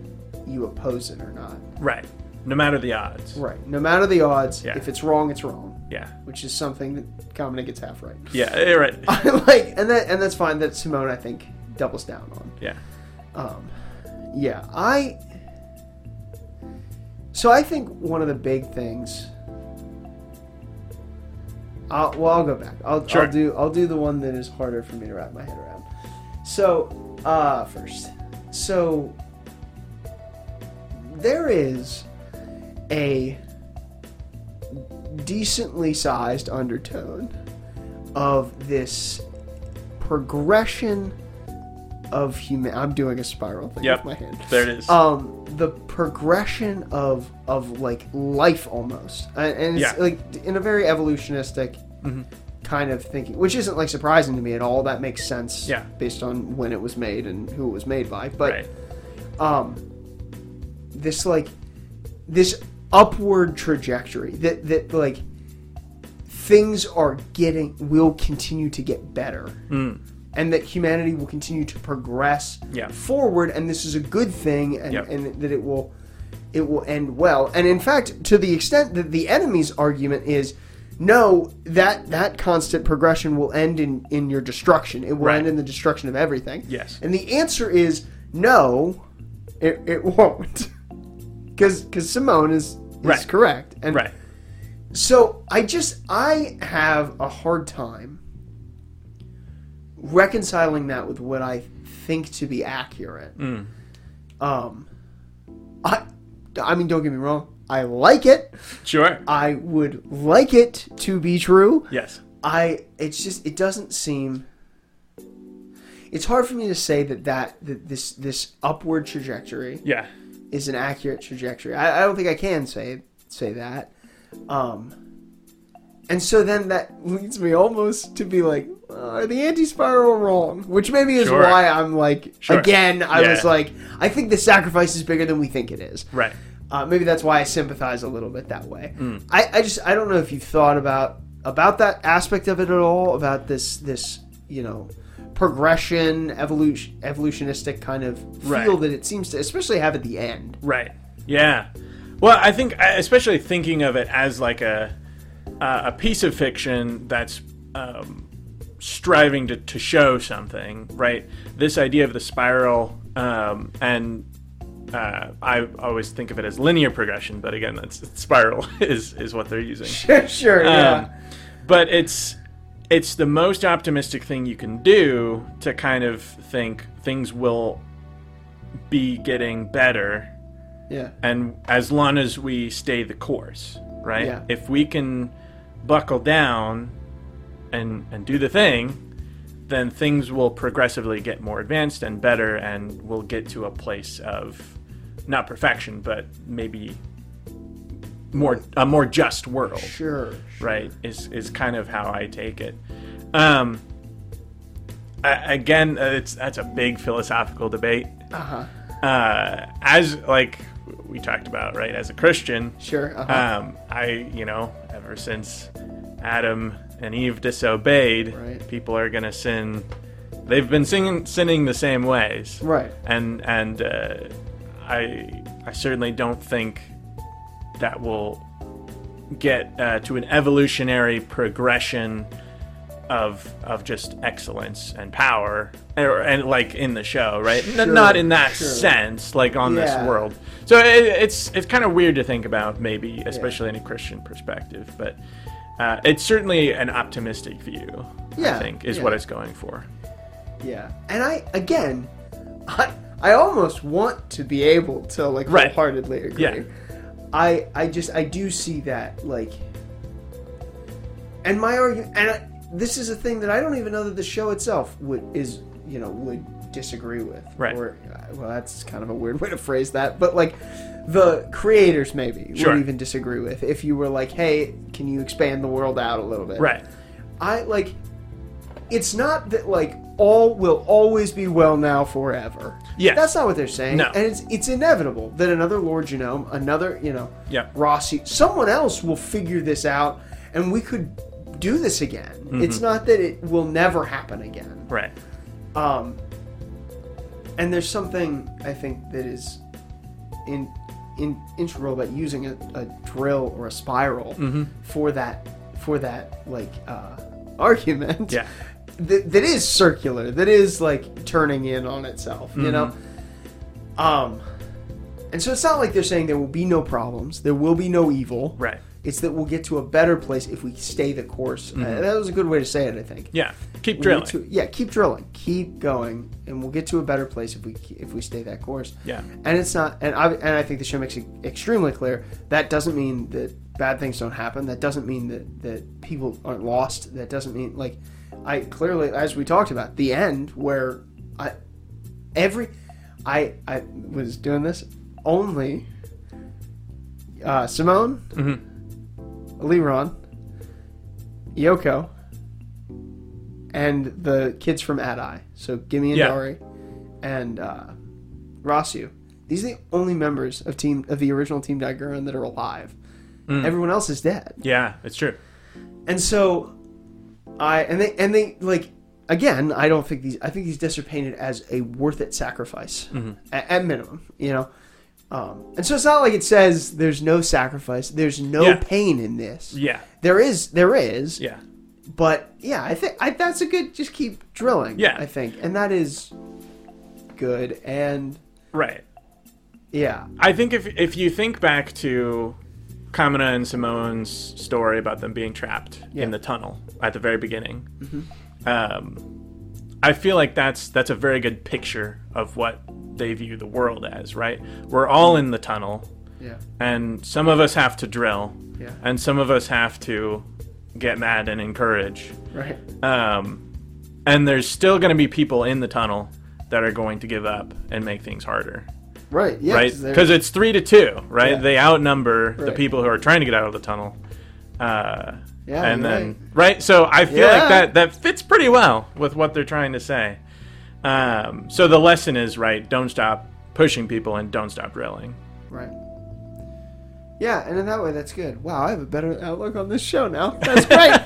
S1: you oppose it or not.
S2: Right. No matter the odds.
S1: Right. No matter the odds,
S2: Yeah.
S1: if it's wrong, it's wrong,
S2: Yeah.
S1: which is something that Kamina gets half right.
S2: Yeah. eh, Right.
S1: I like, and that and that's fine. That Simone, I think, doubles down on.
S2: Yeah.
S1: Um, yeah, I. So I think one of the big things. I'll, well, I'll go back. I'll,
S2: Sure.
S1: I'll do. I'll do the one that is harder for me to wrap my head around. So, uh, first, so there is a decently sized undertone of this progression of human. I'm doing a spiral thing
S2: Yep.
S1: with my hand.
S2: There it is.
S1: Um, the progression of of like life almost, and, and it's
S2: Yeah. Mm-hmm.
S1: like in a very evolutionistic kind of thinking, which isn't like surprising to me at all. That makes sense,
S2: Yeah.
S1: based on when it was made and who it was made by. But
S2: right.
S1: um, this like this upward trajectory that that like things are getting will continue to get better and that humanity will continue to progress
S2: Mm. Yeah.
S1: forward and this is a good thing and,
S2: Yep.
S1: and that it will it will end well and in fact to the extent that the enemy's argument is no that that constant progression will end in in your destruction it will
S2: Right.
S1: end in the destruction of everything
S2: Yes.
S1: and the answer is no it, it won't because Simone is is
S2: Right.
S1: correct, and
S2: Right.
S1: so I just I have a hard time reconciling that with what I think to be accurate.
S2: Mm.
S1: Um, I I mean, don't get me wrong, I like it.
S2: Sure.
S1: I would like it to be true.
S2: yes.
S1: I it's just it doesn't seem it's hard for me to say that that, that this this upward trajectory
S2: Yeah.
S1: is an accurate trajectory. I, I don't think I can say say that. Um, and so then that leads me almost to be like, uh, are the anti spiral wrong? Which maybe is
S2: Sure.
S1: why I'm like,
S2: Sure.
S1: again, I
S2: Yeah.
S1: was like, I think the sacrifice is bigger than we think it is.
S2: Right.
S1: Uh, maybe that's why I sympathize a little bit that way.
S2: Mm.
S1: I, I just I don't know if you've thought about about that aspect of it at all about this this you know progression evolution evolutionistic kind of feel
S2: Right.
S1: that it seems to especially have at the end.
S2: Right. Yeah. Well, I think, I- especially thinking of it as like a uh, a piece of fiction that's um, striving to, to show something, right? This idea of the spiral, um, and uh, I always think of it as linear progression, but again, that's spiral is is what they're using.
S1: sure,
S2: Um, but it's it's the most optimistic thing you can do to kind of think things will be getting better
S1: yeah,
S2: and as long as we stay the course, right?
S1: Yeah.
S2: If we can buckle down and and do the thing, then things will progressively get more advanced and better, and we'll get to a place of not perfection, but maybe more a more just world
S1: sure.
S2: right is is kind of how i take it um I, again uh, it's that's a big philosophical debate
S1: Uh huh.
S2: uh as like we talked about right as a christian
S1: Sure. Uh-huh.
S2: um i you know ever since adam and eve disobeyed
S1: Right.
S2: people are gonna sin they've been singing, sinning the same ways
S1: right.
S2: and and uh, I I certainly don't think that will get uh, to an evolutionary progression of of just excellence and power or, and like in the show right N-
S1: Sure,
S2: not in that
S1: sure.
S2: sense like on
S1: Yeah.
S2: this world so it, it's it's kind of weird to think about maybe especially in a christian perspective but uh, it's certainly an optimistic view
S1: Yeah,
S2: i think is
S1: yeah.
S2: what it's going for
S1: Yeah. And I again, I I almost want to be able to like
S2: Right.
S1: wholeheartedly agree.
S2: Yeah.
S1: I I just I do see that like, and my argument and I, this is a thing that I don't even know that the show itself would is you know would disagree with.
S2: Right.
S1: Or uh, well, that's kind of a weird way to phrase that, but like. The creators maybe
S2: Sure.
S1: would even disagree with if you were like, "Hey, can you expand the world out a little bit?"
S2: right
S1: I like it's not that like all will always be well now forever.
S2: Yes.
S1: That's not what they're saying.
S2: No.
S1: And it's it's inevitable that another Lord Genome, another, you know,
S2: Yeah.
S1: Rossi, someone else will figure this out and we could do this again.
S2: Mm-hmm.
S1: It's not that it will never happen again.
S2: right
S1: Um and there's something I think that is in in integral about using a, a drill or a spiral
S2: Mm-hmm.
S1: for that for that like uh, argument
S2: yeah
S1: that, that is circular that is like turning in on itself you know
S2: Mm-hmm.
S1: um and so it's not like they're saying there will be no problems there will be no evil
S2: right
S1: it's that we'll get to a better place if we stay the course
S2: Mm-hmm.
S1: Uh, that was a good way to say it i think
S2: Yeah, keep
S1: We'll
S2: drilling.
S1: get to- yeah, keep drilling, keep going, and we'll get to a better place if we if we stay that course.
S2: Yeah.
S1: and it's not, and I and I think the show makes it extremely clear that doesn't mean that bad things don't happen. That doesn't mean that that people aren't lost. That doesn't mean like I clearly, as we talked about, the end where I every I I was doing this only uh, Simone, Leron, Yoko, and the kids from Adi. So Gimme and
S2: Yeah.
S1: Dari and uh, Rasu. These are the only members of team of the original Team Daguerrean that are alive.
S2: Mm.
S1: Everyone else is dead.
S2: Yeah, it's true.
S1: And so I and they and they like again, I don't think these I think these discs are painted as a worth it sacrifice
S2: Mm-hmm.
S1: at, at minimum, you know. Um, and so it's not like it says there's no sacrifice, there's no
S2: Yeah.
S1: pain in this.
S2: Yeah,
S1: There is there is.
S2: yeah.
S1: But yeah, I think I, that's a good just keep drilling,
S2: Yeah.
S1: I think. And that is good and
S2: Right.
S1: yeah.
S2: I think if if you think back to Kamina and Simone's story about them being trapped
S1: Yeah. Mm-hmm.
S2: in the tunnel at the very beginning, um, I feel like that's that's a very good picture of what they view the world as. Right? We're all in the tunnel,
S1: Yeah.
S2: and some of us have to drill,
S1: Yeah.
S2: and some of us have to get mad and encourage.
S1: Right.
S2: Um, and there's still going to be people in the tunnel that are going to give up and make things harder
S1: Right. Yeah.
S2: right?
S1: 'cause they're-
S2: Because it's three to two, right?
S1: Yeah.
S2: They outnumber the
S1: Right.
S2: people who are trying to get out of the tunnel. Uh,
S1: Yeah,
S2: and
S1: you're
S2: then right. So I feel
S1: Yeah.
S2: like that that fits pretty well with what they're trying to say. Um, so the lesson is right: don't stop pushing people and don't stop drilling.
S1: Right. Yeah, and in that way, that's good. Wow, I have a better outlook on this show now. That's great.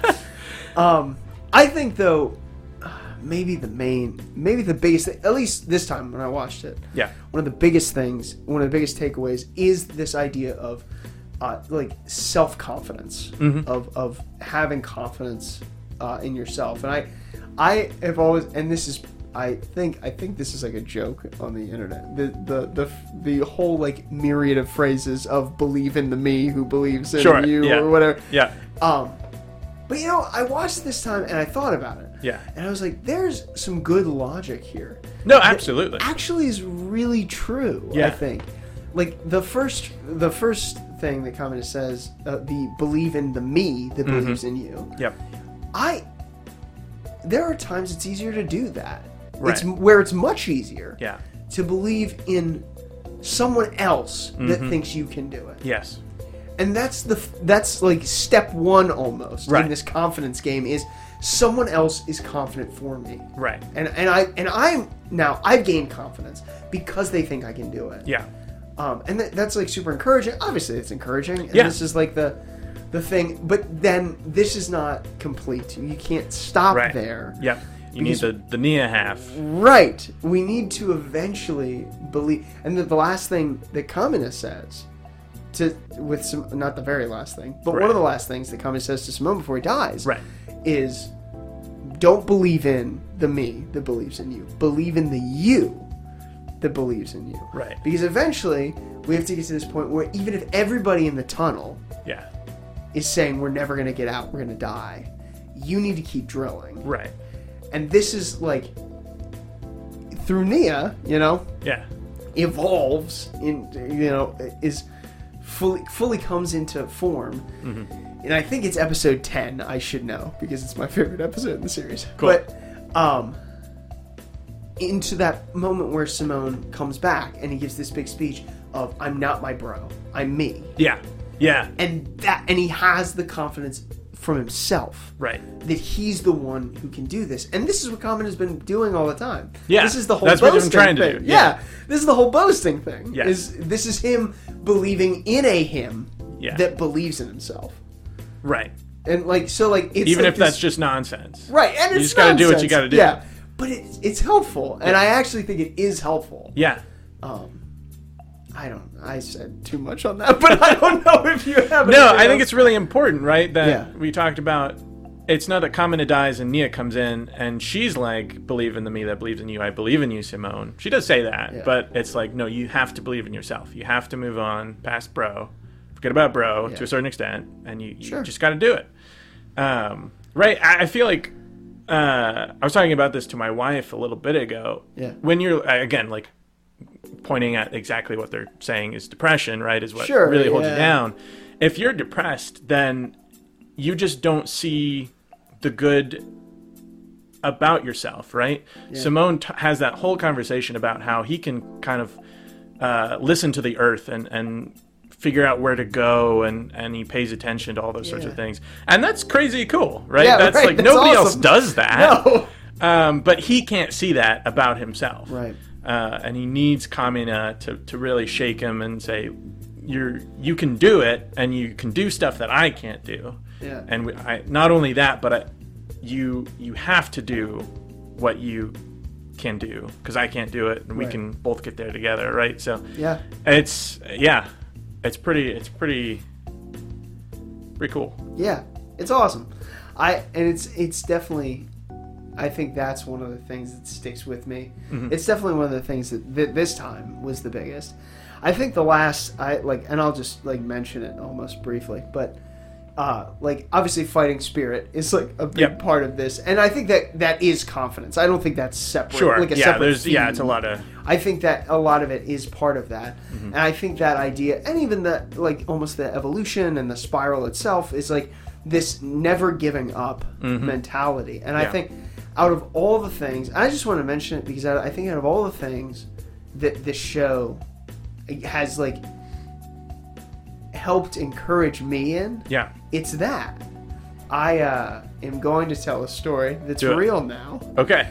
S1: um, I think though, uh, maybe the main, maybe the biggest, at least this time when I watched it,
S2: Yeah,
S1: one of the biggest things, one of the biggest takeaways is this idea of uh, like self confidence,
S2: Mm-hmm.
S1: of of having confidence uh, in yourself. And I, I have always, and this is, I think, I think this is like a joke on the internet. The the the the whole like myriad of phrases of believe in the me who believes in
S2: Sure,
S1: you
S2: yeah.
S1: or whatever.
S2: yeah,
S1: Um, but you know, I watched it this time and I thought about it.
S2: Yeah.
S1: And I was like, there's some good logic here
S2: no, absolutely.
S1: actually is really true. I
S2: Yeah.
S1: think, like the first the first thing that Kamina says, uh, the believe in the me that
S2: Mm-hmm.
S1: believes in you.
S2: Yep.
S1: I there are times it's easier to do that. It's
S2: Right.
S1: m- where it's much easier
S2: Yeah.
S1: to believe in someone else that
S2: Mm-hmm.
S1: thinks you can do it.
S2: Yes.
S1: And that's the f- that's like step 1 almost in
S2: Right.
S1: this confidence game is someone else is confident for me.
S2: Right.
S1: And and I and I'm now I've gained confidence because they think I can do it.
S2: Yeah.
S1: Um, and that that's like super encouraging. Obviously, it's encouraging. And
S2: Yeah.
S1: This is like the the thing, but then this is not complete. You can't stop
S2: Right.
S1: there.
S2: Yep. You
S1: Because-
S2: need the the Nia half.
S1: Right. We need to eventually believe. And the, the last thing that Kamina says to with some not the very last thing, but one
S2: Right.
S1: of the last things that Kamina says to Simone before he dies
S2: Right.
S1: is don't believe in the me that believes in you. Believe in the you that believes in you.
S2: Right.
S1: Because eventually we have to get to this point where even if everybody in the tunnel
S2: Yeah.
S1: is saying we're never going to get out, we're going to die, you need to keep drilling.
S2: Right.
S1: And this is like through Nia, you know,
S2: Yeah.
S1: evolves in you know is fully fully comes into form and i think it's episode 10 i should know because it's my favorite episode in the series
S2: Cool.
S1: but um into that moment where simone comes back and he gives this big speech of i'm not my bro i'm me
S2: Yeah. Yeah.
S1: and that and he has the confidence from himself
S2: Right.
S1: that he's the one who can do this. And this is what Common has been doing all the time.
S2: Yeah,
S1: This is the whole
S2: that's what
S1: boasting
S2: he's been trying to
S1: thing.
S2: do,
S1: Yeah.
S2: yeah.
S1: This is the whole boasting thing.
S2: Yes.
S1: Is this is him believing in a him
S2: Yeah.
S1: that believes in himself.
S2: Right.
S1: And like so like it's
S2: Even
S1: like
S2: if
S1: this-
S2: that's just nonsense.
S1: right, and
S2: you
S1: it's
S2: just gotta do what you
S1: nonsense.
S2: gotta do.
S1: Yeah. But it's it's helpful. And I actually think it is helpful.
S2: Yeah.
S1: Um I don't I said too much on that, but I don't know if you have
S2: No,
S1: anything
S2: I think
S1: else.
S2: it's really important, right? That
S1: Yeah.
S2: we talked about. It's not that Kamina dies and Nia comes in and she's like, "Believe in the me that believes in you. I believe in you, Simone." She does say that,
S1: Yeah.
S2: but it's like, no, you have to believe in yourself. You have to move on past bro, forget about bro
S1: Yeah.
S2: to a certain extent, and you, you
S1: Sure.
S2: just got to do it. Um, right? I, I feel like uh, I was talking about this to my wife a little bit ago.
S1: Yeah.
S2: When you're uh, again like pointing at exactly what they're saying is depression, right? Is what
S1: Sure,
S2: really holds
S1: yeah.
S2: you down. If you're depressed, then you just don't see the good about yourself, right? Simone t- has that whole conversation about how he can kind of uh, listen to the earth and and figure out where to go and and he pays attention to all those sorts
S1: Yeah.
S2: of things and that's crazy cool right
S1: Yeah,
S2: that's
S1: right,
S2: like
S1: that's
S2: nobody else
S1: awesome.
S2: does that
S1: No.
S2: um, but he can't see that about himself
S1: Right.
S2: uh, and he needs Kamina to, to really shake him and say, "You're you can do it, and you can do stuff that I can't do."
S1: Yeah.
S2: And we, I, not only that, but I, you you have to do what you can do because I can't do it, and we
S1: Right.
S2: can both get there together, right? So
S1: Yeah.
S2: it's yeah, it's pretty it's pretty pretty cool.
S1: Yeah, it's awesome. I and it's it's definitely. I think that's one of the things that sticks with me.
S2: Mm-hmm.
S1: It's definitely one of the things that th- this time was the biggest. I think the last I like, and I'll just like mention it almost briefly, but uh, like obviously fighting spirit is like a big
S2: Yep.
S1: part of this, and I think that that is confidence. I don't think that's separate.
S2: Sure.
S1: like a
S2: yeah.
S1: separate
S2: There's yeah.
S1: theme.
S2: It's a lot of
S1: I think that a lot of it is part of that,
S2: Mm-hmm.
S1: and I think that idea, and even the like, almost the evolution and the spiral itself is like this never giving up mentality. And I
S2: Mm-hmm. Yeah.
S1: think out of all the things, I just want to mention it because I, I think out of all the things that this show has like helped encourage me in,
S2: yeah.
S1: it's that. I uh, am going to tell a story that's
S2: Do it.
S1: real now.
S2: Okay.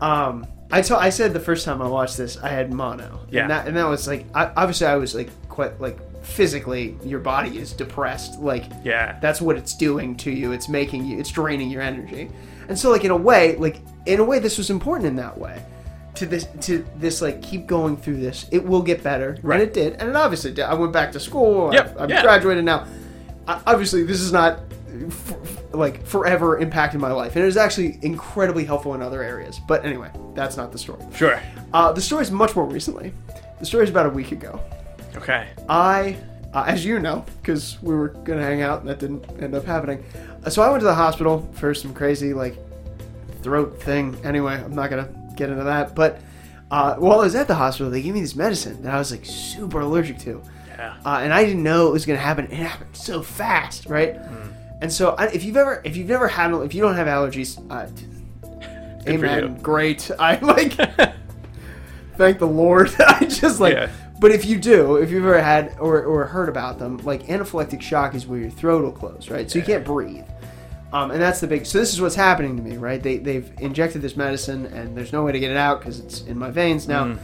S1: Um, I told I said the first time I watched this, I had mono.
S2: Yeah.
S1: and that, and that was like I, obviously I was like quite like physically your body is depressed like
S2: Yeah.
S1: that's what it's doing to you it's making you it's draining your energy and so like in a way like in a way this was important in that way to this to this like keep going through this it will get better
S2: Right.
S1: and it did and it obviously did i went back to school
S2: Yep,
S1: I, i'm
S2: yeah.
S1: graduated now I, obviously this is not f- f- like forever impacted my life and it is actually incredibly helpful in other areas but anyway that's not the story
S2: sure.
S1: uh, the story is much more recently the story is about a week ago
S2: Okay.
S1: I, uh, as you know, because we were gonna hang out and that didn't end up happening. Uh, So I went to the hospital for some crazy like throat thing. Anyway, I'm not gonna get into that. But uh, while I was at the hospital, they gave me this medicine that I was like super allergic to,
S2: Yeah.
S1: uh, and I didn't know it was gonna happen. It happened so fast, right?
S2: Mm.
S1: And so I, if you've ever, if you've never had, if you don't have allergies, uh,
S2: Good for
S1: amen,
S2: you.
S1: great. I like thank the Lord. I just like,
S2: Yeah.
S1: but if you do, if you've ever had or, or heard about them, like anaphylactic shock is where your throat will close, right? So you can't breathe. Um, and that's the big. So this is what's happening to me, right? They they've injected this medicine, and there's no way to get it out because it's in my veins now.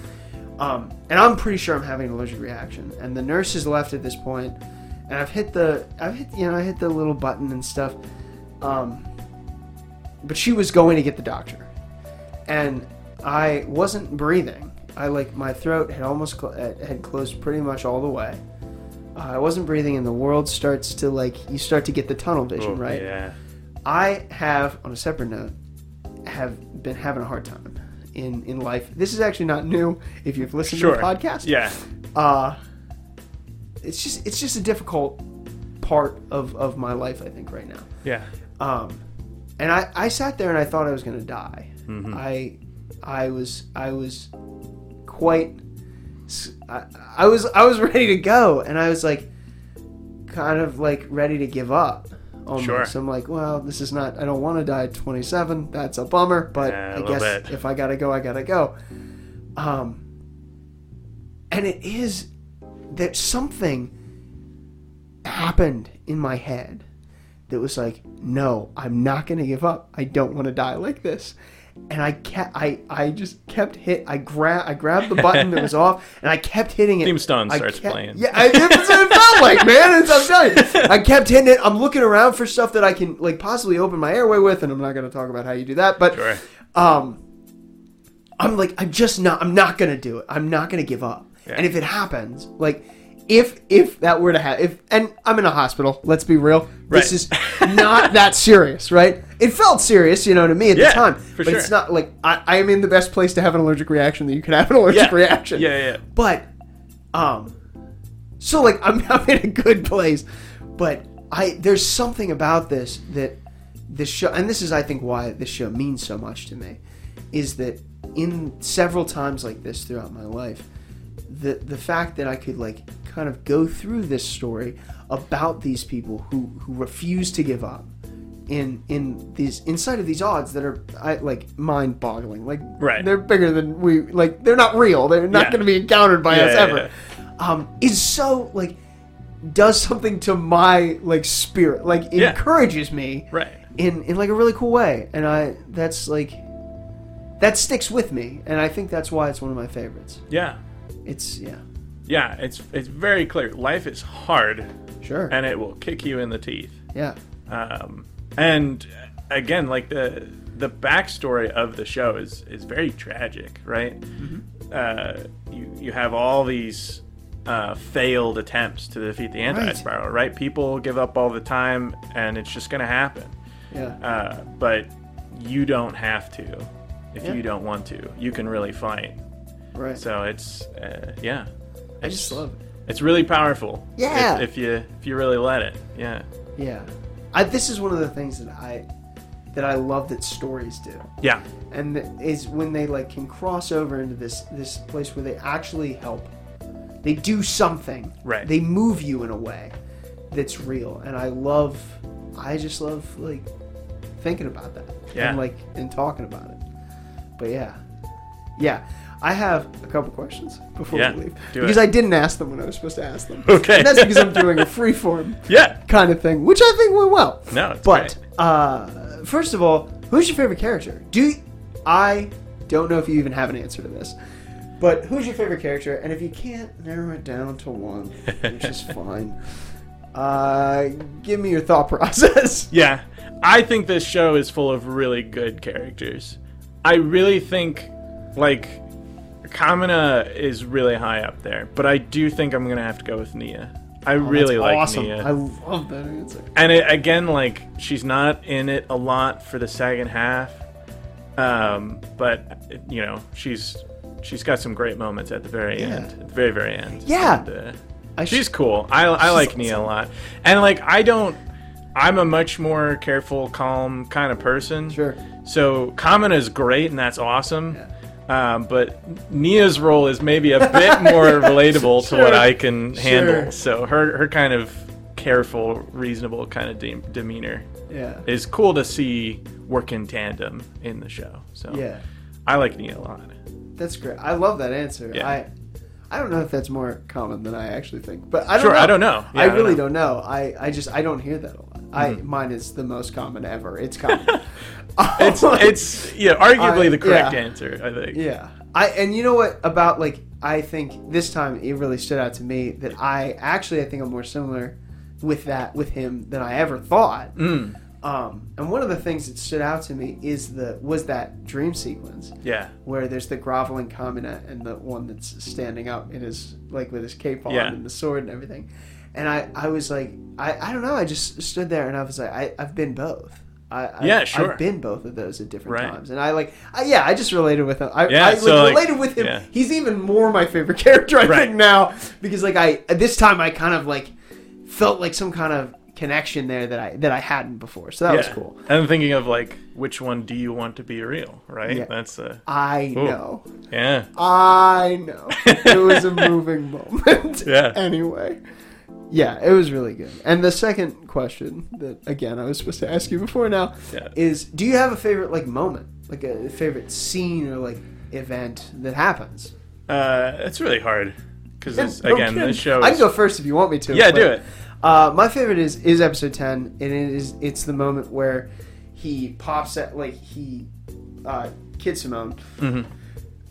S1: Um, and I'm pretty sure I'm having an allergic reaction. And the nurse has left at this point, and I've hit the I've hit you know I hit the little button and stuff. Um, but she was going to get the doctor, and I wasn't breathing. I like my throat had almost cl- uh, had closed pretty much all the way. Uh, I wasn't breathing, and the world starts to like you start to get the tunnel vision,
S2: Oh,
S1: right?
S2: Yeah.
S1: I have, on a separate note, have been having a hard time in in life. This is actually not new. If you've listened
S2: Sure.
S1: to the podcast,
S2: Yeah.
S1: uh, it's just it's just a difficult part of of my life. I think right now.
S2: Yeah.
S1: Um, and I, I sat there and I thought I was going to die.
S2: Mm-hmm.
S1: I, I was, I was quite, s- I, I was, I was ready to go. And I was like, kind of like ready to give up. Almost.
S2: Sure.
S1: I'm like, well, this is not, I don't want to die at 27. That's a bummer, but
S2: Yeah, a
S1: I
S2: little
S1: guess
S2: bit.
S1: if I got to go, I got to go. Um, and it is that something happened in my head that was like, no, I'm not gonna give up. I don't want to die like this. And I kept, I, I just kept hit. I grab, I grabbed the button that was off, and I kept hitting it.
S2: Theme song
S1: I
S2: starts
S1: kept-
S2: playing.
S1: Yeah, I, it, was- it felt like man. It's, I'm telling you, I kept hitting it. I'm looking around for stuff that I can like possibly open my airway with, and I'm not gonna talk about how you do that. But
S2: Sure.
S1: um, I'm like, I'm just not, I'm not gonna do it. I'm not gonna give up.
S2: Yeah.
S1: And if it happens, like, if if that were to happen, if and I'm in a hospital, let's be real, this
S2: Right.
S1: is not that serious, right? It felt serious, you know, to me at
S2: Yeah,
S1: the time,
S2: for
S1: but
S2: sure.
S1: it's not like I, I am in the best place to have an allergic reaction that you can have an allergic
S2: Yeah.
S1: reaction.
S2: Yeah, yeah.
S1: But, um, so like I'm, I'm in a good place, but I there's something about this that this show, and this is I think why this show means so much to me, is that in several times like this throughout my life, the the fact that I could like kind of go through this story about these people who who refuse to give up in in these inside of these odds that are I, like mind boggling. Like
S2: Right.
S1: they're bigger than we like. They're not real. They're not
S2: Yeah.
S1: going to be encountered by
S2: Yeah,
S1: us
S2: yeah,
S1: ever. Um, is so like does something to my like spirit. Like
S2: Yeah.
S1: encourages me
S2: Right.
S1: in in like a really cool way. And I that's like that sticks with me. And I think that's why it's one of my favorites.
S2: Yeah.
S1: It's yeah
S2: Yeah. It's it's very clear. Life is hard,
S1: sure
S2: and it will kick you in the teeth.
S1: yeah
S2: um, and again like the the backstory of the show is is very tragic right
S1: Mm-hmm.
S2: uh, you you have all these uh, failed attempts to defeat the anti
S1: Right.
S2: spiral right people give up all the time and it's just gonna happen
S1: yeah
S2: uh, but you don't have to if
S1: Yeah.
S2: you don't want to you can really fight
S1: right.
S2: so it's uh, yeah
S1: I just love it.
S2: it's really powerful if-
S1: Yeah.
S2: if you if you really let it yeah
S1: Yeah, I, this is one of the things that I that I love that stories do,
S2: yeah
S1: and th- is when they like can cross over into this this place where they actually help. They do something.
S2: Right.
S1: They move you in a way that's real, and I love. I just love like thinking about that.
S2: Yeah.
S1: And like and talking about it. But yeah, yeah. I have a couple questions before
S2: Yeah,
S1: we leave
S2: do
S1: because
S2: it.
S1: I didn't ask them when I was supposed to ask them.
S2: Okay.
S1: And that's because I'm doing a free form
S2: yeah
S1: kind of thing, which I think went well.
S2: No, it's
S1: but
S2: great.
S1: uh, first of all, who's your favorite character? Do I don't know if you even have an answer to this, but who's your favorite character? And if you can't narrow it down to one, which is fine, uh, give me your thought process.
S2: Yeah, I think this show is full of really good characters. I really think, like, Kamina is really high up there, but I do think I'm gonna have to go with Nia. I really
S1: Oh, That's awesome.
S2: like Nia,
S1: I love that answer.
S2: and it, again, like, she's not in it a lot for the second half, um, but you know, she's she's got some great moments at the very
S1: Yeah.
S2: end, at the very very end.
S1: Yeah.
S2: And, uh,
S1: I sh-
S2: She's cool. I, I like
S1: awesome.
S2: Nia a lot. And like I don't I'm a much more careful, calm kind of person.
S1: Sure.
S2: So Kamina is great and that's awesome. Um, but Nia's role is maybe a bit more relatable to
S1: Sure.
S2: what I can
S1: Sure.
S2: handle. So her her kind of careful, reasonable kind of de- demeanor
S1: yeah.
S2: is cool to see work in tandem in the show. So
S1: yeah.
S2: I like Nia a lot.
S1: That's great. I love that answer.
S2: Yeah.
S1: I I don't know if that's more common than I actually think, but I don't
S2: Sure,
S1: know.
S2: I don't know. Yeah,
S1: I
S2: I don't
S1: really
S2: know.
S1: don't
S2: Mm-hmm.
S1: know. I I just I don't hear that a lot. I mine is the most common ever. It's common.
S2: It's it's yeah, arguably
S1: Oh I-
S2: the correct
S1: yeah.
S2: answer, I think.
S1: yeah. I and you know what about like I think this time it really stood out to me that I actually I think I'm more similar with that with him than I ever thought.
S2: Mm,
S1: Um, and one of the things that stood out to me is the was that dream sequence.
S2: yeah.
S1: where there's the groveling Kamina and the one that's standing up in his like with his cape on
S2: Yeah.
S1: and the sword and everything. And I, I was like, I, I don't know. I just stood there and I was like, I, I've been both. I, I,
S2: Yeah, sure.
S1: I've been both of those at different
S2: Right.
S1: times, and I like, I, yeah, I just related with him. I,
S2: Yeah,
S1: I like,
S2: so, like,
S1: related with him.
S2: yeah.
S1: He's even more my favorite character, I
S2: Right.
S1: think now, because like I this time I kind of like felt like some kind of connection there that I that I hadn't before, so that was
S2: Yeah.
S1: cool.
S2: And thinking of like, which one do you want to be real? Right?
S1: Yeah.
S2: That's a
S1: I
S2: Ooh.
S1: know.
S2: yeah.
S1: I know. It was a moving moment.
S2: Yeah.
S1: Anyway. Yeah, it was really good. And the second question that again I was supposed to ask you before now
S2: Yeah.
S1: is do you have a favorite like moment? Like a favorite scene or like event that happens?
S2: Uh, it's really hard because
S1: No
S2: again,
S1: kidding.
S2: this show. Is,
S1: I can go first if you want me to.
S2: Yeah,
S1: but,
S2: do it.
S1: Uh, my favorite is is episode ten, and it is it's the moment where he pops at like he uh, Kid Simone
S2: Mm-hmm.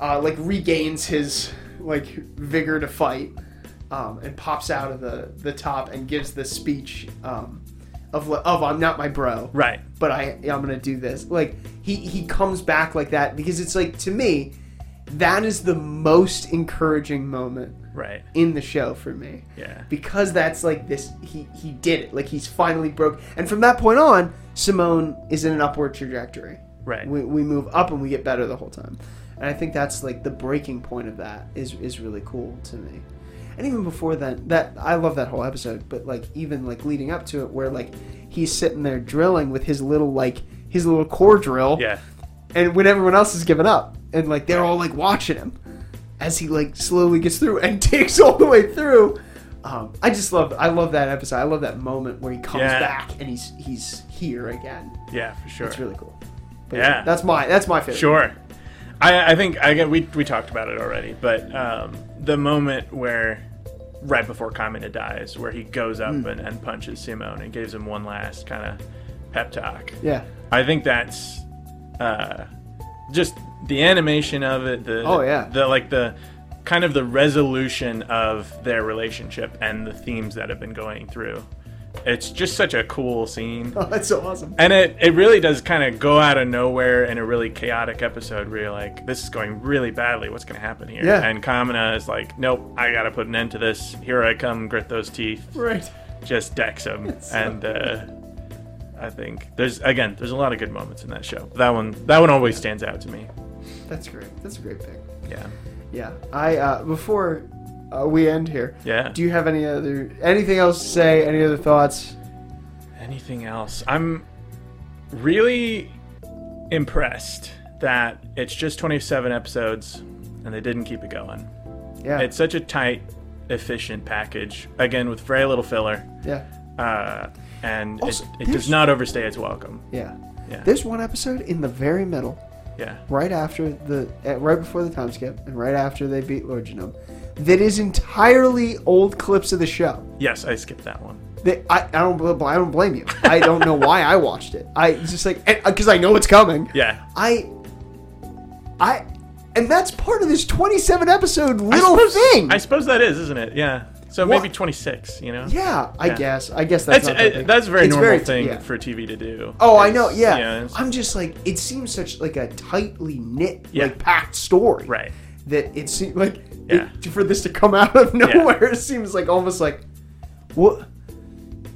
S1: uh, like regains his like vigor to fight, um, and pops out of the the top and gives the speech um, of like, of I'm not my bro,
S2: Right.
S1: but I I'm gonna do this. Like he he comes back like that because it's like to me, that is the most encouraging moment
S2: Right.
S1: in the show for me.
S2: Yeah.
S1: Because that's like this he he did it. Like he's finally broke and from that point on, Simone is in an upward trajectory.
S2: Right.
S1: We we move up and we get better the whole time. And I think that's like the breaking point of that is is really cool to me. And even before then, that I love that whole episode, but like even like leading up to it where like he's sitting there drilling with his little like his little core drill
S2: Yeah.
S1: and when everyone else has given up and like they're all like watching him as he like slowly gets through and takes all the way through Um, I just love I love that episode. I love that moment where he comes
S2: Yeah.
S1: back and he's he's here again.
S2: Yeah, for sure.
S1: It's really cool. But
S2: Yeah.
S1: that's my that's my favorite.
S2: Sure. I, I think I get- we we talked about it already, but um, the moment where right before Kamina dies, where he goes up
S1: Hmm.
S2: and, and punches Simone and gives him one last kind of pep talk.
S1: Yeah.
S2: I think that's uh, just the animation of it. The
S1: Oh, yeah.
S2: the like the kind of the resolution of their relationship and the themes that have been going through. It's just such a cool scene.
S1: Oh, that's so awesome.
S2: And it, it really does kind of go out of nowhere in a really chaotic episode where you're like, this is going really badly. What's going to happen here?
S1: Yeah.
S2: And Kamina is like, nope, I got to put an end to this. Here I come, grit those teeth,
S1: Right.
S2: just decks him.
S1: so
S2: and uh, I think there's, again, there's a lot of good moments in that show. That one, that one always stands out to me.
S1: That's great. That's a great pick.
S2: Yeah.
S1: Yeah. I uh, before uh, we end here.
S2: Yeah.
S1: Do you have any other anything else to say? Any other thoughts?
S2: Anything else? I'm really impressed that it's just 27 episodes and they didn't keep it going.
S1: Yeah.
S2: It's such a tight, efficient package. Again, with very little filler,
S1: yeah.
S2: uh, and
S1: Also,
S2: it, it does
S1: there's-
S2: not overstay its welcome.
S1: Yeah.
S2: Yeah.
S1: There's one episode in the very middle,
S2: Yeah,
S1: right after the uh, right before the time skip, and right after they beat Lord Genome, that is entirely old clips of the show.
S2: yes, I skipped that one.
S1: They, I, I don't bl- I don't blame you. I don't know why I watched it. I it's just like because I know it's coming.
S2: Yeah,
S1: I I and that's part of this 27 episode
S2: I
S1: little
S2: suppose-
S1: thing.
S2: I suppose that is, isn't it? Yeah. So
S1: What?
S2: maybe 26. You know.
S1: yeah, I
S2: Yeah.
S1: guess. I guess that's
S2: That's
S1: not that
S2: uh,
S1: big.
S2: that's a very
S1: It's
S2: normal
S1: t-
S2: thing
S1: yeah.
S2: for TV to do.
S1: Oh, I
S2: is,
S1: know. Yeah,
S2: you it's-
S1: I'm just like it seems such like a tightly knit,
S2: Yeah.
S1: like packed story.
S2: Right.
S1: That it seems like
S2: Yeah.
S1: it- for this to come out of nowhere it seems like almost like what.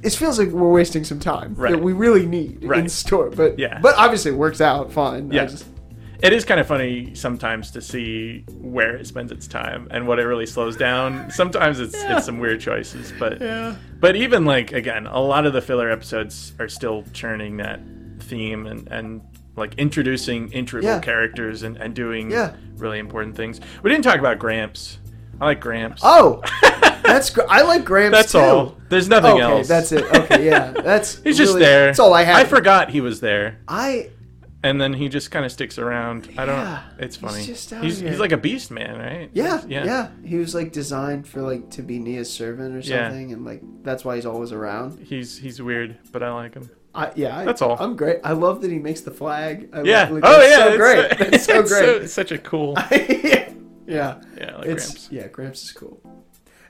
S1: It feels like we're wasting some time
S2: Right.
S1: that we really need in
S2: Right.
S1: store, but
S2: Yeah.
S1: but obviously it works out fine. I
S2: Yeah.
S1: just-
S2: It is kind of funny sometimes to see where it spends its time and what it really slows down. Sometimes it's it's some weird choices, but
S1: Yeah.
S2: but even like again, a lot of the filler episodes are still churning that theme and and like introducing integral
S1: Yeah.
S2: characters and and doing
S1: Yeah.
S2: really important things. We didn't talk about Gramps. I like Gramps.
S1: oh, that's gr- I like Gramps.
S2: that's
S1: too.
S2: all. There's nothing
S1: okay,
S2: else.
S1: that's it. Okay, yeah, that's
S2: He's just
S1: really-
S2: there.
S1: That's all I have.
S2: I forgot he was there,
S1: I
S2: and then he just kind of sticks around.
S1: Yeah,
S2: I don't. It's
S1: he's
S2: funny.
S1: just out
S2: he's,
S1: here.
S2: he's like a beast man, right?
S1: Yeah, yeah,
S2: yeah.
S1: He was like designed for like to be Nia's servant or
S2: Yeah.
S1: something, and like that's why he's always around.
S2: He's he's weird, but I like him.
S1: I, yeah, I-
S2: That's all.
S1: I'm great. I love that he makes the flag. I
S2: Yeah.
S1: Love, like,
S2: oh
S1: that's
S2: yeah.
S1: so
S2: it's-
S1: great. That's so
S2: it's
S1: great.
S2: it's such a cool.
S1: yeah,
S2: Yeah, I like
S1: it's
S2: Gramps.
S1: yeah, Gramps is cool.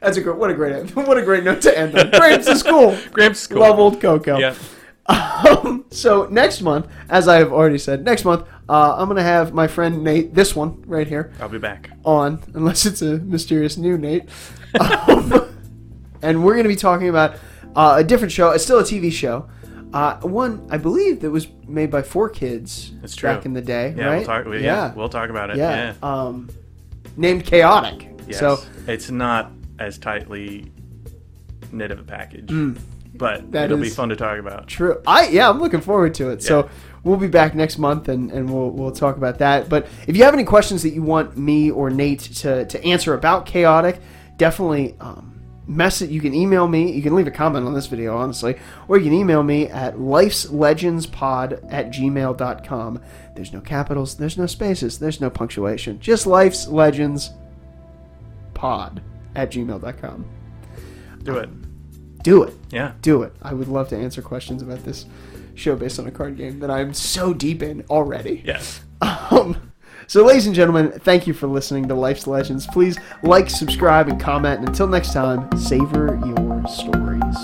S1: That's a great. What a great. What a great note to end on. Gramps is cool.
S2: Gramps is cool.
S1: Love old Coco.
S2: Yeah.
S1: Um, so next month, as I have already said, next month uh, I'm gonna have my friend Nate. This one right here.
S2: I'll be back.
S1: on, unless it's a mysterious new Nate. Um, and we're going to be talking about uh, a different show. It's still a TV show. Uh, one, I believe, that was made by four kids
S2: It's true.
S1: back in the day,
S2: Yeah,
S1: right?
S2: we'll talk. Yeah, we'll talk about it.
S1: yeah.
S2: Yeah.
S1: Um, named Chaotic.
S2: Yes.
S1: So
S2: it's not as tightly knit of a package, but
S1: Mm. That
S2: it'll be
S1: is-
S2: fun to talk about.
S1: True. I yeah, I'm looking forward to it. So we'll be back next month and, and we'll we'll talk about that. But if you have any questions that you want me or Nate to, to answer about chaotic, definitely um, message you can email me, you can leave a comment on this video, honestly, or you can email me at lifeslegendspod at gmail.com. There's no capitals, there's no spaces, there's no punctuation. Just life's legends pod at gmail.com.
S2: Do it.
S1: Do it
S2: Yeah.
S1: do it. I would love to answer questions about this show based on a card game that I'm so deep in already.
S2: Yes.
S1: Um, so, ladies and gentlemen, thank you for listening to Life's Legends. Please like, subscribe, and comment. And until next time, savor your stories.